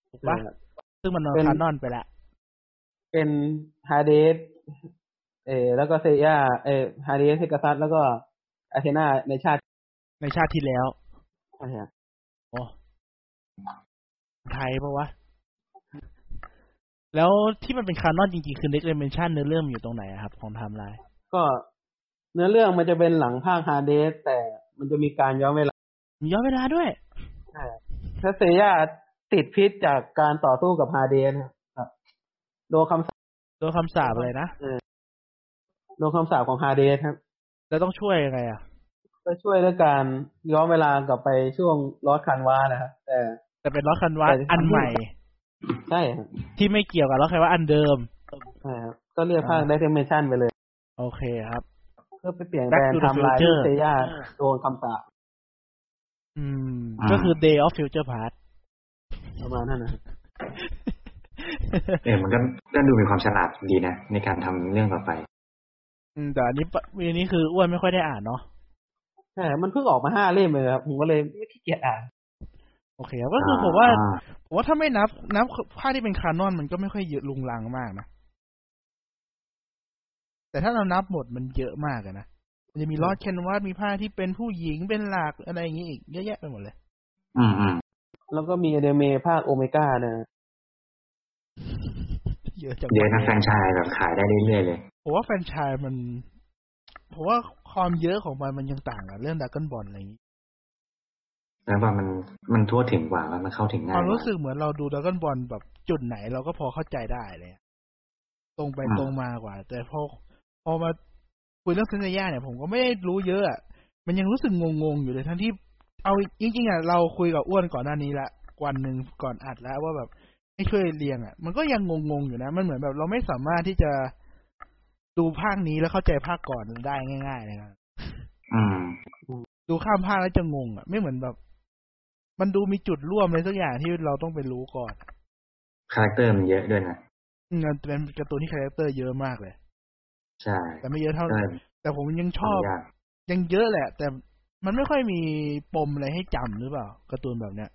A: ถูกปะ
D: ใช่ครับ
A: ซึ่งมันนอน
D: เป็น
A: คานอนไปแล้ว
D: เป็นฮาเดสเออแล้วก็เซย่าเออฮาเดสเฮกาซัสแล้วก็อาเทนาในชาติ
A: ในชาติที่แล้ว
D: ใช่ครับ
A: โอ้ไทยปะวะ แล้วที่มันเป็นคานอนจริงๆ คือเด็กเรเมนชั่นเนื้อเรื่องมันอยู่ตรงไหนอะครับ ของไทม์ไลน์
D: ก็เนื้อเรื่องมันจะเป็นหลังภาคฮาเดสแต่มันจะมีการย้อนเวลา
A: มีย้อนเวลาด้วย
D: ถ้าเซย่าติดพิษจากการต่อสู้กับฮาเดสนะครับโดนคำสาป
A: โดยคำสาปอะไรนะ
D: โดนคำสาปของฮาเดสครับ
A: แล้วต้องช่วยยังไงอ่ะ
D: ก็ช่วยด้วยการย้อนเวลากลับไปช่วงลอสคันวานะครับแต่
A: แต่เป็นล็อกคันวัต
D: แต่จะทำ
A: อันใหม่
D: ใช่ครับ
A: ที่ไม่เกี่ยวกับล็อกคันวัตอันเดิม
D: ใช่ครับก็เรียกภาคเดเมนชั่นไปเลย
A: โอเคครับ
D: เพื่อไปเปลี่ยนแปล
A: Back
D: ง
A: to the
D: ไทำลายที่
A: Future
D: เซย่าโดนคำสาป
A: อืม
B: อ่า
A: ก็คือ day of future past
D: ประมาณนั้นนะครับ
B: เออมันก็ก็ดูมีความฉลาดดีนะ ในการทำเรื่องต่อไป
A: อืมแต่อันนี้ปะอันนี้คืออ้วนไม่ค่อยได้อ่านเนาะ
D: ใช่ครับมันเพิ่งออกมาห้าเล่มเลยครับผมก็เลยไม่ขี้เกียจอ่าน
A: โอเคครับก็คือผมว่าผมว่าถ้าไม่นับ นับภาคที่เป็นคานอนมันก็ไม่ค่อยเยอะลุงลังมากนะ แต่ถ้าเรานับหมดมันเยอะมากอะนะ มันจะมีลอดแคนวาสมีภาคที่เป็นผู้หญิงเป็นหลักอะไรอย่างนี้อีกเยอะแยะไปหมดเลย
B: อืมอืม
D: แล้วก็มีอเดเมภาคโอเมก้านะ
A: เยอะจัง
B: เยอะนะแฟรนไชายแบบขายได้เรื่อยๆเลย
A: ผมว่าแฟรนไชายมัน ผมว่าความเยอะของมันมันยังต่างกับเรื่องดักเกิลบอลอะไรอย่างนี้
B: แล้วว่ามันมันทั่วถึงกว่าแล้วมันเข้าถึงง่าย
A: คาม
B: วกว่า
A: รู้สึกเหมือนเราดูดักเกิลบอลแบบจุดไหนเราก็พอเข้าใจได้เลยอะตรงไปตรงมากว่า แต่พอพอมาคุยเรื่องเซนเซียาเนี่ยผมก็ไม่ได้รู้เยอะอะมันยังรู้สึกงงๆอยู่เลยทั้งที่เอาจริงๆอ่ะเราคุยกับอ้วนก่อนหน้านี้ละวันหนึ่งก่อนอัดแล้วว่าแบบให้ช่วยเรียงอ่ะ มันก็ยังงงๆอยู่นะ มันเหมือนแบบเราไม่สามารถที่จะดูภาคนี้แล้วเข้าใจภาคก่อนได้ง่ายๆเลยนะ
B: อืม
A: ดูข้ามภาคแล้วจะงงอ่ะ ไม่เหมือนแบบ มันดูมีจุดร่วมอะไรสักอย่างที่เราต้องไปรู้ก่อน
B: คาแรคเตอร์มันเยอะด้วยนะ
A: อืมมันเป็นการ์ตูนที่คาแรคเตอร์เยอะมากเลย
B: ใช่
A: แต่ไม่เยอะเท่า
B: ก็เลย
A: แต่ผมยังชอบ
B: ทำยาก
A: ยังเยอะแหละ แต่มันไม่ค่อยมีปมอะไรให้จำหรือเปล่าการ์ตูนแบบเนี้ย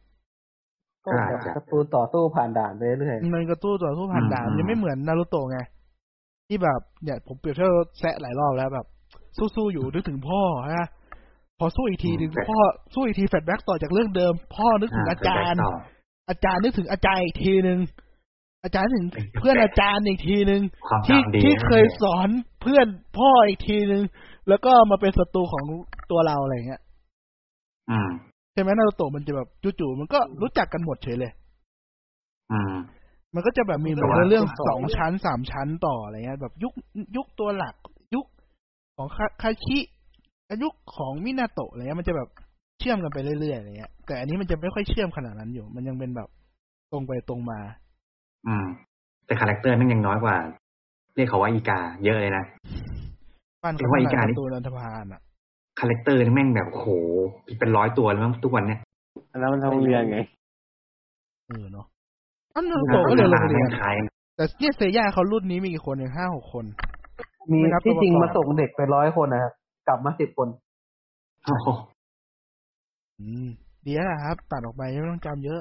D: ก็แบบการ์ตูนต่อสู้ผ่านด่านไปเรื่อย
A: มันการ์ตูนต่อสู้ผ่านดานยังไม่เหมือนนารูโตะไง ที่แบบเนี่ยผมเปรียบเทียบแซะหลายรอบแล้วแบบ สู้ๆอยู่นึกถึงพ่อนะพอสู้อีกทีนึงพ่อสู้อีกทีแฟลชแบ็กต่อจากเรื่องเดิม พ่อนึกถึงอาจารย์
B: ต่อ
A: อาจารย์นึกถึงอาจารย์อีกทีหนึ่งอาจารย์นึกถึง เพื่อนอาจารย์อีกทีหนึ่ง
B: ความ
A: ที่
B: จำดี
A: ที่เคย
B: นะ
A: สอนเพื่อนพ่ออีกทีหนึ่งแล้วก็มาเป็นศัตรูของตัวเราอะไรอย่างเงี้ย
B: อืม
A: ใช่ไหมนารูโตะมันจะแบบจู่ๆมันก็รู้จักกันหมดเฉยเลย
B: อืม
A: มันก็จะแบบมีเหมือน
B: ระหว่าง
A: เรื่องสองชั้นสามชั้นต่ออะไรเงี้ย แบบยุคยุคตัวหลัก ยุคของคาคาชิยุคของมินาโตะอะไรเงี้ยมันจะแบบเชื่อมกันไปเรื่อยๆอะไรเงี้ย แต่อันนี้มันจะไม่ค่อยเชื่อมขนาดนั้นอยู่ มันยังเป็นแบบตรงไปตรงมา
B: อืม แต่คาแรคเตอร์มันยังน้อยกว่า เรียกเขาว่าอีกา เยอะเลยนะ
A: ปั้น
B: เรียกว่าอีกา
A: ขนด
B: นี่
A: ตัวนันทพานอ่ะ
B: คาแรคเตอร์นี่แม่งแบบโอ้โหเป็นร้อยตัวแล้วมั้งทุกวันเนี่ย
C: อันนั้นมันทำโรงเรียนไง
A: เออเนาะอันนั้นโตก็เลยลง
B: มา
A: เรี
B: แม่
A: ย
B: ง
A: น
B: ขาย
A: แต่เนี่ยเซย่าเขารุ่นนี้มีกี่คนเองห้าหกคน
D: ๆมี
A: ไม่นับ
D: ที่จริง
A: ตัวป
D: มา
A: ระกอบ
D: ส่งเด็กไปร้อยคนนะครับกลับมาสิบคน
B: โอ้โห
A: อืม ดีแล้วล่ะครับ ตัดออกไปไม่ต้องจำเยอะ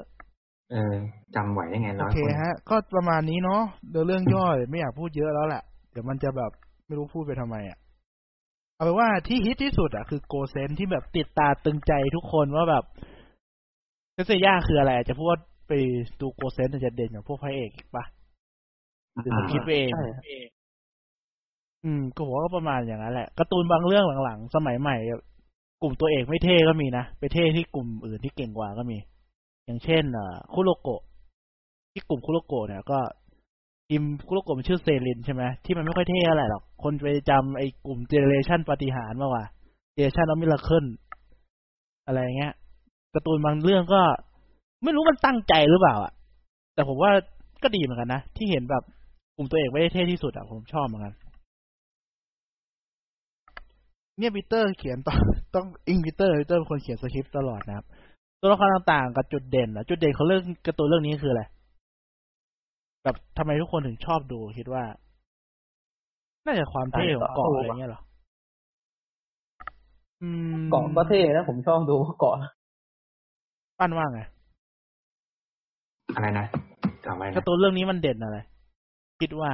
B: เออจำไหวได้ไง
A: โอ
B: ร้อย
A: เค
B: คน
A: ฮะ ก็ประมาณนี้เนาะเดี๋ยวเรื่องย่อยไม่อยากพูดเยอะแล้วแหละเดี๋ยวมันจะแบบไม่รู้พูดไปทำไมอ่ะ เอาเป็นว่าที่ฮิตที่สุดอ่ะคือโกเซนที่แบบติดตาตึงใจทุกคนว่าแบบเซย่าคืออะไรอาจจะพูดว่าไปดูโกเซนอาจจะเด่นกว่าพวกพระเอกอีกปะ หรือผ
B: อ่า
A: มคิดไปเอง
D: ใช่ครับ
A: อืมก็ผมว่าก็ประมาณอย่างนั้นแหละการ์ตูนบางเรื่องหลังๆ สมัยใหม่ กลุ่มตัวเอกไม่เท่ก็มีนะ ไปเท่ที่กลุ่มอื่นที่เก่งกว่าก็มี อย่างเช่นเอ่อคุโรโกะที่กลุ่มคุโรโกะเนี่ยก็ ทีมกุลกลุ่มชื่อเซรินใช่ไหมที่มันไม่ค่อยเท่อะไหรหรอก คนไปจำไอ้กลุ่มเจเนเรชันปาฏิหารย์มากกว่าเจเนเรชันออฟมิลเคิลอะไรอย่างเงี้ยการ์ตูนบางเรื่องก็ ไม่รู้มันตั้งใจหรือเปล่าอ่ะ แต่ผมว่าก็ดีเหมือนกันนะ ที่เห็นแบบกลุ่มตัวเอกไม่ได้เท่ที่สุดอ่ะผมชอบเหมือนกัน เนี่ยปีเตอร์เขียนต อน ต้องอิงปีเตอร์ปีเตอร์เป็นคนเขียนสคริปต์ตลอดนะครับ ตัวละครต่างๆ กับจุดเด่นนะจุดเด่นของเรื่องการ์ตูนเรื่องนี้คืออะไรแบบทำไมทุกคนถึงชอบดูคิดว่า น่าจะความเท่ของเกาะอะไรเงี้ยเหรออืม
D: เกาะก็เท่นะผมชอบดูเกาะ
A: ปั้นว่าไง
B: อะไรนะจำไว้
A: การ์
B: นะ
A: ตูนเรื่องนี้มันเด่นอะไร คิดว่า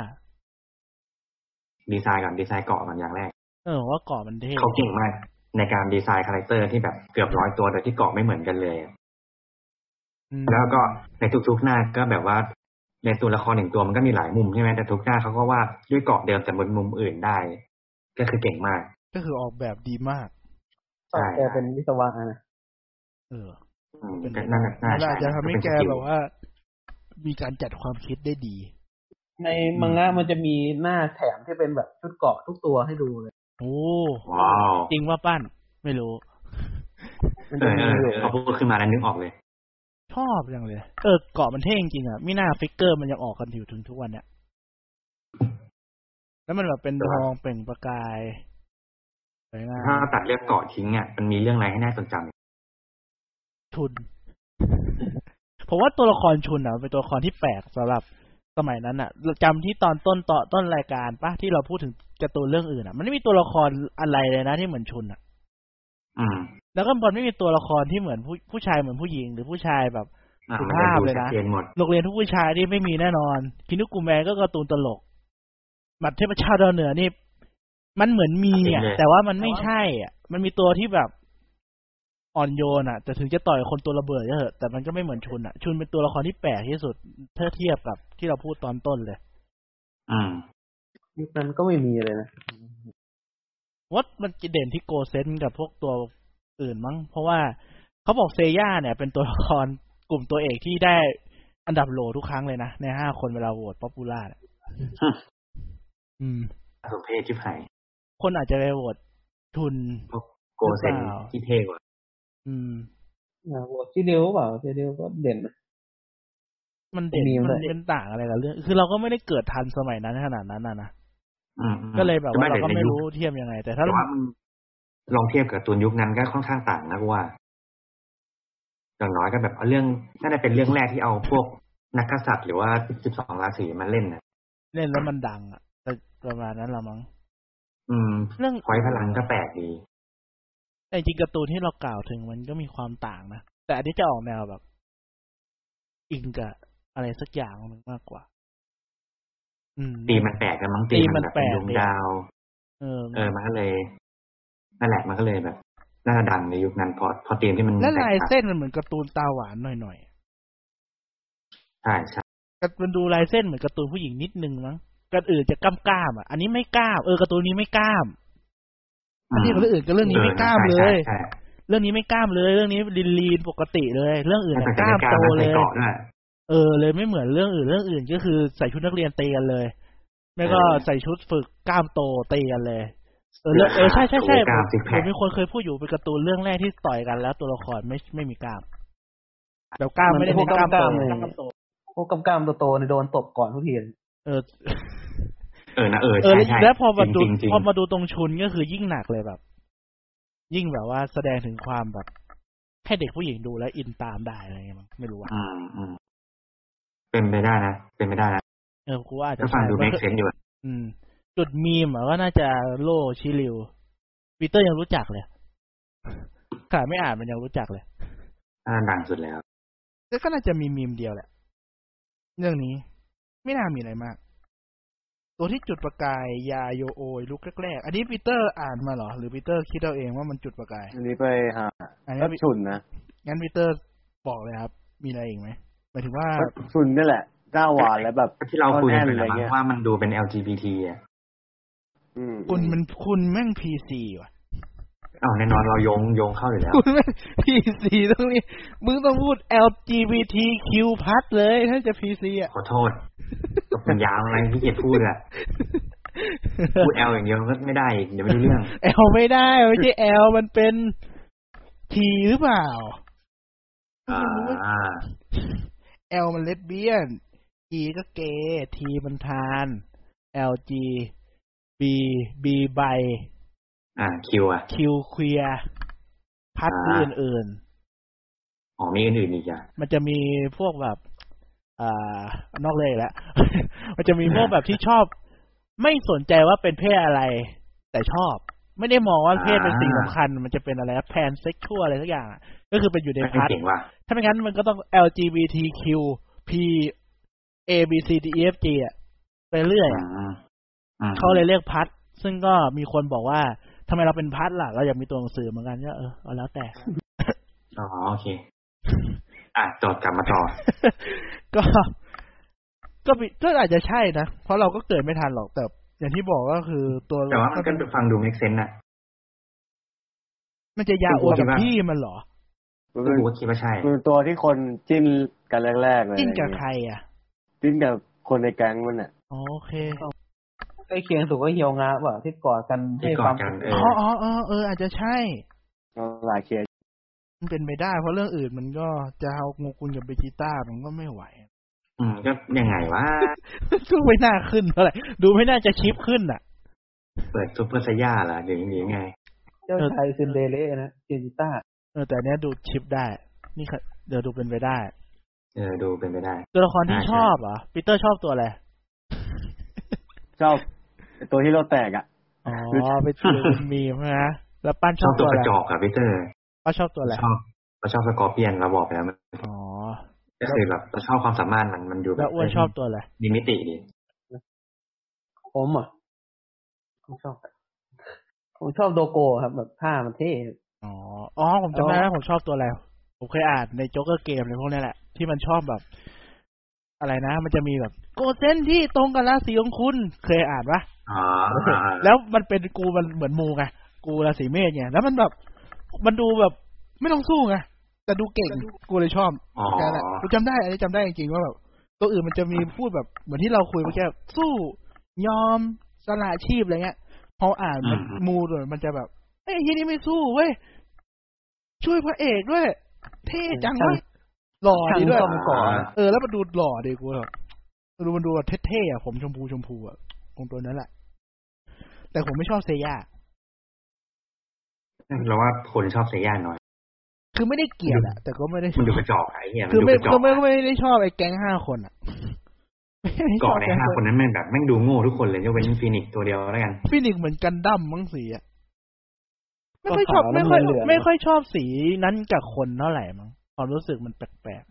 B: ดีไซน์ก่อนดีไซน์เกาะก่อนอย่างแรก
A: เออผมว่าเกาะมันเท่
B: เขาเก่งมากในการดีไซน์คาแรคเตอร์ที่แบบเกือบร้อยตัวโดยที่เกาะไม่เหมือนกันเลยอะ
A: อืม
B: แล้วก็ในทุกๆหน้าก็แบบว่า ในตัวละครหนึ่งตัวมันก็มีหลายมุมใช่ไหมแต่ทุกหน้าเขาก็วาดด้วยเกาะเดิมแต่บนมุมอื่นได้ ก็คือเก่งมาก
A: ก็คือออกแบบดีมาก
B: ใช่
D: แต่เป็นวิศวะนะ
A: เออ
B: อืม
A: เป็นไป
B: ก็
A: ได้
B: น่าน่า
A: มันอาจจะทำให้แก
B: เป็นสกิล
A: แบบว่า มีการจัดความคิดได้ดี
D: ในมังงะมันจะมีหน้าแถมที่เป็นแบบชุดเกาะทุกตัวให้ดูเลย
A: โอ้
B: ว้าว
A: จริงว่าปั้น ไม่รู้
D: มัน
B: เอ
D: จะ
B: อ
D: มี
B: เออ
D: อยู่
B: เออพอพูดขึ้นมาแล้วนึกออกเลย
A: ชอบอย่างเลย เออเกาะมันเท่จริงๆอ่ะมิน่าฟิกเกอร์มันยังออกกันอยู่ถึงทุกวันเนี่ยแล้วมันแบบเป็นทองเปล่งประกายสวยงา
B: ถ้าม ตัดเรียบเกาะทิ้งอ่ะมันมีเรื่องอะไรให้น่าสนใจ
A: ชุน ผมว่าตัวละครชุนอ่ะเป็นตัวละครที่แปลกสำหรับสมัยนั้นอ่ะจำที่ตอนต้นต่อต้นรายการปะที่เราพูดถึงการ์ตูนเรื่องอื่นอ่ะ มันไม่มีตัวละครอะไรเลยนะที่เหมือนชุนอ่ะ
B: อืม
A: แล้วก็บอลไม่มีตัวละครที่เหมือนผู้ผู้ชายเหมือนผู้หญิงหรือผู้ชายแบบ
B: อ่ะ
A: สุ
B: มัน
A: ภาพ
B: ดู
A: เลย
B: ชัด
A: นะ
B: เจนหมด
A: โรงเรียนทุกผู้ชายนี่ไม่มีแน่นอน คินุกุแมนก็การ์ตูนตลก บัตรเทพเจ้าดาวเหนือนี่ มันเหมือนมีอ่ะ
B: เห็นเลย
A: แต่ว่ามันไม่ใช่อ่ะ มันมีตัวที่แบบอ่อนโยนอ่ะ แต่ถึงจะต่อยคนตัวระเบิดก็เถอะแต่มันก็ไม่เหมือนชุนอ่ะ ชุนเป็นตัวละครที่แปลกที่สุดถ้าเทียบกับที่เราพูดตอนต้นเลย
B: อืม
D: ยุคนั้นก็ไม่มีเลยนะ
A: ว่ามันจะเด่นที่โกเซนกับพวกตัวอื่นมั้ง เพราะว่าเขาบอกเซย่าเนี่ย เป็นตัวละครกลุ่มตัวเอกที่ได้อันดับโหลทุกครั้งเลยนะ ในห้าคนเวลาโหวตป๊อปปูล่าเนี่ย
B: ฮะ
A: อืม
B: สุเพศชิบหาย
A: คนอาจจะไปโหวตทุน
B: โกเซน
A: หรือเปล่า
B: ที่เท่กว่า
A: อืม
D: อ่าโหวตซีเดียวเปล่าซีเดียวก็เด่นนะ
A: มันเด่น
D: มีมั้ย
A: มันเป็นต่างอะไรกับเรื่อง คือเราก็ไม่ได้เกิดทันสมัยนั้นขนาดนั้นนะนะ
B: อืมอืม
A: ก็เลยแบบว่าเรา
B: ดี๋ย
A: ก็
B: ใน
A: ไม่
B: ยุค
A: รู้เทียมยังไง แต่ถ้า
B: แต่ว่ามันลองเทียบกับตูนยุคนั้นก็ค่อนข้างต่างนะกูว่าอย่างน้อยก็แบบเอาเรื่องน่าจะเป็นเรื่องแรกที่เอาพวกนักกษัตริย์หรือว่าสิบสองราศีมาเล่นนะ
A: เล่นแล้วมันดังอ่ะแต่ประมาณนั้นละมั้ง
B: อืม
A: เรื่อง
B: ไว้พลังก็แปลกดี
A: แต่จริงการ์ตูนที่เรากล่าวถึงมันก็มีความต่างนะ แต่อันนี้จะออกแนวแบบ อิงกับอะไรสักอย่างหนึงมากกว่า อืม
B: ตีมันแปลกกันมั้ง
A: ตี
B: ตี
A: มั
B: มัน นแบบ
A: แปลก
B: เป็นดวง
A: ดี
B: ดาว
A: เออ
B: เออมันก็เลยนั่นแหละมันก็เลยแบบน่าจะดังในยุคนั้นพอพอตีมที่มัน
A: และลาย
B: แตกต่าง
A: เส้นมันเหมือนการ์ตูนตาหวานหน่อย
B: ใช่ใช่
A: ๆการ์ตูนดูลายเส้นเหมือนการ์ตูนผู้หญิงนิดนึงมั้งการ์ตูนอื่นจะกล้ามกล้ามๆอ่ะ อันนี้ไม่กล้าม เออการ์ตูนนี้ไม่กล้าม อันนี้กับเรื่องอื่นก็เรื่องนี้ไม่กล้ามเลย
B: ใช่
A: เรื่องนี้ไม่กล้ามเลย เรื่องนี้ลีนลีนๆปกติเลย เรื่องอื่น
B: ใช่
A: น่ะ
B: ใช่
A: กล้าม
B: แต่จะ
A: โต
B: ไม่กล้า
A: เลย
B: ใส่เกาะด้วย
A: เออเลยไม่เหมือนเรื่องอื่นเรื่องอื่นก็คือใส่ชุดนักเรียนเตีกันเลย ไม่ก็
B: เออ
A: ใส่ชุดฝึกกล้ามโตเตีกันเลย เออเรื่องเออใช่ใช่ใช่
B: โอ้กล้าม
A: ผม
B: ซิกแพค
A: ผมมีคนเคยพูดอยู่เป็นการ์ตูนเรื่องแรกที่ต่อยกันแล้วตัวละครไม่ไม่มีกล้ามแบบกล้ามไม่ได้เป็นกล้ามโต
D: มันเป็นพวกกล้ามๆเลย พวกกำกามโตๆเนี่ยโดนตบก่อนทุกทีเลย
A: เออ
B: เออนะเออ
A: เออ
B: ใช่
A: แล้ว
B: ใช่
A: แล้วพอมาดู
B: จริงๆจริง
A: พอมาดูตรงชุนก็คือยิ่งหนักเลยแบบ ยิ่งแบบว่าแสดงถึงความแบบให้เด็กผู้หญิงดูแล้วอินตามได้อะไรเงี้ยมั้งไม่รู้อ่ะ
B: อืมอืมเป็นไปได้นะเป็นไปได้นะ
A: เออกูว่าอาจจะ
B: ก็ฟังดู
A: ใช่
B: make sense อยู่อะ
A: อืม จุดมีมอะก็น่าจะโลชิลิวปีเตอร์ยังรู้จักเลยขนาดไม่อ่านมันยังรู้จักเลย
B: น่าดังสุดแล้ว
A: แล้วก็น่าจะมีมีมเดียวแหละ เรื่องนี้ ไม่น่ามีอะไรมาก ตัวที่จุดประกายยาโยโอยลุกแรกๆอันนี้ปีเตอร์อ่านมาเหรอ หรือปีเตอร์คิดเอาเองว่ามันจุดประกาย
C: อันนี้ไปหา
A: อันนี้
C: ก็ชุนนะ
A: งั้นปีเตอร์บอกเลยครับ มีอะไรอีกไหมหมายถึงว่า
C: ก็ชุนนี่แหละก้าวหวานและแบบ
B: ที่เราคุยกันไป
C: แน่นอะ
B: แล้
C: ไร
B: วมั้
C: เงี้ย
B: งว่ามันดูเป็น LGBT อ่ะ
C: อืม
A: คุณมันคุณแม่งพีซีว่ะ
B: อ้าวแน่นอนเราโยงโยงเข้าอยู่แล้ว
A: คุณแม่งพีซีตรงนี้มึงต้องพูด LGBTQ+ เลยถ้าจะพีซีอ่ะ
B: ขอโทษ จบมันยาวไงพี่เกียรติพูดอะพูดแอลอย่างเดียวก็ไม่ได้อีกเดี๋ยวไม่รู้เรื่อง
A: แอลไม่ได้ไม่ใช่แอลมันเป็นทีหรือเปล่า
B: อ่า
A: แอลมันเลสเบี้ยน E ก็เกย์ทีมันทาน L G B B ใบ
B: อ่าคิวอ่ะ
A: Q เคลียพัดคืออื่น
B: อ๋อมีอื่นๆอีกอ่ะ
A: ๆ มันจะมีพวกแบบอ่านอกเลยแล้ว มันจะมีพวกแบบที่ชอบ ไม่สนใจว่าเป็นเพศอะไร แต่ชอบ ไม่ได้มองว่าเพศเป็นสิ่งสำคัญ มันจะเป็นอะไรแพนเซ็กชวลอะไรสักอย่างอะก็คือเป็นอยู่ใน
B: ไม่
A: พัด
B: เก่งว่ะ
A: ถ้าไม่งั้นมันก็ต้อง LGBTQ P A B C D E F G อะไปเรื่อยอะ
B: อืมอืม
A: เขาเลยเรียกพัด ซึ่งก็มีคนบอกว่าทำไมเราเป็นพัดล่ะ เราอยากมีตัวหนังสือเหมือนกันก็เออเอาแล้วแต่
B: อ๋อโอเค อ่ะจอดกลับมาต่อ
A: ก็ก็มีก็อาจจะใช่นะ เพราะเราก็เกิดไม่ทันหรอกแต่ อย่างที่บอกก็คือตัว
B: แต่ว่ามันก็ฟังดู make sense นะ
A: มันจะยาอวดกับพี่มันเหรอ
C: มัน
B: ก็
C: เป็น
B: รู้ว่าคิดว่าใช่
C: มันเป็นตัวที่คนจิ้นกันแรกๆเลย
A: จิ้นกับ
C: อะไร
A: ใคร
C: เงี้ย
A: อ่ะ
C: จิ้นกับคนในแก๊งมันอ่ะ
A: อ๋อโอเค
D: ใกล้เคียงสุดก็เฮียวงาเปล่าที่กอดกัน
B: ที่กอดกันเอ
A: อ๋
B: อ
A: ออ๋อเออเอออาจจะใช่
C: หลายเคส
A: มันเป็นไปได้ เพราะเรื่องอื่นมันก็จะเอางูกุลกับเบจิต้ามันก็ไม่ไหว
B: อืมก็ยังไงว่า
A: ดูไม่น่าขึ้นเท่าไหร่ดูไม่น่าจะชิปขึ้นอ่ะ
B: เปิดซุปเปอร์ไซย่าล่ะหรือหรือยังไง
D: เจ้าชายซินเดอเรลล่านะเจนิต้า
A: เออแต่อันเนี้ยดูชิปได้ นี่ค่ะเดี๋ยวดูเป็นไปได้
B: เออ ดูเป็นไปได้
A: ตัวละครที่
B: อ่าใช่
A: ชอบเหรอ่ะปีเตอร์ชอบตัวอะไร
C: ชอบตัวที่เราแตกอ่ะ
A: อ๋อไปเจอคุณมีมนะ แล้วปั้นช
B: ชอ
A: อ
B: บบ ตั
A: ตัว ว
B: ก
A: อะ
B: ระ
A: ไร
B: จอกอะพี่เตอร์
A: ป้าชอบตัวอะไร
B: ชอบเราชอบสกอร์เปียนเราบอกไปแล้วมัน
A: อ๋อ
B: ก็คือแบบเราชอบความสามารถมันมันดูแบ
A: แล้
B: บ
A: วอ้วนชอบตัวอะไร
B: มีมิติดี
D: ผมเหรอ่ะผมชอบผมชอบโดโกะครับ แบบผ้ามันเท่
A: อ๋อ อ๋อ ผมจำได้แล้วผมชอบตัวอะไร ผมเคยอ่านในโจ๊กเกอร์เกมในพวกเนี้ยแหละ ที่มันชอบแบบ อะไรนะ มันจะมีแบบ โกเซนที่ตรงกับราศีของคุณ เคยอ่านปะ
B: อ๋ออ่า
A: แล้วมันเป็นกูมันเหมือนมูไงกูราศีเมษไงแล้วมันแบบ มันดูแบบ ไม่ต้องสู้ไงแต่ดูเก่งกูเลยชอบ
B: อ๋อ
A: แค่นั้นแหละกูจำได้อันนี้จำได้จริงๆว่าแบบตัวอื่นมันจะมีพูดแบบเหมือนที่เราคุยเมื่อกี้สู้ยอมสละอาชีพอะไรเงี้ยพออ่านมันมูด้วยมันจะแบบเฮ้ยที่นี่ไม่สู้เว้ยช่วยพระเอกด้วย เท่จังเว้ยหล่อดีด้วย
D: ช่าง ก่อน
A: เออแล้วมันดูหล่อดีกูแบบดูมันดูแบบเท่ๆอ่ะผมชมพูชมพูอ่ะคงตัวนั้นแหละ แต่ผมไม่ชอบเซย่า
B: เราว่าคนชอบไซย่าน้อย
A: คือไม่ได้เกลียดอะแต่ก็ไม่ได้ช
B: มันดู
A: อบ
B: กระจอกอะไอ้เหี้ยมัน
A: คือ
B: ดู
A: ไม่
B: กระจอก
A: ก็ไม่ไม่ได้ชอบไอ้แก๊งห้าคนอะ ไม่ได้ช
B: เกาะ
A: อบ
B: ใน
A: แก๊ง
B: ห้าคนนั้นแม่งแบบแม่งดูโง่ทุกคนเลยยกเว้นฟีนิกซ์ตัวเดียวแล้วกัน
A: ฟินิกซ์เหมือนกันดั้มมั้งสีอะไม่ค่อยชอบ
D: ขาวๆ
A: ไม่ค่อย
D: น้ำเงินเหลือง
A: ไม่ค่อยชอบสีนั้นกับคนเท่าไหร่มั้งความรู้สึกมันแปลก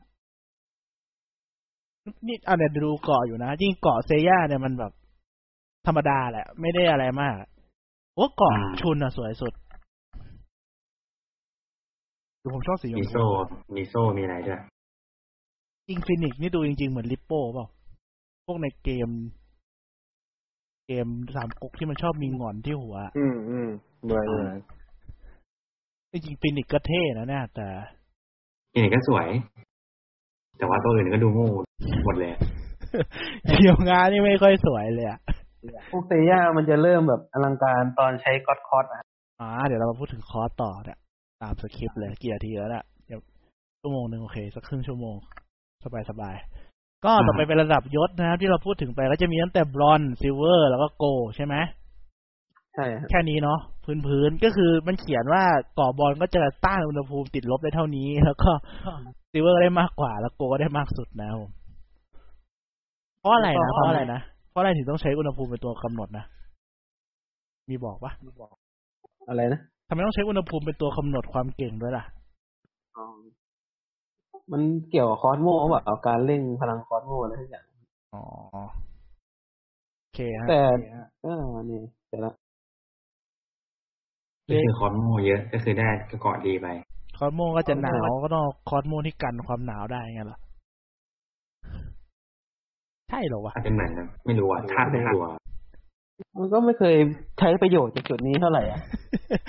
A: ๆนี่อันเนี้ยดูเกาะอยู่นะยิ่งเกาะเซย่าเนี่ยมันแบบ ธรรมดาแหละ ไม่ได้อะไรมากโอ้เกาะ
B: อืม
A: ชุนอะสวยสุดดูผมชอบสีช
B: มี
A: มพู
B: โซ่ มีโซ่ มีอะไรด้วย
A: จริงฟินิกซ์นี่ดูจริงๆเหมือนลิปโป้เปล่า พวกในเกม เกมสามก๊กที่มันชอบมีหงอนที่หัว
C: อืมอืมเหมือนเหมือน
A: จริงๆฟินิกซ์ก็เท่นะเนี่ยแต่
B: นี่ก็สวย แต่ว่าตัวอื่นก็ดูโง่หมดเลย
A: เกี่ยวงานนี่ไม่ค่อยสวยเลยอะ
D: พวกเซย่ามันจะเริ่มแบบอลังการตอนใช้ก็อดคอร์สอะ
A: อ่าเดี๋ยวเรามาพูดถึงคอร์สต่อเนี่ยตามสคริปต์เลยกี่นาทีแล้วล่ะเดี๋ยวชั่วโมงหนึ่งโอเค สักครึ่งชั่วโมง สบายๆ ก็ต่อไป
B: อ่า
A: เป็นระดับยศนะครับที่เราพูดถึงไปก็จะมีตั้งแต่บรอนซิลเวอร์ แล้วก็โกใช่ไหม
D: ใช่ครับ
A: แค่นี้เนาะพื้นพื้นๆก็คือมันเขียนว่าก่อบอลก็จะต้านอุณหภูมิติดลบได้เท่านี้ แล้วก็ซิลเวอร์ได้มากกว่า แล้วโกก็ได้มากสุดนะครับผมเพราะอะไรนะเพราะอะไรนะเพราะอะไรถึงต้องใช้อุณหภูมิเป็นตัวกำหนดนะมีบอกปะ
D: อะไรนะ
A: ทำไมต้องใช้อุณหภูมิเป็นตัวกำหนดความเก่งด้วยล่ะ
D: มันเกี่ยวกับคอสโมแบบเอาการเร่งพลังคอสโมอะไรทุกอย่าง
A: อ๋อโอเคฮะ
D: แต่
A: โอเคฮะ
D: เออนี่เสร็จละ
B: ก็คือคอนโง่เยอะก็คือได้ก็เกาะดีไป
A: คอสโมก็จะหนาวก็ต้องเอาคอสโมที่กันความหนาวได้ไงล่ะใช่เหรอวะ
B: อาจจะเหมือนนะไม่รู้อ่ะธาตุไม่รู้อะ
D: มันก็ไม่เคยใช้ประโยชน์จากจุดนี้เท่าไหร่อะ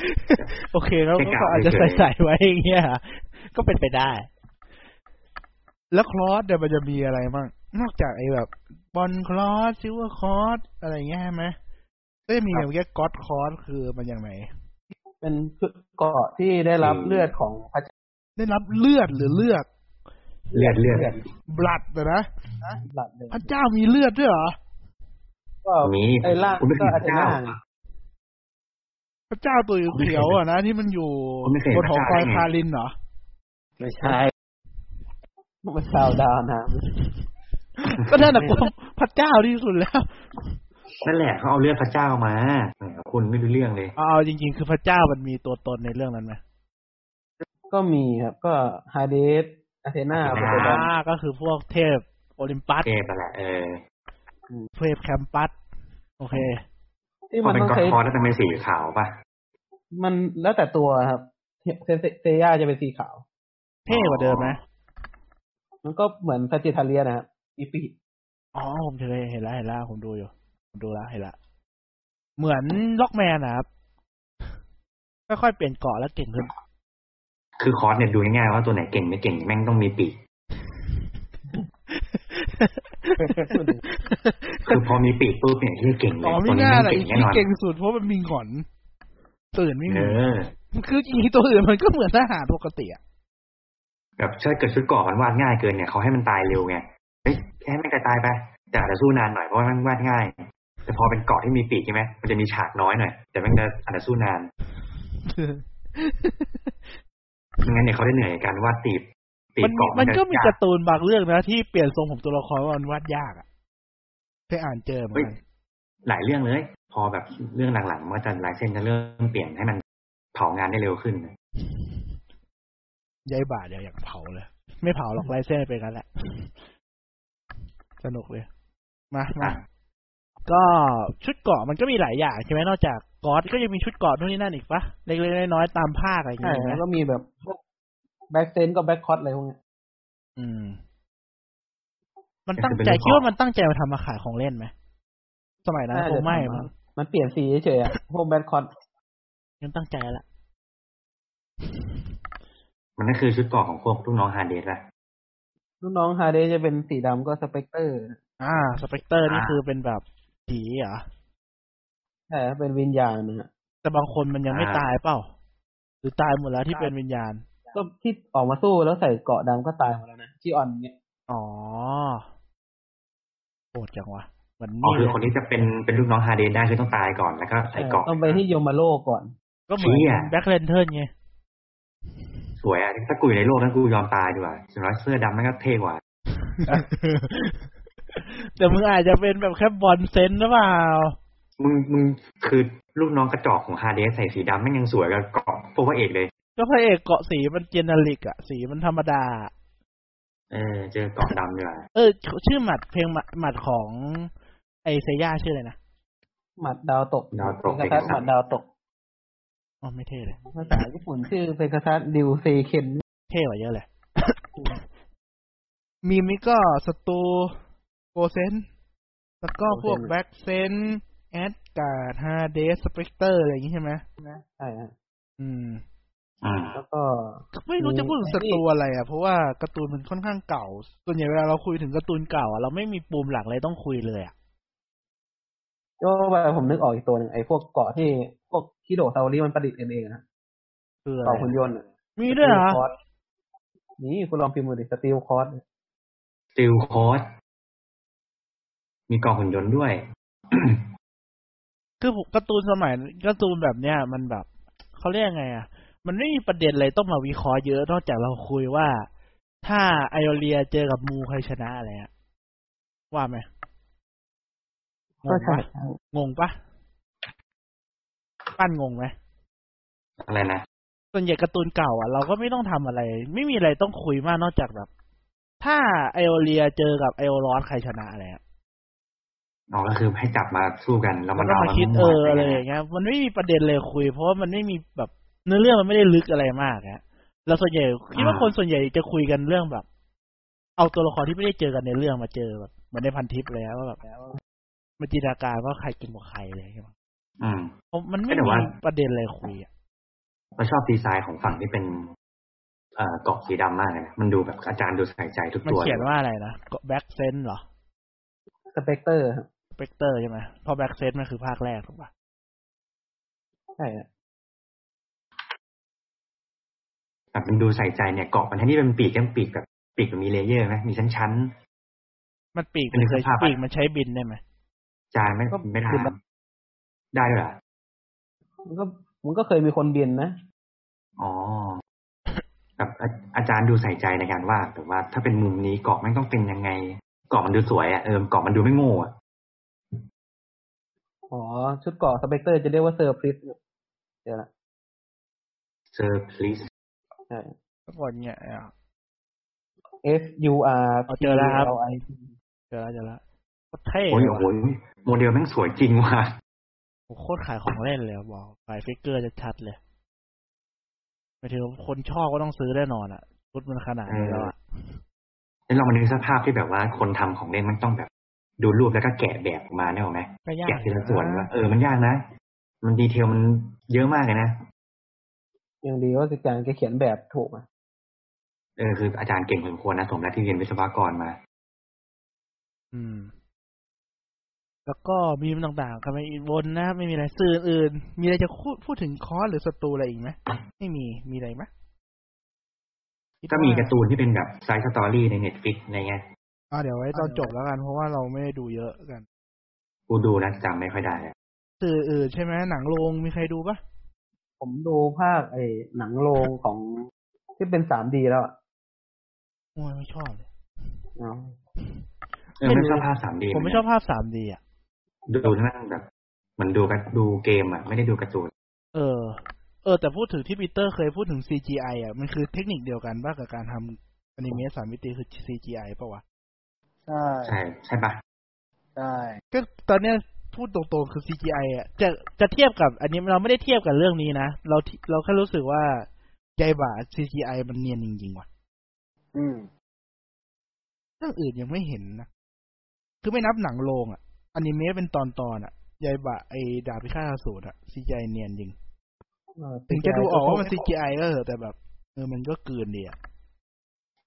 A: โอเคแล้วก็อาจจะใส่ใส่ๆไว้อย่างเงี้ยก็เป็นไปได้ แล้วคลอสเนี่ยมันจะมีอะไรบ้าง นอกจากไอ้แบบบอลคลอสซิลเวอร์คอสอะไรอย่างเงี้ยใช่ไหมก็จะมีแบบแค่ก็อดคอสคือมันอย่างไหน
D: เป็นเกราะที่ได้รับเลือดของพระเจ้า
A: ได้รับเลือดหรือเลือก
B: เลือดเลือด
A: บลัดนะนะ
D: หลัดเลย
A: พระเจ้ามีเลือดด้วยเหรอ
D: ก็
B: มี
D: ไอ้ล่าง
B: คุณไม่เค
D: ก็
B: ย
D: อา
B: เห็น
D: เท
B: พระ
D: น่า
B: เจ้า
D: ไง
A: พระเจ้าตัวเขียวๆอ่ะนะที่มันอยู่
B: ผมไม่เคยเห็
A: บ
B: น
A: นหอ
B: พระ
A: คอย
B: เจ้าได้ไง
A: คารินเหรอ
C: ไม่ใช่
D: มัน ชาวดาวนะ
A: ก็นั่นแหละกูพระเจ้าที่สุดแล้ว
B: นั่นแหละเขาเอาเลือดพระเจ้ามาแหมคุณไม่รู้เรื่องเลย
A: เอาเอาจริงๆ คือพระเจ้ามันมีตัวตนในเรื่องนั้นไหม
D: ก็มีครับ ก็ฮาเดสอาเทน่า
B: อ่
D: โป
B: ค
D: เซด
B: รั
D: อบ น
A: อ่าก็คือพวกเทพโอลิมปัส
B: เทพนั่นแหละเออ
A: เทพแคมปัส โอเค
D: ที่
B: พ
D: มั
B: อน เป็น
D: ต้อง
B: ก็อด
D: ใช้
B: คอร์แล้วทำไมสีขาวป่ะ
D: มันแล้วแต่ตัวครับเทเซเซย่าจะเป็นสีขาว
A: เท่กว่าเดิมไหม
D: มันก็เหมือนซาจิทาเลียนะครับอีปี
A: อ๋อผมเคยเห็นแล้วเห็นแล้วผมดูอยู่ ผมดูแล้วเห็นละเหมือนล็อกแมนนะครับค่อยๆเปลี่ยนเกาะแล้วเก่ งขึ้น
B: คือคอร์สเนี่ยดูง่ายๆว่าตัวไหนเก่งไม่เก่งแม่งต้องมีปี ก คือพอมีปีกปุ๊บเนี่ยที่เก่งเล
A: อ๋
B: ย
A: อ
B: ตัว
A: ไม่
B: นี้
A: น่า
B: แม่ง
A: เลย
B: เก่งแน่
A: ที่
B: นอน
A: เก่งสุดเพราะมันมีหงอน ตื่นไม่
B: เอ
A: มี
B: อ
A: คืออีตัวอื่นมันก็เหมือนทหารปกติอะ
B: แบบถ้าเกิดชุดเกาะมันวาดง่ายเกินเนี่ยเขาให้มันตายเร็วไงเฮ้ยแค่ให้มันตายๆไปแต่อาจจะสู้นานหน่อยเพราะว่ามันวาดง่าย แต่พอเป็นเกาะที่มีปีกใช่ไหมมันจะมีฉากน้อยหน่อยแต่มันจะอาจจะสู้นานไม่งั้นเนี่ยเขาได้เหนื่อยกับการวาดตีบตี
A: มั
B: บ
A: นมี
B: เกาะ
A: มันก็มี
B: จะยา
A: การ์ตูนบางเรื่องนะที่เปลี่ยนทรงผมตัวละครว่ามันวาดยากอะเคยอ่านเจอเหมือน
B: เฮ้ย
A: กัน
B: หลายเรื่องเลย พอแบบเรื่องหลังๆมันก็จะลายเส้นจะเริ่มเปลี่ยนให้มันเผางานได้เร็วขึ้น
A: ยายบาดเดี๋ยวอยากเผาเลย ไม่เผาหรอกไล่เส้นไปกันแหละ สนุกเลย มามา
B: อ่ะ
A: ก็ชุดเกราะมันก็มีหลายอย่างใช่ไหมนอกจากกอดก็ยังมีชุดเกราะนู่นนี่นั่นอีกปะเล็กๆน้อยๆตามภาคอะไรอย่าง
D: ใช่
A: เงี้ย
D: แล้ว
A: นะ
D: ก็มีแบบแบ็กเซนก็แบ็กคอสอะไรพวกเนี้ย
A: อืม มันตั้งใจคิดว่ามันตั้งใจมาทำมาขายของเล่นไหมสมัยนั้นคงไม่
D: น่าจะทำ
A: มั้
D: มาง มันเปลี่ยนสีเฉยๆอะพวกแบ็กคอส
A: ยังตั้งใจละ
B: มันก็คือชุดเกาะของพวกลูกน้องฮาเดสแหละ
D: รุ่นน้องฮาเดสจะเป็นสีดำก็สเปกเตอร์
A: อ่า สเปกเตอร์นี่
B: อ่า
A: คือเป็นแบบผีเหรอ
D: ใช่ครับเป็นวิญญาณนะฮะ
A: แต่บางคนมันยังไม่
B: อ่า
A: ตายเปล่า หรือตายหมดแล้วที่
D: ตาย
A: เป็นวิญญาณ
D: ก็ที่ออกมาสู้แล้วใส่เกราะดำก็ตายหมดแล้วนะที่อ่อนเนี่ย
A: อ๋อโหดจังวะเหมือน
B: อ๋อ
A: นี่เล
B: คือย คนที่จะเป็นเป็นลูกน้องฮาเดสได้คือต้องตายก่อนแล้วก็ใส่เกาะ
D: ต้องไปที่ยมโลกก่อน
A: ก็เหมือน
B: เชี่ย
A: แบ็คเลนเทิร์นไง
B: สวยอ่ะถ้ากูอยู่ในโลกนั้นกูยอมตายดีกว่าสำหรับเสื้อดำนั่นก็เท่กว่า
A: แต่มึงอาจจะเป็นแบบแค่บอลเซนหรือเปล่า
B: มึงมึงคือลูกน้องกระจอกของฮาเดสใส่สีดำแม่งยังสวยกว่าเกาะพวกพระเอกเลย
A: ก็พระเอกเกาะสีมันเจเนริกอะสีมันธรรมดา
B: เออ เจอเกาะดำดีกว่า
A: เออ ชื่อหมัดเพลงหมัดหมัดของ ไอเซย่าชื่ออะไรนะ
D: หมัดดาวตก
B: ดาวตก
D: เป็
B: เอน ก
D: กระ
B: สั
D: ทัดหมั
B: น
D: ดดาวตก
A: อ๋อไม่เท่เลย
D: ภาษาญี่ปุ่นชื่อเป็นกษัตริย์ดิวเซเคน
A: เท่กว่าเยอะเลย มีมิก็สตูโกเซน แล้วก็พวกแบ็กเซน แอดการ์ดฮาเดสสเปกเตอร์อะไรอย่างงี้ใช่ไหม
D: ใช่ฮะ
A: อืม
B: อืม
D: แล้วก็
A: ไม่รู้จะพูดถึงสตูอะไรอ่ะ เพราะว่าการ์ตูนมันค่อนข้างเก่า ส่วนใหญ่เวลาเราคุยถึงการ์ตูนเก่าอ่ะ เราไม่มีปูมหลักเลยต้องคุยเลยอ่ะ
D: ก็ว่าผมนึกออกอีกตัวหนึ่งไอ้พวกเกาะที่พวกคิโดะซาโอริมันประดิษฐ์เองเองนะ
A: คืออะไร
D: เกาะหุ่นยนต์อะ
A: มีด้วยเหรอ
D: สตีลคอร์สนี่คุณลองพิมพ์ดูดิสตีลคอร์ส
B: ติลโคสมีเกาะหุ่นยนต์ด้วย
A: คือผมการ์ตูนสมัยการ์ตูนแบบเนี้ยมันแบบเขาเรียกไงอ่ะ มันไม่มีประเด็นอะไรต้องมาวิเคราะห์เยอะนอกจากเราคุยว่า ถ้าไอโอเลียเจอกับมูใครชนะอะไรเงี้ยว่าไหมง
D: ก็
A: ง
D: ใช่
A: ปะงงปะปั้นงงไหม
B: อะไรนะ
A: ส่วนใหญ่การ์ตูนเก่าอ่ะเราก็ไม่ต้องทำอะไร ไม่มีอะไรต้องคุยมากนอกจากแบบ ถ้าไอโอเลียเจอกับไอโอรอสใครชนะอะไรเงี้ย
B: อ๋อก็คือให้จับมาสู้กันแล้ว
A: มั
B: มาน
A: ก็
B: เดา
A: มาคิดเอ
B: มั่ว
A: อ
B: ๆ
A: อะไร
B: ป
A: อย่างเงี้ย มันไม่มีประเด็นเลยคุย เพราะว่ามันไม่มีแบบเนื้อเรื่องมันไม่ได้ลึกอะไรมากฮะเราส่วนใหญ่คิดว่าคนส่วนใหญ่จะคุยกันเรื่องแบบ เอาตัวละครที่ไม่ได้เจอกันในเรื่องมาเจอแบบเหมือนในพันทิปเลยอะว่าแบบมันจินตนาการว่าใครเกินกว่าใครอะไรอย่างเงี้ยมั้ง
B: อืม
A: เพราะมันไม่
B: แต่
A: มี
B: ว่า
A: ประเด็นอะไรคุยอะ
B: เราชอบดีไซน์ของฝั่งที่เป็น เอ่อกรอบสีดำมากเลยนะมันดูแบบอาจารย์ดูใส่ใจทุก
A: มัน
B: ตัว
A: เขียนว่าอะไรนะแบ็กเซนเหรอ
D: สเปกเตอร์ฮะ
A: สเปกเตอร์ใช่ไหมเพราะแบ็กเซนมันคือภาคแรกถูกปะ
D: ใช่ฮะ
B: แบบมันดูใส่ใจเนี่ยกรอบมันแทนที่เป็นปีกแค่ปีกแบบปีกมันมีเลเยอร์ไหมมีชั้นชั้น
A: มันปีก
B: เป็น
A: เคย
B: สภาพอะ
A: ปีกมันใช้บินได้ไหม
B: ๆจานไม่ไม่ทำได้ด้วยเหรอ
D: มันก็มันก็เคยมีคนบินนะ
B: อ๋อแบบอาอาจารย์ดูใส่ใจในการวาดแต่ว่า ถ้าเป็นมุมนี้กรอบมันต้องเป็นยังไงกรอบมันดูสวยอ่ะเออกรอบมันดูไม่โง่อ่ะ
D: อ๋อชุดเกราะสเปกเตอร์จะเรียกว่าเซอร์พริสเดี๋ยวนะ
B: เซอร์พลีส
D: ใช่
A: ทุกคนเนี่ยอ่ะ
D: S U R
A: เอาเจอแล้วครับ
D: L I
A: เจอแล้วเจอแล้วโคตรเท่
B: โอ้ย
A: เลย
B: โอ้โห
A: ว่ะ
B: โมเดลแม่งสวยจริงว่ะ
A: โอ้โหโคตรขายของเล่นเลยอะบอกไฟฟิกเกอร์จะชัดเลยหมายถึงคนชอบก็ต้องซื้อแน่นอนอ่ะชุดมันขนาดนี้แล้วอ่ะ
B: แล้วลองมานึกสภาพที่แบบว่าคนทำของเล่นมันต้องแบบ ดูรูปแล้วก็แกะแบบออกมาเนี่ยหรอกไหม
A: ก็ยาก
B: แกะทีละส่วนว่า
A: ะ
B: เออมันยากนะ มันดีเทลมันเยอะมากเลยนะ
D: ยังดีว่าคือการแกเขียนแบบถูกอ่ะ
B: เออคืออาจารย์เก่งพอสมควรนะสมแล้วที่เรียนวิศวกรมา
A: อืม แล้วก็มีมต่างๆกันไปอีกวนนะครับไม่มีอะไรสื่ออื่น มีอะไรจะพูดพูดถึงคอร์สหรือศัตรูอะไรอีกไหมไม่มีมีอะไรไหมคิด
B: ก็มี
A: ว่า
B: การ์ตูนที่เป็นแบบไซส์สตอรี่ในเน็ตฟิกอะไรเงี้ย
A: อ่าเดี๋ยวไว้ตอนจบแล้วกันเพราะว่าเราไม่ได้ดูเยอะกัน
B: กูดูนะจำไม่ค่อยได้เลย
A: สื่ออื่นใช่ไหมหนังโรงมีใครดูปะ
D: ผมดูภาคไอ้หนังโรงของที่เป็น 3D แล้วอ่ะ
A: โอ้ยไม่ชอบเลย
D: เอา
B: เออ
A: ไม่
B: ไม่
A: รู้
B: ชอบภาพสามดี
A: ผมไม่ชอบภาพสามดีอ่ะ
B: ดูนั่งแบบเหมือนดูกันดูเกมอ่ะไม่ได้ดูการ์ตูน
A: เออ เออ แต่พูดถึงที่ปีเตอร์เคยพูดถึง CGI อ่ะ มันคือเทคนิคเดียวกันป่ะกับการทำอนิเมะสามมิติคือ CGI ป่ะวะ
C: ใช่
B: ใช่ใช่ปะ
C: ใช่
A: ก็ตอนเนี้ยพูดตรงๆคือ CGI อ่ะ จะจะเทียบกับอันนี้เราไม่ได้เทียบกับเรื่องนี้นะ เราเราแค่รู้สึกว่าใจบ่า CGI มันเนียนจริงๆว่ะ
C: อืม
A: เรื่องอื่นยังไม่เห็นนะ คือไม่นับหนังโรงอะ่ะ อนิเมะเป็นตอนๆอ่ะ ยายบะไอดาบพิฆาตอสูรอ่ะซีจเนียนจริง
D: เออ
A: ถึงจะดูออกว่ามัน
D: CGI
A: ซีจก็เถอะแต่แบบ เออมันก็เกินดีอ่ะ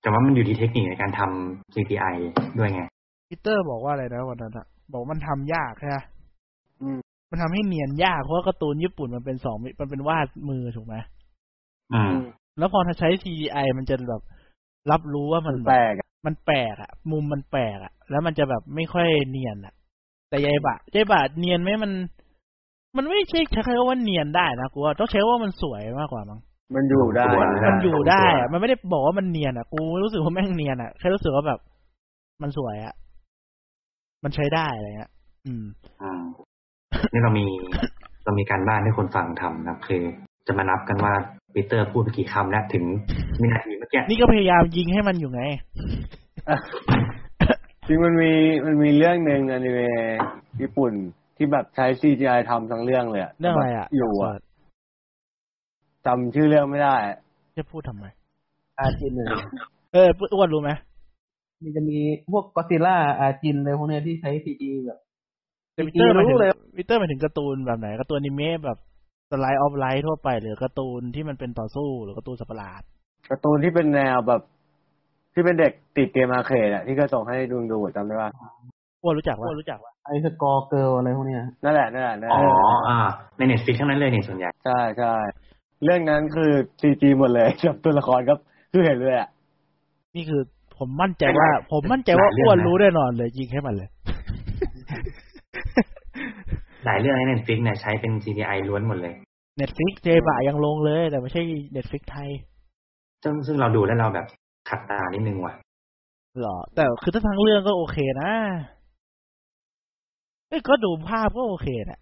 B: แต่ว่ามันอยู่ที่เทคนิคในการทำ CGI ด้วยไง
A: พีเตอร์บอกว่าอะไรนะวันนั้นอ่ะ บอกมันทำยากใช่ไหม
C: อืม
A: มันทำให้เนียนยากเพราะว่าการ์ตูนญี่ปุ่นมันเป็นสองมิมันเป็นวาดมือถูกไหม
B: อืม
C: อืม
A: แล้วพอใช้ CGI มันจะแบบรับรู้ว่ามัน
C: แปลกอะ
A: มันแปลกอ่ะ มุมมันแปลกอ่ะ แล้วมันจะแบบไม่ค่อยเนียนอ่ะ แต่ยายบะยายบะเนียนไหมมัน มันไม่ใช่ใช้คำว่าเนียนได้นะกูว่าต้องใช้ว่ามันสวยมากกว่ามั้ง
C: มันอยู่ได้
B: ตัวะ
A: มันอยู่ได้
B: สวย
A: อะ
B: อะ
A: มันไม่ได้บอกว่ามันเนียนอ่ะกูรู้สึกว่าแม่งเนียนอ่ะแค่รู้สึกว่าแบบ มันสวยอ่ะมันใช้ได้อะไรเงี้ยอืม
B: อืมนี่เรามีเรามีการบ้านให้คนฟังทำนะครับคือจะมานับกันว่าปีเตอร์พูดไปกี่คำแล้วถึงวินาทีเมื่อกี้
A: นี่ก็พยายามยิงให้มันอยู่ไง
C: อ่ะจริงมันมีมันมีเรื่องหนึ่งอนิเมะญี่ปุ่นที่แบบใช้ CGI ทำทั้งเรื่องเลย
A: เรื่องอะไรอ่ะ
C: อยู่อะจำชื่อเรื่องไม่ได้อะ
A: จะพูดทำไม
D: อาจิ นเนี่ย
A: เอออ้วนรู้ไหม
D: มันจะมีพวกก็ซิล่าอาจินเลยพวกเนี้ยที่ใช้ CG แบบ
A: แต่วิเตอร์หมายถึง
D: รู้เลย
A: วิเตอร์หมายถึงการ์ตูนแบบไหนการ์ตูนอนิเมะแบบสไลด์ออฟไลท์ทั่วไป หรือการ์ตูนที่มันเป็นต่อสู้หรือการ์ตูนสัตว์ประหลาด
C: การ์ตูนที่เป็นแนวแบบ ที่เป็นเด็กติดเกมอาร์เคดอะที่ก็ส่งให้ดูดูจำได้ปะ
A: อ้วนรู้จักว่ารู้จักว่า
D: ไอสกอร์เกิลอะไรพวกเนี้ย
C: นั่นแหละนั่นแหละนั่น
B: อ๋
C: แห
B: อ
C: ละ
B: อ่าในเน็ตฟิกทั้งนั้นเลยเนี่ยส่วนใหญ่
C: ใช่ใช่เรื่องนั้นคือ CG หมดเลยกับตัวละครก็คือเห็นเลยอะ
A: นี่คือผมมั่นใจว่า ผมมั่นใจว่าอ้วนรู้แน่นอนเลยยิงให้มันเลย
B: หลายเรื่องในเน็ตฟิกเนี่ยใช้เป็น CGI ล้วนหมดเลย
A: เน็ตฟิกเจบะยังลงเลย แต่ไม่ใช่เน็ตฟิกไทย
B: ซึ่งซึ่งเราดูแล้วเราแบบขัดตานิดนึงว่ะ
A: หรอ แต่คือถ้าทั้งเรื่องก็โอเคนะเอ้ยก็ดูภาพก็โอเคนะ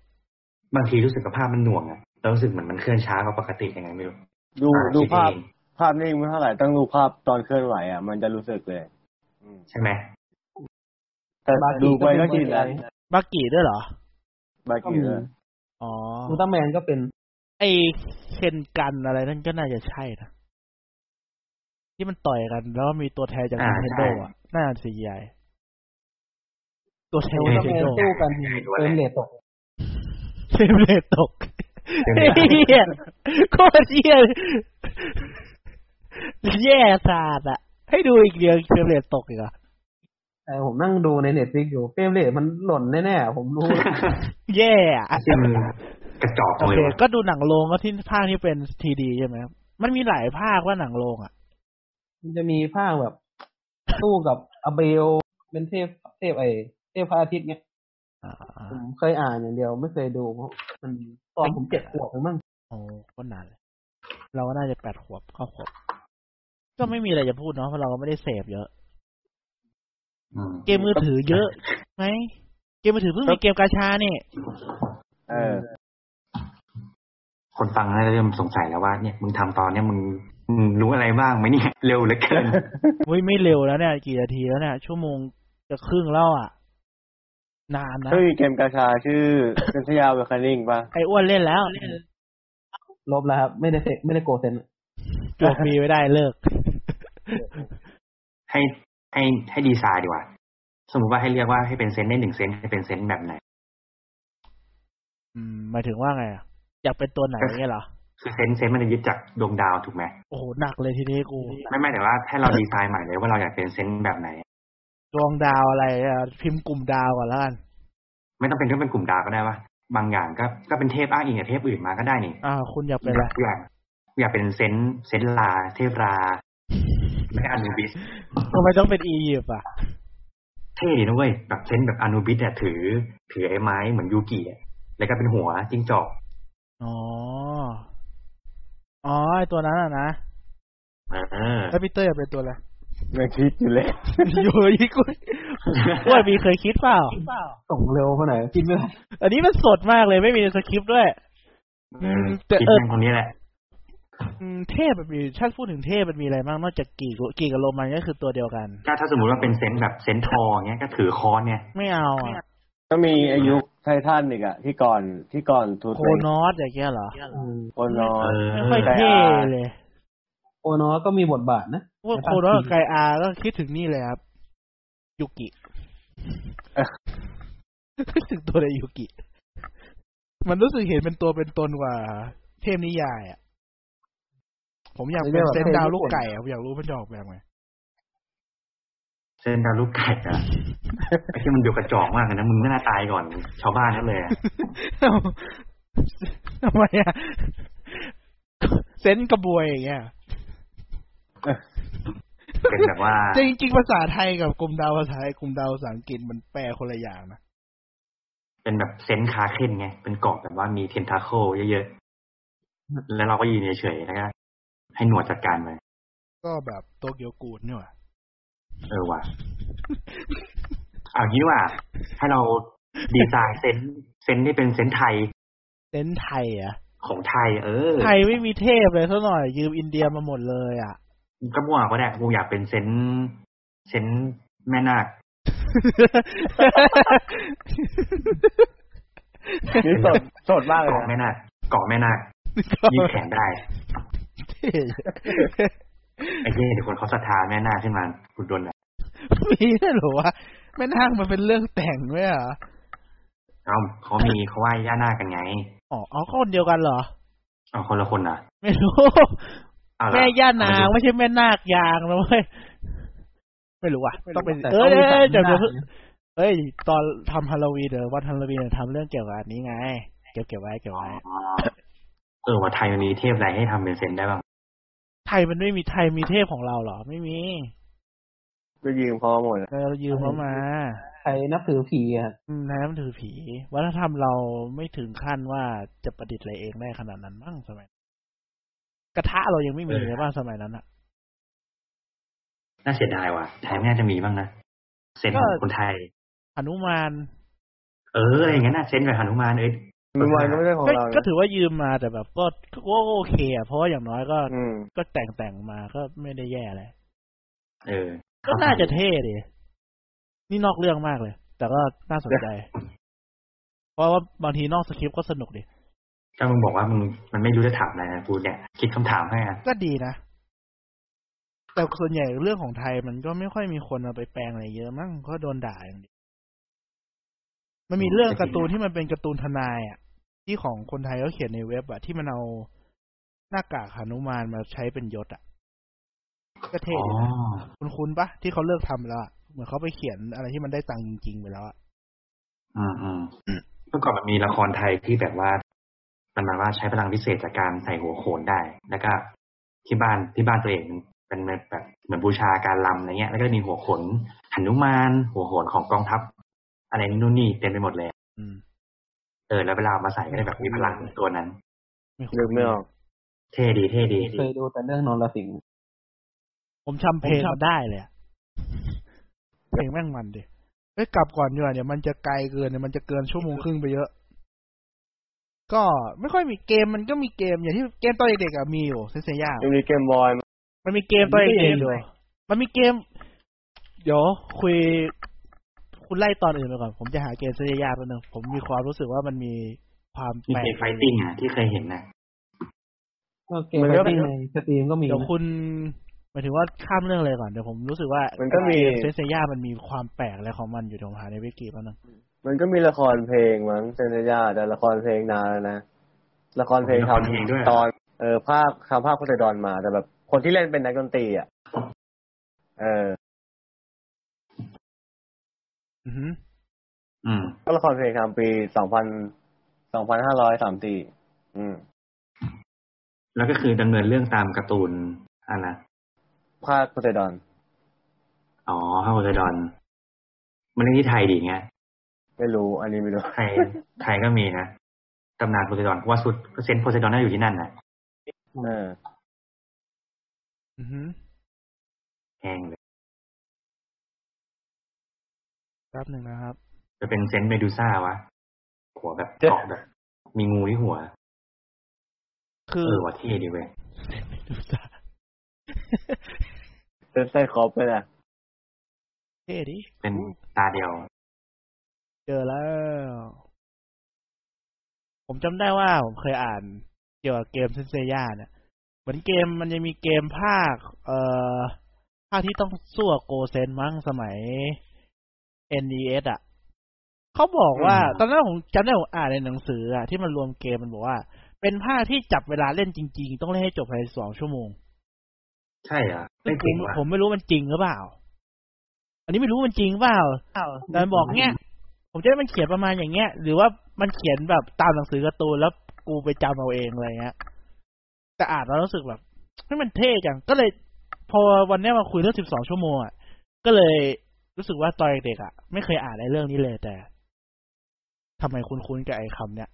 B: บางทีรู้สึกกับภาพมันหน่วงอะเรารู้สึกเหมือนมันเคลื่อนช้ากว่าปกติยังไงไม่รู้
C: ดู
B: อ่
C: ดู
B: คิ
C: ภาพ
B: เอง
C: ภาพนิ่งไม่เท่าไหร่ต้องดูภาพตอนเคลื่อนไหวอ่ะ มันจะรู้สึกเลย
B: ใช่ไหม
C: แต่ดูไปก็กินแล้ว
A: บากิด้วยเหรอ
C: บา
D: ก็
C: กิ
D: มี
C: เลย
A: อ๋อ
D: อุลตร้าแมนก็เป็น
A: ไอเคนกันอะไรนั่นก็น่าจะใช่นะ ที่มันต่อยกัน แล้วมีตัวแทนจาก Nintendo อ่ะ น่าจะซีไอตัวแทน
D: อุล
A: จาก
D: ตร้าแมน
A: Nintendo
D: สู้กันเฟรมเรทตก
A: เฟรมเร ทตกเฮียโคตรเฮีย แย่ศาสตร์อะให้ดูอีกเดียวเฟรมเรทตกอีกเหรอ
D: เออผมนั่งดูในเน็ตฟลิกอยู่เฟรมเรทมันหล่นแน่ๆผม รู้
A: แย่อะ
B: เชี่ยมันกระจอก
A: โอ
B: เล
A: เค
B: ยว่ะ
A: ก็ดูหนังโรงก็ที่ภาคที่เป็นทีดีใช่ไหมครับมันมีหลายภาคว่าหนังโรงอะ
D: มันจะมีภาคแบบสู้กับอเบลเป็นเทพเทพไอเทพพระอาทิตย์เนี้ย
A: อ่า
D: ผมเคยอ่านอย่างเดียวไม่เคยดูเพราะมันตอนผมเจ็ดขวบเองมั้ง
A: โอ้ก็นานเลยเราก็น่าจะแปดขวบเก้าขวบ ก็ไม่มีอะไรจะพูดเนาะเพราะเราก็ไม่ได้เสพเยอะ
B: อืม
A: เกมมือถือเยอะไหมเกมมือถือเพิ่งมีเกมกาชาเนี่ย
C: เออ
B: คนฟังน่าจะเริ่มสงสัยแล้วว่าเนี่ยมึงทำตอนเนี้ยมึงมึงรู้อะไรบ้างไหมเนี่ย เร็วเหลือเกิน
A: อุ้ยไม่เร็วแล้วเนี่ย กี่นาทีแล้วเนี่ย ชั่วโมงจะครึ่งแล้วอ่ะ นานนะ
C: เฮ้ยเกมกาชาชื่อ เซนสยาเวคานิ่งปะ
A: ไอ้อ้วนเล่นแล้ว
D: ลบแล้วครับ ไม่ได้เซไม่ได้โกรธเซนอะ
A: จบมีไม่ได้เลิก
B: ให้ให้ให้ดีไซน์ดีกว่า สมมติว่าให้เรียกว่าให้เป็นเซนต์ได้หนึ่งเซนต์จะเป็นเซนต์แบบไหน
A: อืมหมายถึงว่าไงอะอยากเป็นตัวไหนเงี้ยเหรอ
B: คือเซนต์เซนต์มันจะยึดจากดวงดาวถูกไหม
A: โอ้โหหนักเลยทีนี้กู
B: ไม่ไม่แต่ว่าถ้าเราดีไซน์ใหม่เลยว่าเราอยากเป็นเซนต์แบบไหน
A: ดวงดาวอะไรอะพิมพ์กลุ่มดาวก่อนแล้วกัน
B: ไม่ต้องเป็นเรื่องเป็นกลุ่มดาวก็ได้ว่าบางอย่างก็ก็เป็นเทพอ้างอิงกับเทพอื่นมาก็ได้นี่
A: อ่า คุณอยากเป็นอะไร
B: อยากอยากเป็นเซนต์เซนต์ลา เทพราไม่อานูบิส
A: ทำไมต้องเป็นอียิปต์อ่ะ
B: เท่ดีนะเว้ยแบบเซนต์แบบอานูบิสเนี่ยถือ ถือไอ้ไม้เหมือนยูกิอะแล้วก็เป็นหัวจิ้งจอก
A: อ๋ออ๋อไอ้ตัวนั้นอ่ะนะ
B: เออ
A: แล้วพี่เตอร์อยากเป็นตัวอะไร
C: ยังคิดอยู่เลย
A: อยู่ที่กู ว่ามีเคยคิดเปล่า
D: ส่งเร็วขนาดไหนกินไม่ได้
A: อันนี้มันสดมากเลยไม่มีในสคริปต์ด้วย อืมแต่
B: คิด
A: เออ
B: เรื่องคนนี้แหละ
A: อืมเทพมันมีถ้าพูดถึงเทพมันมีอะไรบ้างนอกจากกี่กุกี่กับโรมันก็คือตัวเดียวกัน
B: ถ้าถ้าสมมติว่าเป็นเซนต์แบบเซนต์ทออย่างเงี้ยก็ถือค้อนเนี่ย
A: ไม่เอาอะ
C: ก็มีอายุไททันอีกอะที่ก่อนที่ก่อนทู
A: โค
C: เต็ง
A: นอสอย่างเงี้ยเหรอ
D: อืม
C: โคนอ
B: เอน อ
A: ไม่ค่อยเท่เลย
D: โอโนอก็มีบทบาทนะ
A: พวกโคโนอสกับไกอาก็คิดถึงนี่เลยครับยูกิ
C: เออ
A: คิดถึงตัวในยูกิ มันรู้สึกเห็นเป็นตัวเป็นตนกว่า เทพนิยายอ่ะ ผมอยากเป็นเซนต์ดาวลูกไก่อะผมอยากรู้มันจะออกแบบไง
B: เซนต์ดาวลูกไก่อะไอ้ที่มันดูกระจอกมากเลยนะมึงไม่น่าตายก่อน ชาวบ้านนั่นเลยอะ
A: เอาทำไมอะเซนส์กระบวยอย่างเงี้ย
B: เป็นแบบว่า
A: แต่จริงๆภาษาไทยกับกลุ่มดาวภาษาไทยกลุ่มดาวภาษาอังกฤษมันแปลคนละอย่างนะ
B: เป็นแบบเซนต์คาเค้นไง เป็นเกาะแบบว่ามีเทนทาโคลเยอะๆ แล้วเราก็ยืนเฉยๆแล้วก็ให้หนวดจัดการไป
A: ก็แบบโตเกียวกูดเนี่ยว่ะ
B: เออว่ะเอางี้ดีกว่า ให้เราดีไซน์เซนต์เซนต์ที่เป็นเซนต์ไทย
A: เซนส์ไทยอะ
B: ของไทย เออ
A: ไทยไม่มีเทพเลยซะหน่อย ยืมอินเดียมาหมดเลย อะ
B: ก็มั่วก็ได้กูอยากเป็นเซนต์เซนต์แม่นาค
C: นี่สดสดมากเลย
B: เกาะ
C: นะ
B: แม่นาคเกาะแม่นาคยืดแขนได้
A: เท่
B: ไอ้เหี้ยเดี๋ยวคนเขาศรัทธาแม่นาคขึ้นมาคุณโดนนะ
A: มีด้วยเหรอวะแม่นางมันเป็นเรื่องแต่งด้วยเหรอ
B: เอ้าเขามีเขาไหว้ย่านาคกันไง
A: อ๋ออ๋อคนเดียวกันเหรอ
B: เอาคนละคนนะ
A: ไม่รู้
B: เอาล่ะ
A: แม่ย่านาง
B: เอ
A: ไม่ใช่แม่นาคยางนะเว้ยไม่รู้อ่ะต้องเป็น
D: แต่
A: เอ้ย
D: ต้งมีสั
A: เอ้ย
D: ต
A: เดี๋ยว
D: ห
A: เดี๋ย
D: น้า
A: วเอ้ยตอนทำฮาโลวีนเดี๋ยววันฮาโลวีนเดี๋ยวทำเรื่องเกี่ยวกับอันนี้ไง เก็บเก็บไว้เก็บ
B: า
A: ไว้
B: อ๋อเออว่าไทยมันมีเทพอะไรให้ทำเป็นเซนต์ได้บ้าง
A: ไทยมันไม่มีไทยมีเทพของเราเหรอ ไม่มี
C: ก็ยืมพอหมดเลย
A: เรายืมเขามา
D: ใครนับถือผีอะครับ
A: อืมนายมันถือผีวัฒนธรรมเราไม่ถึงขั้นว่าจะประดิษฐ์อะไรเองได้ขนาดนั้นมั้งสมัยนั้นกระทะเรายังไม่มีเลยบ้างสมัยนั้นอ่ะ
B: น่าเสียดายว่ะไทยไม่น่าจะมีบ้างนะเซนต์ของคนไทย
A: หนุมาน
B: เอออะไรอย่างเงี้ยน่าเซนต์แบบหนุมานเอ้ย
C: มันวันก็ไม่ใช่ของ
A: ก็
C: เรา
A: ก็
C: นะ
A: ถือว่ายืมมาแต่แบบก็ก็ก็โอเคอ่ะเพราะว่าอย่างน้อยก็
C: อืม
A: ก็แต่งแต่งมาก็ไม่ได้แย่เลย
B: เออ
A: ก็น่าจะเท่ดีนี่นอกเรื่องมากเลย แต่ก็น่าสน ใจ เพราะว่าบางทีนอกสคริปต์ก็สนุกดี
B: ถ้ามึงบอกว่ามึงมันไม่รู้จะถามอะไรนะกูเนี่ยคิดคำถามให้อะ
A: ก็ดีนะ แต่ส่วนใหญ่เรื่องของไทยมันก็ไม่ค่อยมีคนเอาไปแปลงอะไรเยอะมั้งก็โดนด่าอย่างเดียวมันมีเรื่องการ์ตูนที่มันเป็นการ์ตูนทนายอ่ะ ที่ของคนไทยเขาเขียนในเว็บอ่ะที่มันเอาหน้ากากหนุมานมาใช้เป็นยศอ่ะ ก็เท่
B: อ๋อ
A: ดีนะคุณคุณปะที่เขาเลิกทำไปแล้วอะเหมือนเขาไปเขียนอะไรที่มันได้ตังค์จริงๆไปแล้วอะ
B: อืมอืมเมื่อก่อนมันมีละครไทยที่แบบว่า มันมาว่าใช้พลังพิเศษจากการใส่หัวโขนได้ แล้วก็ที่บ้านที่บ้านตัวเองเป็นแบบเหมือนบูชาการลำอะไรเงี้ย แล้วก็มีหัวโขนหนุมาน หัวโขนของกองทัพ อะไรนู่นนี่เต็มไปหมดเลย
A: อืม
B: เออแล้วเวลาเอามาใส่ก็ได้แบบมีพลังในตัวนั้น
A: ไม่คุ้น
C: นึกไม่ออก
B: เท่ดีเท่ดี
D: เคยดูแต่เรื่องนนทสิงห์
A: ผมจำเพลงมันได้เลยอะ เพลงแม่งมันดิเอ้ยกลับก่อนดีกว่าเนี่ยมันจะไกลเกินเนี่ยมันจะเกินชั่วโมงครึ่งไปเยอะ ก็ไม่ค่อยมีเกมมันก็มีเกมอย่างที่เกมตอนเด็กๆอะมีอยู่เซนเซียา
C: ยังมีเกมบอยมา
A: มันมีเกมตัวเองอยู่มันมีเกม เดี๋ยวคุย คุณไล่ตอนอื่นไปก่อน ผมจะหาเกมซะยากๆไปหนึ่งผมมีความรู้สึกว่ามันมีความ
B: มี
A: แปล
B: เพล
A: ก
B: งไฟติ้งอ่ะที่เคยเห็นนะ
D: ก็เกมไฟติ้งในสตรีมก็มี
A: เดี๋ยวคุณหมายถึงว่าข้ามเรื่องเลยก่อน เดี๋ยวผมรู้สึกว่า
C: มั
A: มัน
C: ก็มี
A: เซนเซียามันมีความแปลกอะไรของมันอยู่เดี๋ยวผมหาในวิกิแป๊บนึง
C: มันก็มีละครเพลงมั้งเซนยาแต่ละครเพลงนานแล้วนะ ละครเพลงทำตอน เออภาคทำภาคโคเตดอนมา แต่แบบ คนที่เล่นเป็นนักดนตรีอ่ะ เออ
A: อือหือ
B: อืม
C: ก็ละครเพลงทำปีสองพันสองพันห้าร้อยสามสี่อืม
B: แล้วก็คือดำเนินเรื่องตามการ์ตูนอันนะ
C: ภาคโคเตดอน
B: อ๋อฮาวเวอร์ดอนมันเล่นที่ไทยดีเงี้ย
C: ไม่รู้ อันนี้ไม่รู้
B: ไทย ไทยก็มีนะ ตำนานโพไซดอนว่าสุดเซนต์โพไซดอนน่าอยู่ที่นั่นนะ
C: เออ
A: อือหือ
B: แห้งเลย
A: แป๊บหนึ่งนะครับ
B: จะเป็นเซนต์เมดูซ่าวะ หัวแบบเกาะแบบ มีงูที่หัว
A: คื
B: เอ
A: อ
B: อว่ะเท่ดีเว้ย
A: ดูซะ
C: เซ็นไส้ครบไปนะ
A: เท่ดิ
B: เป็นตาเดียว
A: เจอแล้ว ผมจำได้ว่าผมเคยอ่านเกี่ยวกับเกมเซนเซียเนี่ย เหมือนเกมมันจะมีเกมภาค เอ่อ ภาคที่ต้องสู้กับโกเซนมั้งสมัย NES อ่ะเขาบอกว่า
B: อืม
A: ตอนนั้นผมจำได้ผมอ่านในหนังสืออ่ะที่มันรวมเกมมันบอกว่า เป็นภาคที่จับเวลาเล่นจริง ๆ ต้องเล่นให้จบภายในสองชั่วโมง
B: ใช่เหรอ
A: ซึ่
B: ไม่
A: งผ
B: จริ
A: ม
B: งว่ะ
A: ผมไม่รู้มันจริงหรือเปล่า อันนี้ไม่รู้มันจริงเปล่าแต่มันบอกเนี้ยผมจะได้มันเขียนประมาณอย่างเงี้ย หรือว่ามันเขียนแบบตามหนังสือการ์ตูนแล้วกูไปจำเอาเองอะไรเงี้ย แต่อ่านแล้วรู้สึกแบบให้ยมันเท่จัง ก็เลย พอวันเนี้ยมาคุยเรื่อง 12 ชั่วโมงอ่ะ ก็เลยรู้สึกว่าตอนเด็กๆอ่ะ ไม่เคยอ่านไอ้เรื่องนี้เลยแต่ทำไมคุ้นๆกับไอ้คำเนี้ย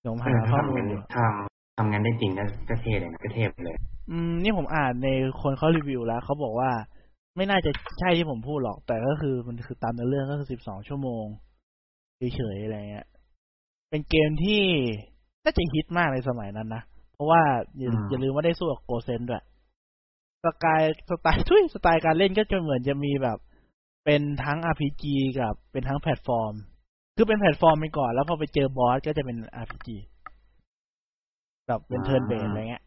A: เดี๋ยวผม
B: เอ
A: หา
B: อ
A: ข้
B: ถ้า
A: อ
B: ทำ
A: มูล
B: งาน
A: อยู่
B: ทำทำงานได้จริงก็ก็เท่เลยนะก็เท่เลย
A: อืม นี่ผมอ่านในคนเขารีวิวแล้วเขาบอกว่า ไม่น่าจะใช่ที่ผมพูดหรอก แต่ก็คือมันคือตามเนื้อเรื่องก็คือ 12 ชั่วโมงเฉยๆอะไรเงี้ย เป็นเกมที่น่าจะฮิตมากในสมัยนั้นนะ เพราะว่าอย่า
B: อืม
A: อย่าลืมว่าได้สู้กับโกเซนด้วย สไตล์สไตล์ทุ ยสไตล์การเล่นก็จะเหมือนจะมีแบบ เป็นทั้ง RPG กับเป็นทั้งแพลตฟอร์ม คือเป็นแพลตฟอร์มไปก่อน แล้วพอไปเจอบอสก็จะเป็น RPG แบบเป็นเทิร์นเบสอะไรเงี้ย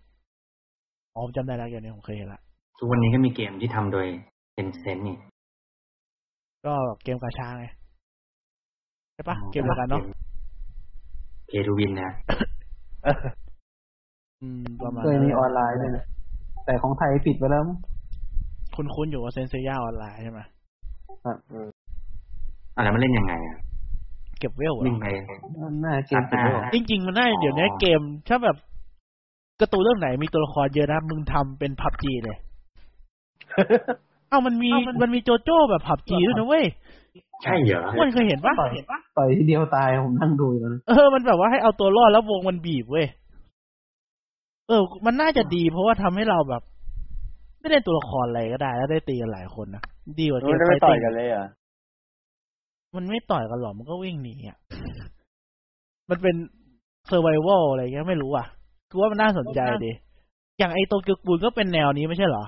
A: อ๋อผมจำได้แล้วเกมนี้ผมเคยเห็นละ
B: ทุกวันนี้ก็มีเกมที่ทำโดยเซนเซนนี่
A: ก็แบบเกมกาชาไงใช่ปะเกมเดียวกันเนาะ
B: เพรูวินนะ
A: อืมประมาณ
D: เคยมีออนไลน์ด้วยนะแต่ของไทยปิดไปแล้วมั้ง
A: คุณคุ้นๆอยู่ว่าเซนเซียออนไลน์ใช่ไหม
B: อ่ะแล้วมันเล่นยังไงอ่ะ
A: เก็บเวลเหรอ
B: วิ่งไป
D: น่าเกมปิดแล้วอะ
A: จริงๆมันได้
B: อ๋อ
A: เดี๋ยวนี้เกม ถ้าแบบการ์ตูนเรื่องไหนมีตัวละครเยอะนะ มึงทำเป็นพับจีเลย เอ้ามันมีมันมีโจโจ้แบบพับจีด้วยนะเว้ย
B: ใช่เหรอ
A: อ้วนเคยเห็นปะ
D: ต่อยทีเดียวตายผมนั่งดูอยู่ตอนนั้น
A: เออมันแบบว่าให้เอาตัวรอดแล้ววงมันบีบเว้ยเออ มันน่าจะดี เพราะว่าทำให้เราแบบ ไม่ได้ตัวละครอะไรก็ได้ แล้วได้ตีกันหลายคนนะดีกว่าเก
C: มัน
A: ม
C: จะ
A: ไฟ
C: ไม่ต่อ
A: ติ้
C: ย
A: ง
C: กันเลยเหรอ่ะ
A: มันไม่ต่อยกันหรอกมันก็วิ่งหนีอ่ะ มันเป็นเซอร์ไ a วลอะไรเงี้ยไม่รู้อ่ะกูว่ามันน่าสนใจดี อย่างไอโตเกียวกูลก็เป็นแนวนี้ไม่ใช่เหรอ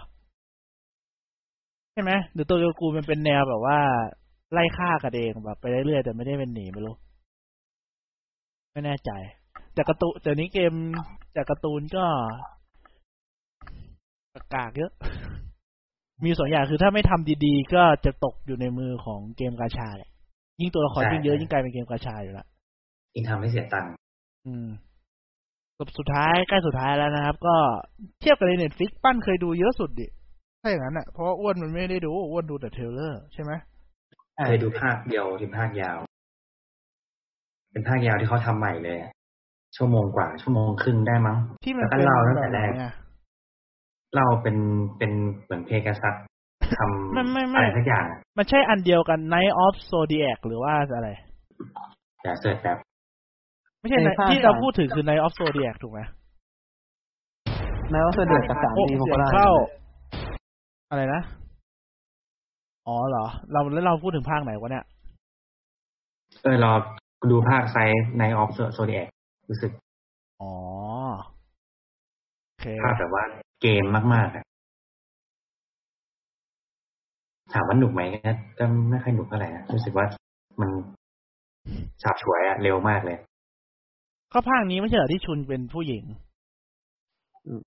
A: ใช่ไหมหรือโตเกียวกูลมันเป็นแนวแบบว่า ไล่ฆ่ากันเองแบบไปเรื่อยๆแต่ไม่ได้เป็นหนีไม่รู้ ไม่แน่ใจ แต่การะตูแต่นี้เกมแต่การ์ตูนก็กากๆเยอะ มีสองอย่างคือถ้าไม่ทำดีๆ ก็จะตกอยู่ในมือของเกมกาชาแหละยิ่งตัวละครยิ่งเยอะยิ่งกลายเป็นเกมกาชาอยู่ละ
B: ยิ่งทำให้เสียตังค์
A: อืม จบสุดท้ายใกล้สุดท้ายแล้วนะครับ ก็เทียบกับในเน็ตฟิกปั้นเคยดูเยอะสุดดิถ้าอย่างนั้นอ่ะเพราะว่าอ้วนมันไม่ได้ดูอ้วนดูแต่เทรลเลอร์ใช่ไหม
B: เคยดูภาคเดียวถึงภาคยาว เป็นภาคยาวที่เขาทำใหม่เลยอะชั่วโมงกว่า ชั่วโมงครึ่งได้มั้ง
A: ที่มั
B: แล้
A: นป็น
B: วก็เล่าตั้งแต่แรก
A: บบไหนอะ
B: เราเป็นเป็นเหมือนเพกาซัสทำ
A: ไม่ไม่ไม่
B: อะไรสักอย่างอะ
A: มันใช่อันเดียวกัน Night of Zodiac หรือว่าอะไร
B: อย่าเสิร์ชแบบ
A: ไม่ใช่
D: ใน
A: Night-
D: ภาค
A: ที่เรา
D: สาม
A: พูดถึงคือ Night of Zodiac ถูกไหม
D: นายว่าเสด็จกับสาม
A: โอ้
D: ดีของ
A: เสี
D: โค
A: ยง
D: ราช
A: เข้า อะไรนะ อ๋อเหรอ เราแล้วเราพูดถึงภาคไหนวะเนี่ย
B: เออเราดูภาคไซส์ในออฟโซเดียรู้สึก
A: อ๋อ โอเค
B: ภาพแบบว่าเกมมากๆอะถามว่าหนุกไหมก็ก็ไม่ค่อยหนุกเท่าไหร่นะรู้สึกว่ามันฉาบฉวยอะเร็วมากเลย
A: ก็ภาคนี้ไม่ใช่เหรอที่ชุนเป็นผู้หญิง
D: อืม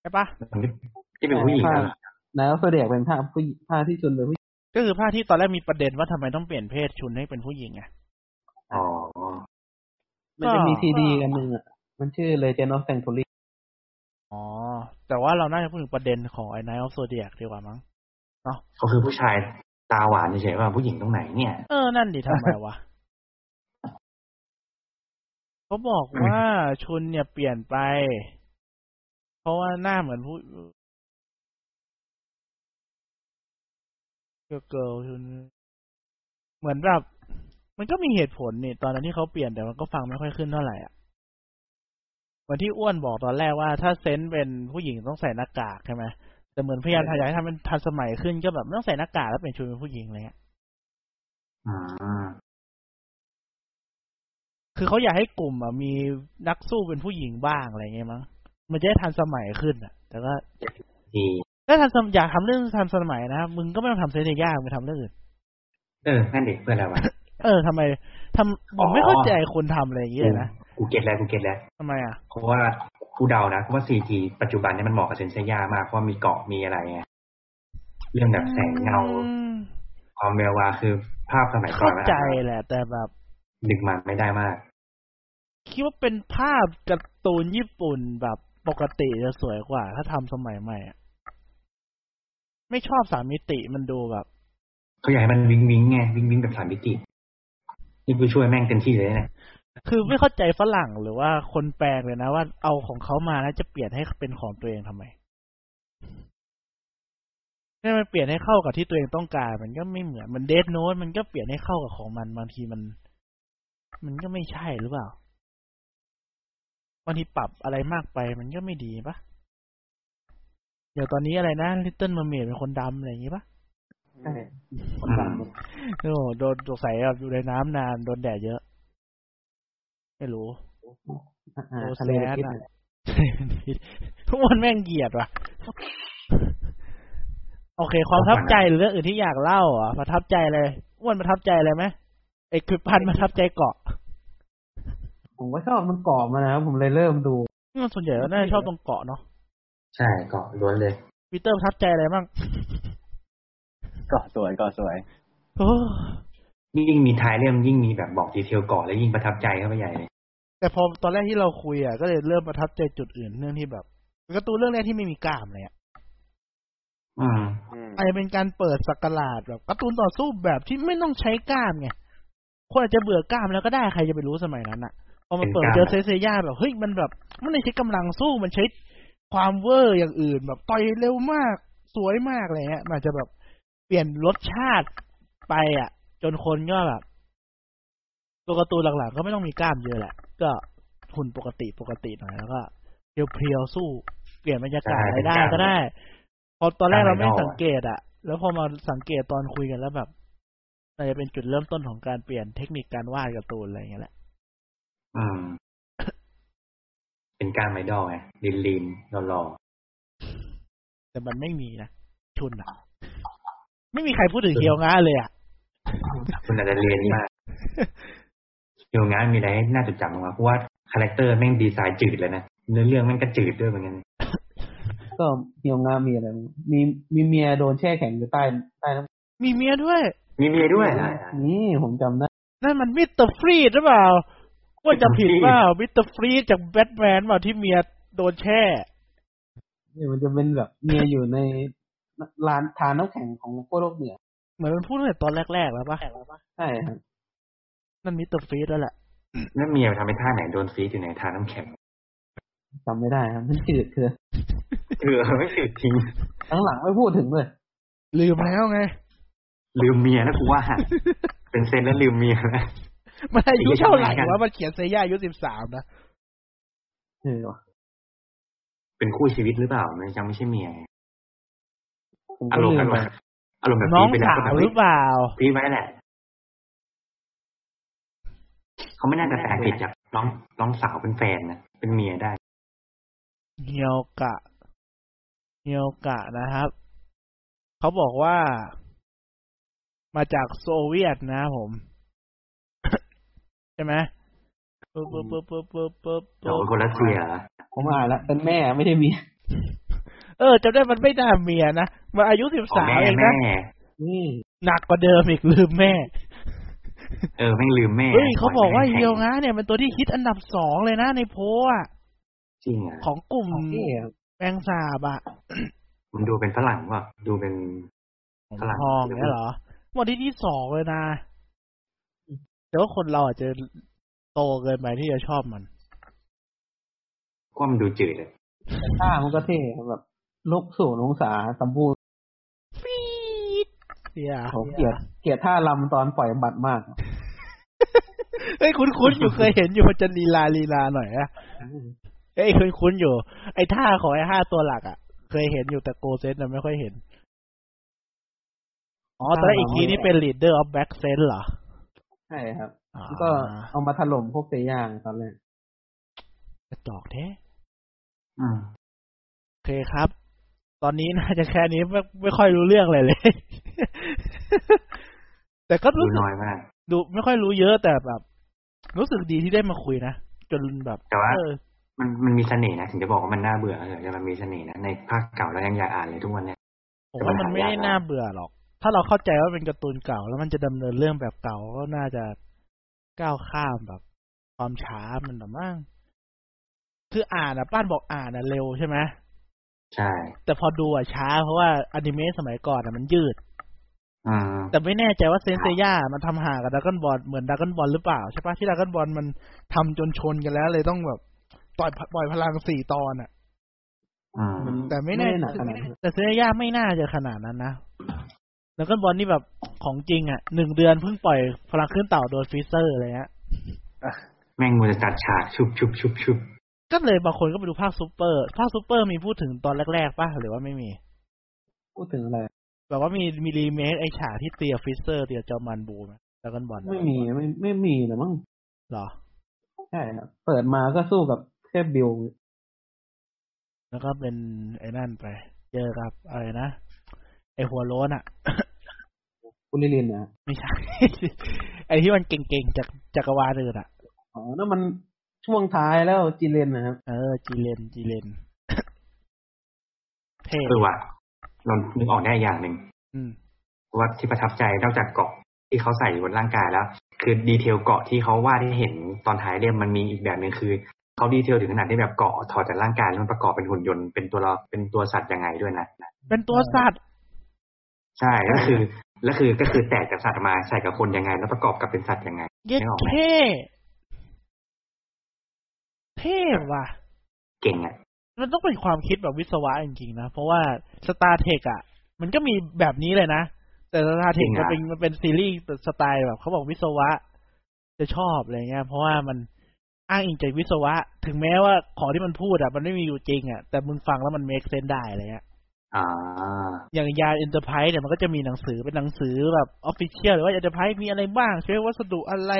A: ใช่ปะ
B: มันก็ที่เป็นผู้หญิงอะ
D: นายว่าเสด็จเป็นภาคผู้หญิงภาคที่ชนเป็นผู้หญิง
A: ก็คือภาคที่ตอนแรกมีประเด็นว่าทำไมต้องเปลี่ยนเพศชุนให้เป็นผู้หญิงไง
B: อ๋อ
D: มันจะมี
A: ก็
D: ซีดีกันหนึ่งอ่ะ มันชื่อเลยเจนอฟแซงทูรี
A: อ๋อ แต่ว่าเราน่าจะพูดถึงประเด็นของไอ้ Night of Zodiac ดีกว่ามั้ง
B: เขาคือผู้ชายตาหวานเฉยๆว่าผู้หญิงตรงไหนเนี่ย
A: เออ นั่นดิทำไมวะ เขาบอกว่าชุนเนี่ยเปลี่ยนไป เพราะว่าหน้าเหมือนผู้เกิร์ลชุน เหมือนแบบ มันก็มีเหตุผลนี่ ตอนนั้นที่เขาเปลี่ยนแต่มันก็ฟังไม่ค่อยขึ้นเท่าไหร่อ่ะเหมือนที่อ้วนบอกตอนแรกว่า ถ้าเซนส์เป็นผู้หญิงต้องใส่หน้ากากใช่ไหมแต่เหมือนพยายามทำอยากให้ทำเป็นทันสมัยขึ้นก็แบบไม่ต้องใส่หน้ากากแล้วเปลี่ยนชุนเป็นผู้หญิงอะไรเงี้ย
B: อืม
A: คือเขาอยากให้กลุ่มอ่ะมีนักสู้เป็นผู้หญิงบ้างอะไรเงี้ยมั้ง มันจะได้ทันสมัยขึ้นอ่ะ แต่ก็
B: ดี
A: ถ้าทันสมอยากทำเรื่องทันสมัยนะมึงก็ไม่ต้องทำเซนเซย่ามึงไปทำเรื่องอื่น
B: เออ นั่นเด็กเพื่ออะไรวะ
A: เออทำไมทำผมไม่เข้าใจคนทำอะไรอย่างเงี้ยนะ
B: กูเก็ตแล้วกูเก็ตแล้ว
A: ทำไมอ่ะ
B: เพราะว่ากูเดานะกูว่า 4G ปัจจุบันเนี่ยมันเหมาะกับเซนเซียามาก เพราะมีเกาะมีอะไรไงเรื่องแบบแสงเงา
A: อืม
B: ความแวววาวคือภาพสมัยก่อ
A: เข้าน
B: มัน
A: ใจ
B: อาจจะ
A: แหละ แต่แบบ
B: ดึกมันไม่ได้มาก
A: คิดว่าเป็นภาพการ์ตูนญี่ปุ่นแบบปกติจะสวยกว่า ถ้าทำสมัยใหม่อะไม่ชอบสามมิติมันดูแบบ
B: เขาอยากให้มันวิงวิงไงวิงวิงแบบสามมิตินี่กูช่วยแม่งเต็มที่เลยนะ
A: คือไม่เข้าใจฝรั่งหรือว่าคนแปลงเลยนะว่าเอาของเขามาแล้วจะเปลี่ยนให้เป็นของตัวเองทำไมถ้ามันเปลี่ยนให้เข้ากับที่ตัวเองต้องการ มันก็ไม่เหมือนมันเดทโน้ตมันก็เปลี่ยนให้เข้ากับของมันบางทีมัน มันก็ไม่ใช่หรือเปล่าบางทีปรับอะไรมากไป มันก็ไม่ดีปะเดี๋ยวตอนนี้อะไรนะลิตเติ้ลมาเมียเป็นคนดำอะไรอย่างงี้ปะ
D: ใช่คน
B: อื
D: ดั
B: ม
D: ง
A: โอ้โหโดนสงสัยแบบอยู่ในน้ำนานโดนแดดเยอะ ไม่รู้
D: อ่า
A: โอ้
D: ทะเล
A: แซด
D: คิด
A: อะ ทุกคนแม่งเหยียดว่ะ โอเค ความประทับใจหรือเรื่องอื่นที่อยากเล่าอ่ะประทับใจเลยอ้วนประทับใจอะไรไหมเอกคือพันธ์ประทับใจเกาะ
D: ผมก็ชอบมันกรอบมานะครับผมเลยเริ่มดู
A: มันส่วนใหญ่ก็น่าจะชอบตรงเกาะเนาะ
B: ใช่เกาะล้วนเลย
A: ปีเตอร์ประทับใจอะไรบ้าง
C: เกาะสวยเกาะสวย
A: โอ้
B: ยิ่งมีท้ายเรื่องยิ่งมีแบบบอกดีเทลเกาะแล้วยิ่งประทับใจเข้าไปใหญ่เลย
A: แต่พอตอนแรกที่เราคุยอ่ะก็เลยเริ่มประทับใจจุดอื่นเรื่องที่แบบการ์ตูนเรื่องแรกที่ไม่มีกล้ามเลยอ่ะ
B: อืม
C: อืม
A: อาจจะเป็นการเปิดสักราชแบบการ์ตูนต่อสู้แบบที่ไม่ต้องใช้กล้ามไงคนอาจจะเบื่อกล้ามแล้วก็ได้ใครจะไปรู้สมัยนั้นอ่ะ พอมันเปิด
B: เป็นกล้าม
A: เจอเซเซย่าแบบเฮ้ยมันแบบมันไม่ได้ใช้กำลังสู้มันใช้ความเวอร์อย่างอื่น แบบต่อยเร็วมาก สวยมากอะไรเงี้ยมันอาจจะแบบเปลี่ยนรสชาติไปอ่ะ จนคนก็แบบตัวการ์ตูนหลังๆก็ไม่ต้องมีกล้ามเยอะแหละ ก็หุ่นปกติปกติหน่อยแล้วก็เพรียวๆสู้เปลี่ยนบรรยากาศอะไรได้ก็ได้ พอตอนแรกเราไม่สังเกตอ่ะ แล้วพอมาสังเกตตอนคุยกันแล้วแบบน่าจะเป็นจุดเริ่มต้นของการเปลี่ยนเทคนิคการวาดการ์ตูนอะไรอย่างเงี้ยแหละ
B: อืม เป็นการไมดอลไงลินลินๆหล่อ
A: แต่มันไม่มีนะ ชุนอะไม่มีใครพูดถึงเฮียวง้าเลยอะ
B: ๆคุณอาจจะเรียนมาก อยู่งานมีอะไรให้น่าจดจำบ้างวะเพราะว่าคาแรคเตอร์แม่งดีไซน์จืดเลยนะเนื้อเรื่องแม่งก็จืดด้วยเหมือนกัน
D: ก็เหี่ยวงามมีอะไรมีมีเมียโดนแช่แข็งอยู่ใต้ใต้น้ำ
A: มีเมียด้วย
B: มีเมียด้วย
D: นี่ผมจำได้
A: นั่นมันมิสเตอร์ฟรีดหรือเปล่า ว่าจะผิดว่าวิตเตอร์ฟรีดจากแบทแมนมาที่เมียโดนแช่
D: เนี่ยมันจะเป็นแบบเมียอยู่ในร้านทานน้ำแข็งของพวกโลกเหนือ
A: เหมือนมันพูดตั้งแต่ตอนแรก ๆ แล้วปะ
D: ใช่ครับ
A: นั่นมิสเตอร์ฟรีดแล้วแหละ
B: แล้วเมียไปทำให้ท่าไหนโดนซีดอยู่ในทาน้ำแข็ง
D: จำไม่ได้ครับมันจืดคือ
B: เออไม่ถือทิ้ง
D: ทั้งหลังไม่พูดถึงเลย
A: ลืมแล้วไง
B: ลืมเมียนะกูว่า เป็นเซนแล้วลืมเมียนะ
A: มันอายุ
B: ไอ้เหี้ย
A: เท่าไหร่
B: ทำไมกัน
A: วะมันเขียนเซย่าอายุสิบสาม นะ
D: เออว่ะ
B: เป็นคู่ชีวิตหรือเปล่ามันยังไม่ใช่เมียไง
D: ผม
B: อา
D: ก็
B: รม
D: ลื
B: ณ์แบ
D: ม
B: บ
D: ไป
B: ว่าอารมณ์แบบ
A: น้อง
B: นี้ไปแล้
A: สาว
B: ก็
A: ว
B: แบบ
A: หรือเปล่า
B: พี่ไว้แหละ เขาไม่น่าจะแปลผิดจากน้องน้องสาวเป็นแฟนนะเป็นเมียได้
A: เฮียวกะเฮียวกะนะครับ เขาบอกว่ามาจากโซเวียตนะผม ใช่ไหมปึ๊บปึ๊บปึ๊บปึ๊บปึ๊บปึ๊บ
B: เดี๋ยวคนรัสเซียเหรอ
D: ผมอ่านแล้วเป็นแม่ไม่ใช่เมีย
A: เออจำได้มันไม่น่าเมียนะมันอายุสิบ
B: อ๋อ
A: สาม
B: แม่
A: เอง
B: แม่
A: นะ
D: นี่
A: หนักกว่าเดิมอีกลืมแม่
B: เออแม่งลืมแม่
A: เฮ้ยเขาบอกว่า
B: แม่ง
A: เฮียวงะเนี่ยเป็นตัวที่ฮิตอันดับสองเลยนะในโพลอะ
B: จริงเหรอ่ะ
A: ของกลุ่ม
D: ของพี่อะ
A: แมงสาบอะ
B: มันดูเป็นฝรั่งว่ะดูเป็น
A: ผม
B: ฝรั่ง
A: ทองเนี่ยเหรอวันที่ที่สองเลยนะ แต่ว่าคนเราอาจจะโตเกินไปที่จะชอบมัน
B: ก็มันดูจืดเลย
D: แต่ท่ามันก็เท่แบบลุกสู่องศาสัมบูรณ์
A: ฟีดเฮีย
D: ผมเกลียดเกลียดท่าลำตอนปล่อยบัตรมาก
A: เฮ้ยคุ้นคุ้นๆอยู่ เคยเห็นอยู่มันจะลีลาลีลาหน่อยอะเอ้ยคุ้นคุ้นๆอยู่ ไอ้ท่าของไอ้ห้าตัวหลักอะเคยเห็นอยู่แต่โกเซนน่ะไม่ค่อยเห็น อ๋อ แต่ว่าอีกทีนี่เป็น leader of back s e n เหรอ
D: ใช่ครับ
A: อ่า
D: ก็เอามาถล่มพวกเซย่างตอนแรก
A: กระจอกแท้
B: อืม
A: โอเคครับ ตอนนี้น่าจะแค่นี้ไม่ไม่ค่อยรู้เรื่องเลยเลย แต่ก็
B: ดู
A: รู้สึก
B: น้อยมาก
A: ดูไม่ค่อยรู้เยอะแต่แบบ รู้สึกดีที่ได้มาคุยนะ จนแบบ
B: แต่ว่า
A: เออ
B: มันมันมีเสน่ห์นะ ถึงจะบอกว่ามันน่าเบื่อเออแต่มันมีเสน่ห์นะในภาคเก่าเรายังอยากอ่านเลยทุกวันเนี่ย
A: ผมว่ามันไม่ได้น่าเบื่อหรอก ถ้าเราเข้าใจว่าเป็นการ์ตูนเก่า แล้วมันจะดำเนินเรื่องแบบเก่าก็น่าจะก้าวข้ามแบบ ความช้ามันหรือมั้งคืออ่านอะป้านบอกอ่านอะเร็วใช่ไหม
B: ใช่
A: แต่พอดูอะช้า เพราะว่าอนิเมะสมัยก่อนอะมันยืด
B: อืม
A: แต่ไม่แน่ใจว่าเซนเซย่ามันทำห่างกับด a ก o n นบอลเหมือนด a ก o n นบอลหรือเปล่า ใช่ปะที่ด a ก o n นบอลมันทำจนชนกันแล้วเลยต้องแบบปล่อยปล่อยพลังสี่ตอนอะ
B: อืม
A: แต่ไม่แน่
D: ด้หนักขนาดนั้น
A: แต่เซนเซย่าไม่น่าจะขนาดนั้นนะด a ก o n นบอลนี่แบบของจริงอะหนึ่งเดือนเพิ่งปล่อยพลังขึ้นเต่าโดนฟรีเซอร์อะไรเงี้ย
B: แม่งมูจะจัดฉากชุบชุบชุบชุบ
A: ก็เลยบางคนก็ไปดูภาคซูเปอร์ ภาคซูเปอร์มีพูดถึงตอนแรกๆปะหรือว่าไม่มี
D: พูดถึงอะไร
A: แบบว่ามีมีรีเมคไอฉากที่เตียฟรีเซอร์เตียจอมันบูไหมดากอนบอล
D: ไม่มีไม่ไม่มีนะมั้ง
A: หรอ
D: ใช่ครับเปิดมาก็สู้กับเทพบิล
A: แล้วก็เป็นไอ้นั่นไป เจอกับอะไรนะไอ้หัวโล้นอะ
D: คุลิลินนะ
A: ไม่ใช่ ไอ้ที่มันเก่งๆจากจักรวาลอื่นอะ
D: อ๋อนั่นมันช่วงท้ายแล้วจีเลนนะครับ
A: เออจีเลนจีเลน เท่
B: คือว่าเรานึกออกได้อย่างหนึ่ง
A: อืม
B: ว่าที่ประทับใจนอกจากเกาะที่เขาใส่อยู่บนร่างกายแล้ว คือดีเทลเกาะที่เขาวาดให้เห็นตอนท้ายเล่มมันมีอีกแบบหนึ่งคือเขาดีเทลถึงขนาดที่แบบเกาะถอดจากร่างกายแล้วมันประกอบเป็นหุ่นยนต์เป็นตัวเราเป็นตัวสัตว์ยังไงด้วยนะ
A: เป็นตัวสัตว์
B: ใช่ก็คือแล้วคือก็คือแตกจากสัตว์มาใส่กับคนยังไง แล้วประกอบกับเป็นสัตว์ยังไง
A: เย็ด
B: นึกออกไหม
A: เท่เท่ว่ะ
B: เก่งอ่ะ
A: มันต้องเป็นความคิดแบบวิศวะจริงๆนะ เพราะว่าสตาร์เทคอะมันก็มีแบบนี้เลยนะ แต่สตาร์เทค
B: จริงอะ
A: มันเป็นมันเป็นซีรีส์สไตล์แบบเขาบอกวิศวะ จะชอบอะไรเงี้ย เพราะว่ามันอ้างอิงจากวิศวะ ถึงแม้ว่าของที่มันพูดอะมันไม่มีอยู่จริงอะแต่มึงฟังแล้วมันเมคเซนได้อะไรเงี้ย
B: อ่า
A: อย่างยาเอ็นเตอร์ไพรส์เนี่ยมันก็จะมีหนังสือเป็นหนังสือแบบออฟฟิเชียลหรือว่าเอ็นเตอร์ไพรส์มีอะไรบ้างใช้วัสดุอะไร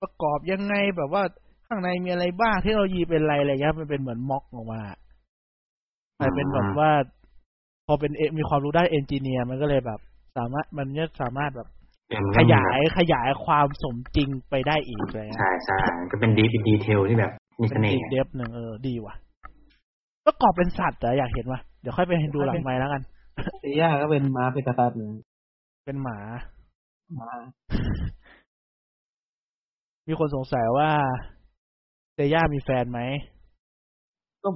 A: ประกอบยังไงแบบว่าข้างในมีอะไรบ้างเทคโนโลยีเป็นอะไรอะไรเงี้ยมันเป็นเหมือนม็อกออกมา แต่เป็นแบบว่า พอเป็นเอมีความรู้ด้านเอนจิเนียร์มันก็เลยแบบ สามารถมันก็สามารถแบบ
B: เออมัน
A: ข
B: ก็มี
A: ยายขยายความสมจริงไปได้อีกเลย
B: ใช่ใช่มันก็เป็นดีเป็นดีเทลที่แบบมี
A: เป็
B: เส
A: น
B: น่
A: ดี
B: ห์
A: เดฟหนึ่งเออดีว่ะประกอบเป็นสัตว์เหรออยากเห็นว่ะเดี๋ยวค่อยไปดูหลังไม้แล้วกัน
D: เซย่าก็เป็นม้าเปกาซัสนะ
A: เป็นหมา
D: ม้า
A: มีคนสงสัยว่า เซย่ามีแฟนไหม
D: ก็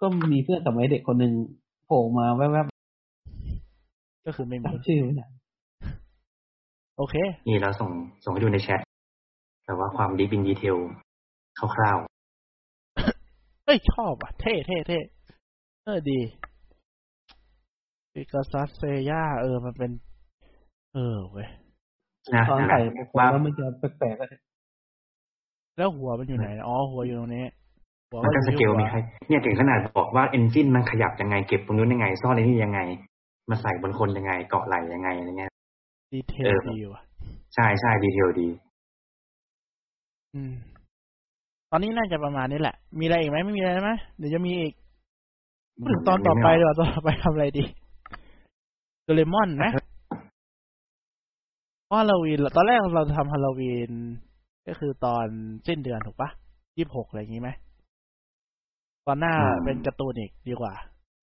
D: ก็มีเพื่อนสมัยเด็กคนหนึ่งโผล่มาแวบ
A: ก็คือไม่
D: ๆ
A: มี
D: จำชื่อไม่ได้
A: โอเค
B: นี่เราส่งส่งให้ดูในแชทแต่ว่าความดีบินดีเทลคร่าว
A: เอ้ย ชอบอ่ะ เท่เท่เท่เออ ดีปิกัสเซย่า เออ มันเป็น เออเว้ย
B: ๆนะ
D: ตอน
B: นั่นแห
D: ใส่
B: ละ
D: ไป
B: ว่า
D: แล้วมันจะแปลกๆอะ
A: แล้วหัวมันอยู่ไหนนะอ๋อ หัวอยู่ตรงนี้ หัว
B: มันก็ส
A: อยู่
B: เกล
A: ที่หัว
B: มีใครเนี่ยถึงขนาดบอกว่าเอนจินมันขยับยังไงเก็บตรงนู้นยังไง ซ่อนอะไรนี่ยังไง มาใส่บนคนยังไงเกาะไหล่ยังไงอะไรเงี้ย
A: ดีเท
B: เอ
A: ล
B: อ
A: ดีว่ะ
B: ใช่ใช่ดีเทลดี
A: อืม ตอนนี้น่าจะประมาณนี้แหละ มีอะไรอีกไหมไม่มีอะไรแล้วไหมเดี๋ยวจะมีอีกพูดถึงตอนต่อไปดีกว่าตอนต่อไปทำอะไรดีโดเรมอนไหมเพราะฮาโลวีนตอนแรกเราทำฮาโลวีน ก็คือตอนสิ้นเดือนถูกปะยี่สิบหกอะไรอย่างนี้ไหมตอนหน้า
B: อืม
A: เป็นการ์ตูนอีกดีกว่า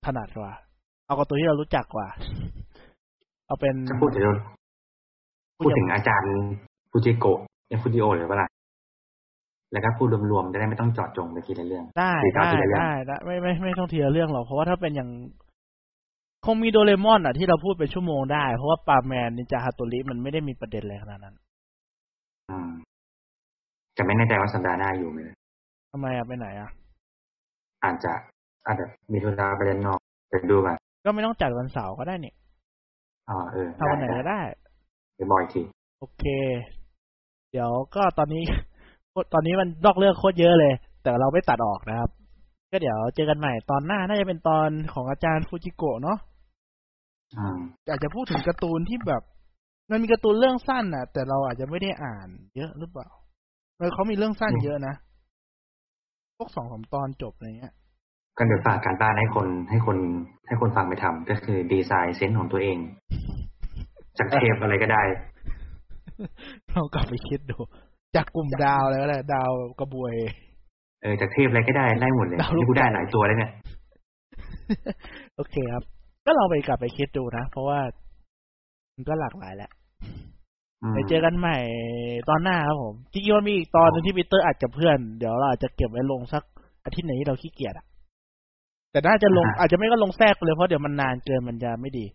A: ถนัดกว่า เอาการ์ตูนที่เรารู้จักกว่า เอาเป็น
B: ถ้าพูดถึงพูดถึงอาจารย์ฟูจิโกะเอ็มฟูจิโอหรือเปล่าล่ะแล้วก็พูดรวมๆจะได้ไม่ต้องเจอดจงไปทีละเรื่อง
A: ได้
B: ติดตาม
A: ได้
B: ทีละเรื่อง
A: ได้ได้ไม่ไม่ไม่ต้องทีละเรื่องหรอกเพราะว่าถ้าเป็นอย่าง คงมีโดเรมอนอ่ะที่เราพูดเป็นชั่วโมงได้ เพราะว่าปาแมนนินจาฮาโตริมันไม่ได้มีประเด็นอะไรขนาดนั้น
B: อืมแต่ไม่แน่ใจว่าสัปดาห์หน้าอยู่ไหมนะ
A: ทำไมอะไปไหนอะ
B: อาจจะอาจจะมีธุระไปเล่นนอกไปดูกัน
A: ก็ไม่ต้องจัดวันเสาร์ก็ได้นี่
B: อ๋อเออ
A: ทำวันไหน
B: ด้
A: ก็ได้
B: เดี๋ยวบอกอีกที
A: โอเค เดี๋ยวก็ตอนนี้ ตอนนี้มันนอกเรื่องโคตรเยอะเลย แต่เราไม่ตัดออกนะครับ ก็เดี๋ยวเจอกันใหม่ตอนหน้าน่าจะเป็นตอนของอาจารย์ฟูจิโกะเนาะ
B: อืม
A: อยากจะพูดถึงการ์ตูนที่แบบ มันมีการ์ตูนเรื่องสั้นน่ะ แต่เราอาจจะไม่ได้อ่านเยอะหรือเปล่าเออเขามีเรื่องสั้น
B: อืม
A: เยอะนะพวกสองสามตอนจบอะไรเงี้ย
B: ก็เดี๋ยวฝากการบ้านให้คนให้คนให้คนฟังไปทำก็คือดีไซน์เซนส์ของตัวเอง จากเท ปอะไรก็ได้
A: เรากลับไปคิดดู จากกลุ่มดาวอะไรก็ได้ดาวกระบวย
B: เออจากเทปอะไรก็ได้ได้หม ดเลย
A: ดาวลูก
B: นี่กูได้หลายตัวเลยเนี่ย
A: โอเคครับ ก็เราไปกลับไปคิดดูนะ เพราะว่ามันก็หลากหลายแหละ
B: ม
A: ไปเจอกันใหม่ตอนหน้าครับผมจริงๆมันมีอีกตอนหนึงที่ปีเตอร์อัดกับเพื่อน เดี๋ยวเราอาจจะเก็บไว้ลงสักอาทิตย์ไหนที่เราขี้เกียจอะแต่น่าจะลง อาจจะไม่ก็ลงแทรกไปเลยเพราะเดี๋ยวมันนานเกินมันจะไม่ดี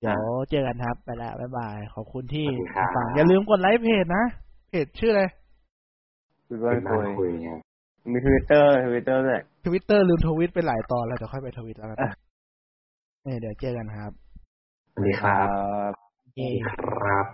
A: เดี๋ยวเจอกันครับ ไปละบ๊ายบาย ขอบคุณที่ฟังอย่าลืมกดไลค์เพจนะเพจชื่ออะไร
C: คือ
B: เดี๋
C: ว่า
B: ยวมาคุ
C: คุย
B: ยเนี่ย
C: มีทวิตเตอร์ทวิตเตอร์ด้วย
A: ทวิตเตอร์ลืมทวิตไปหลายตอนแล้วเดี๋ยวค่อยไปทวิตแล้วกัน
C: อ่ะ
A: เนี่ยเดี๋ยวเจอกันครับ
B: Ah. สวัสดีครับ
C: บ
B: สวัสดีครับ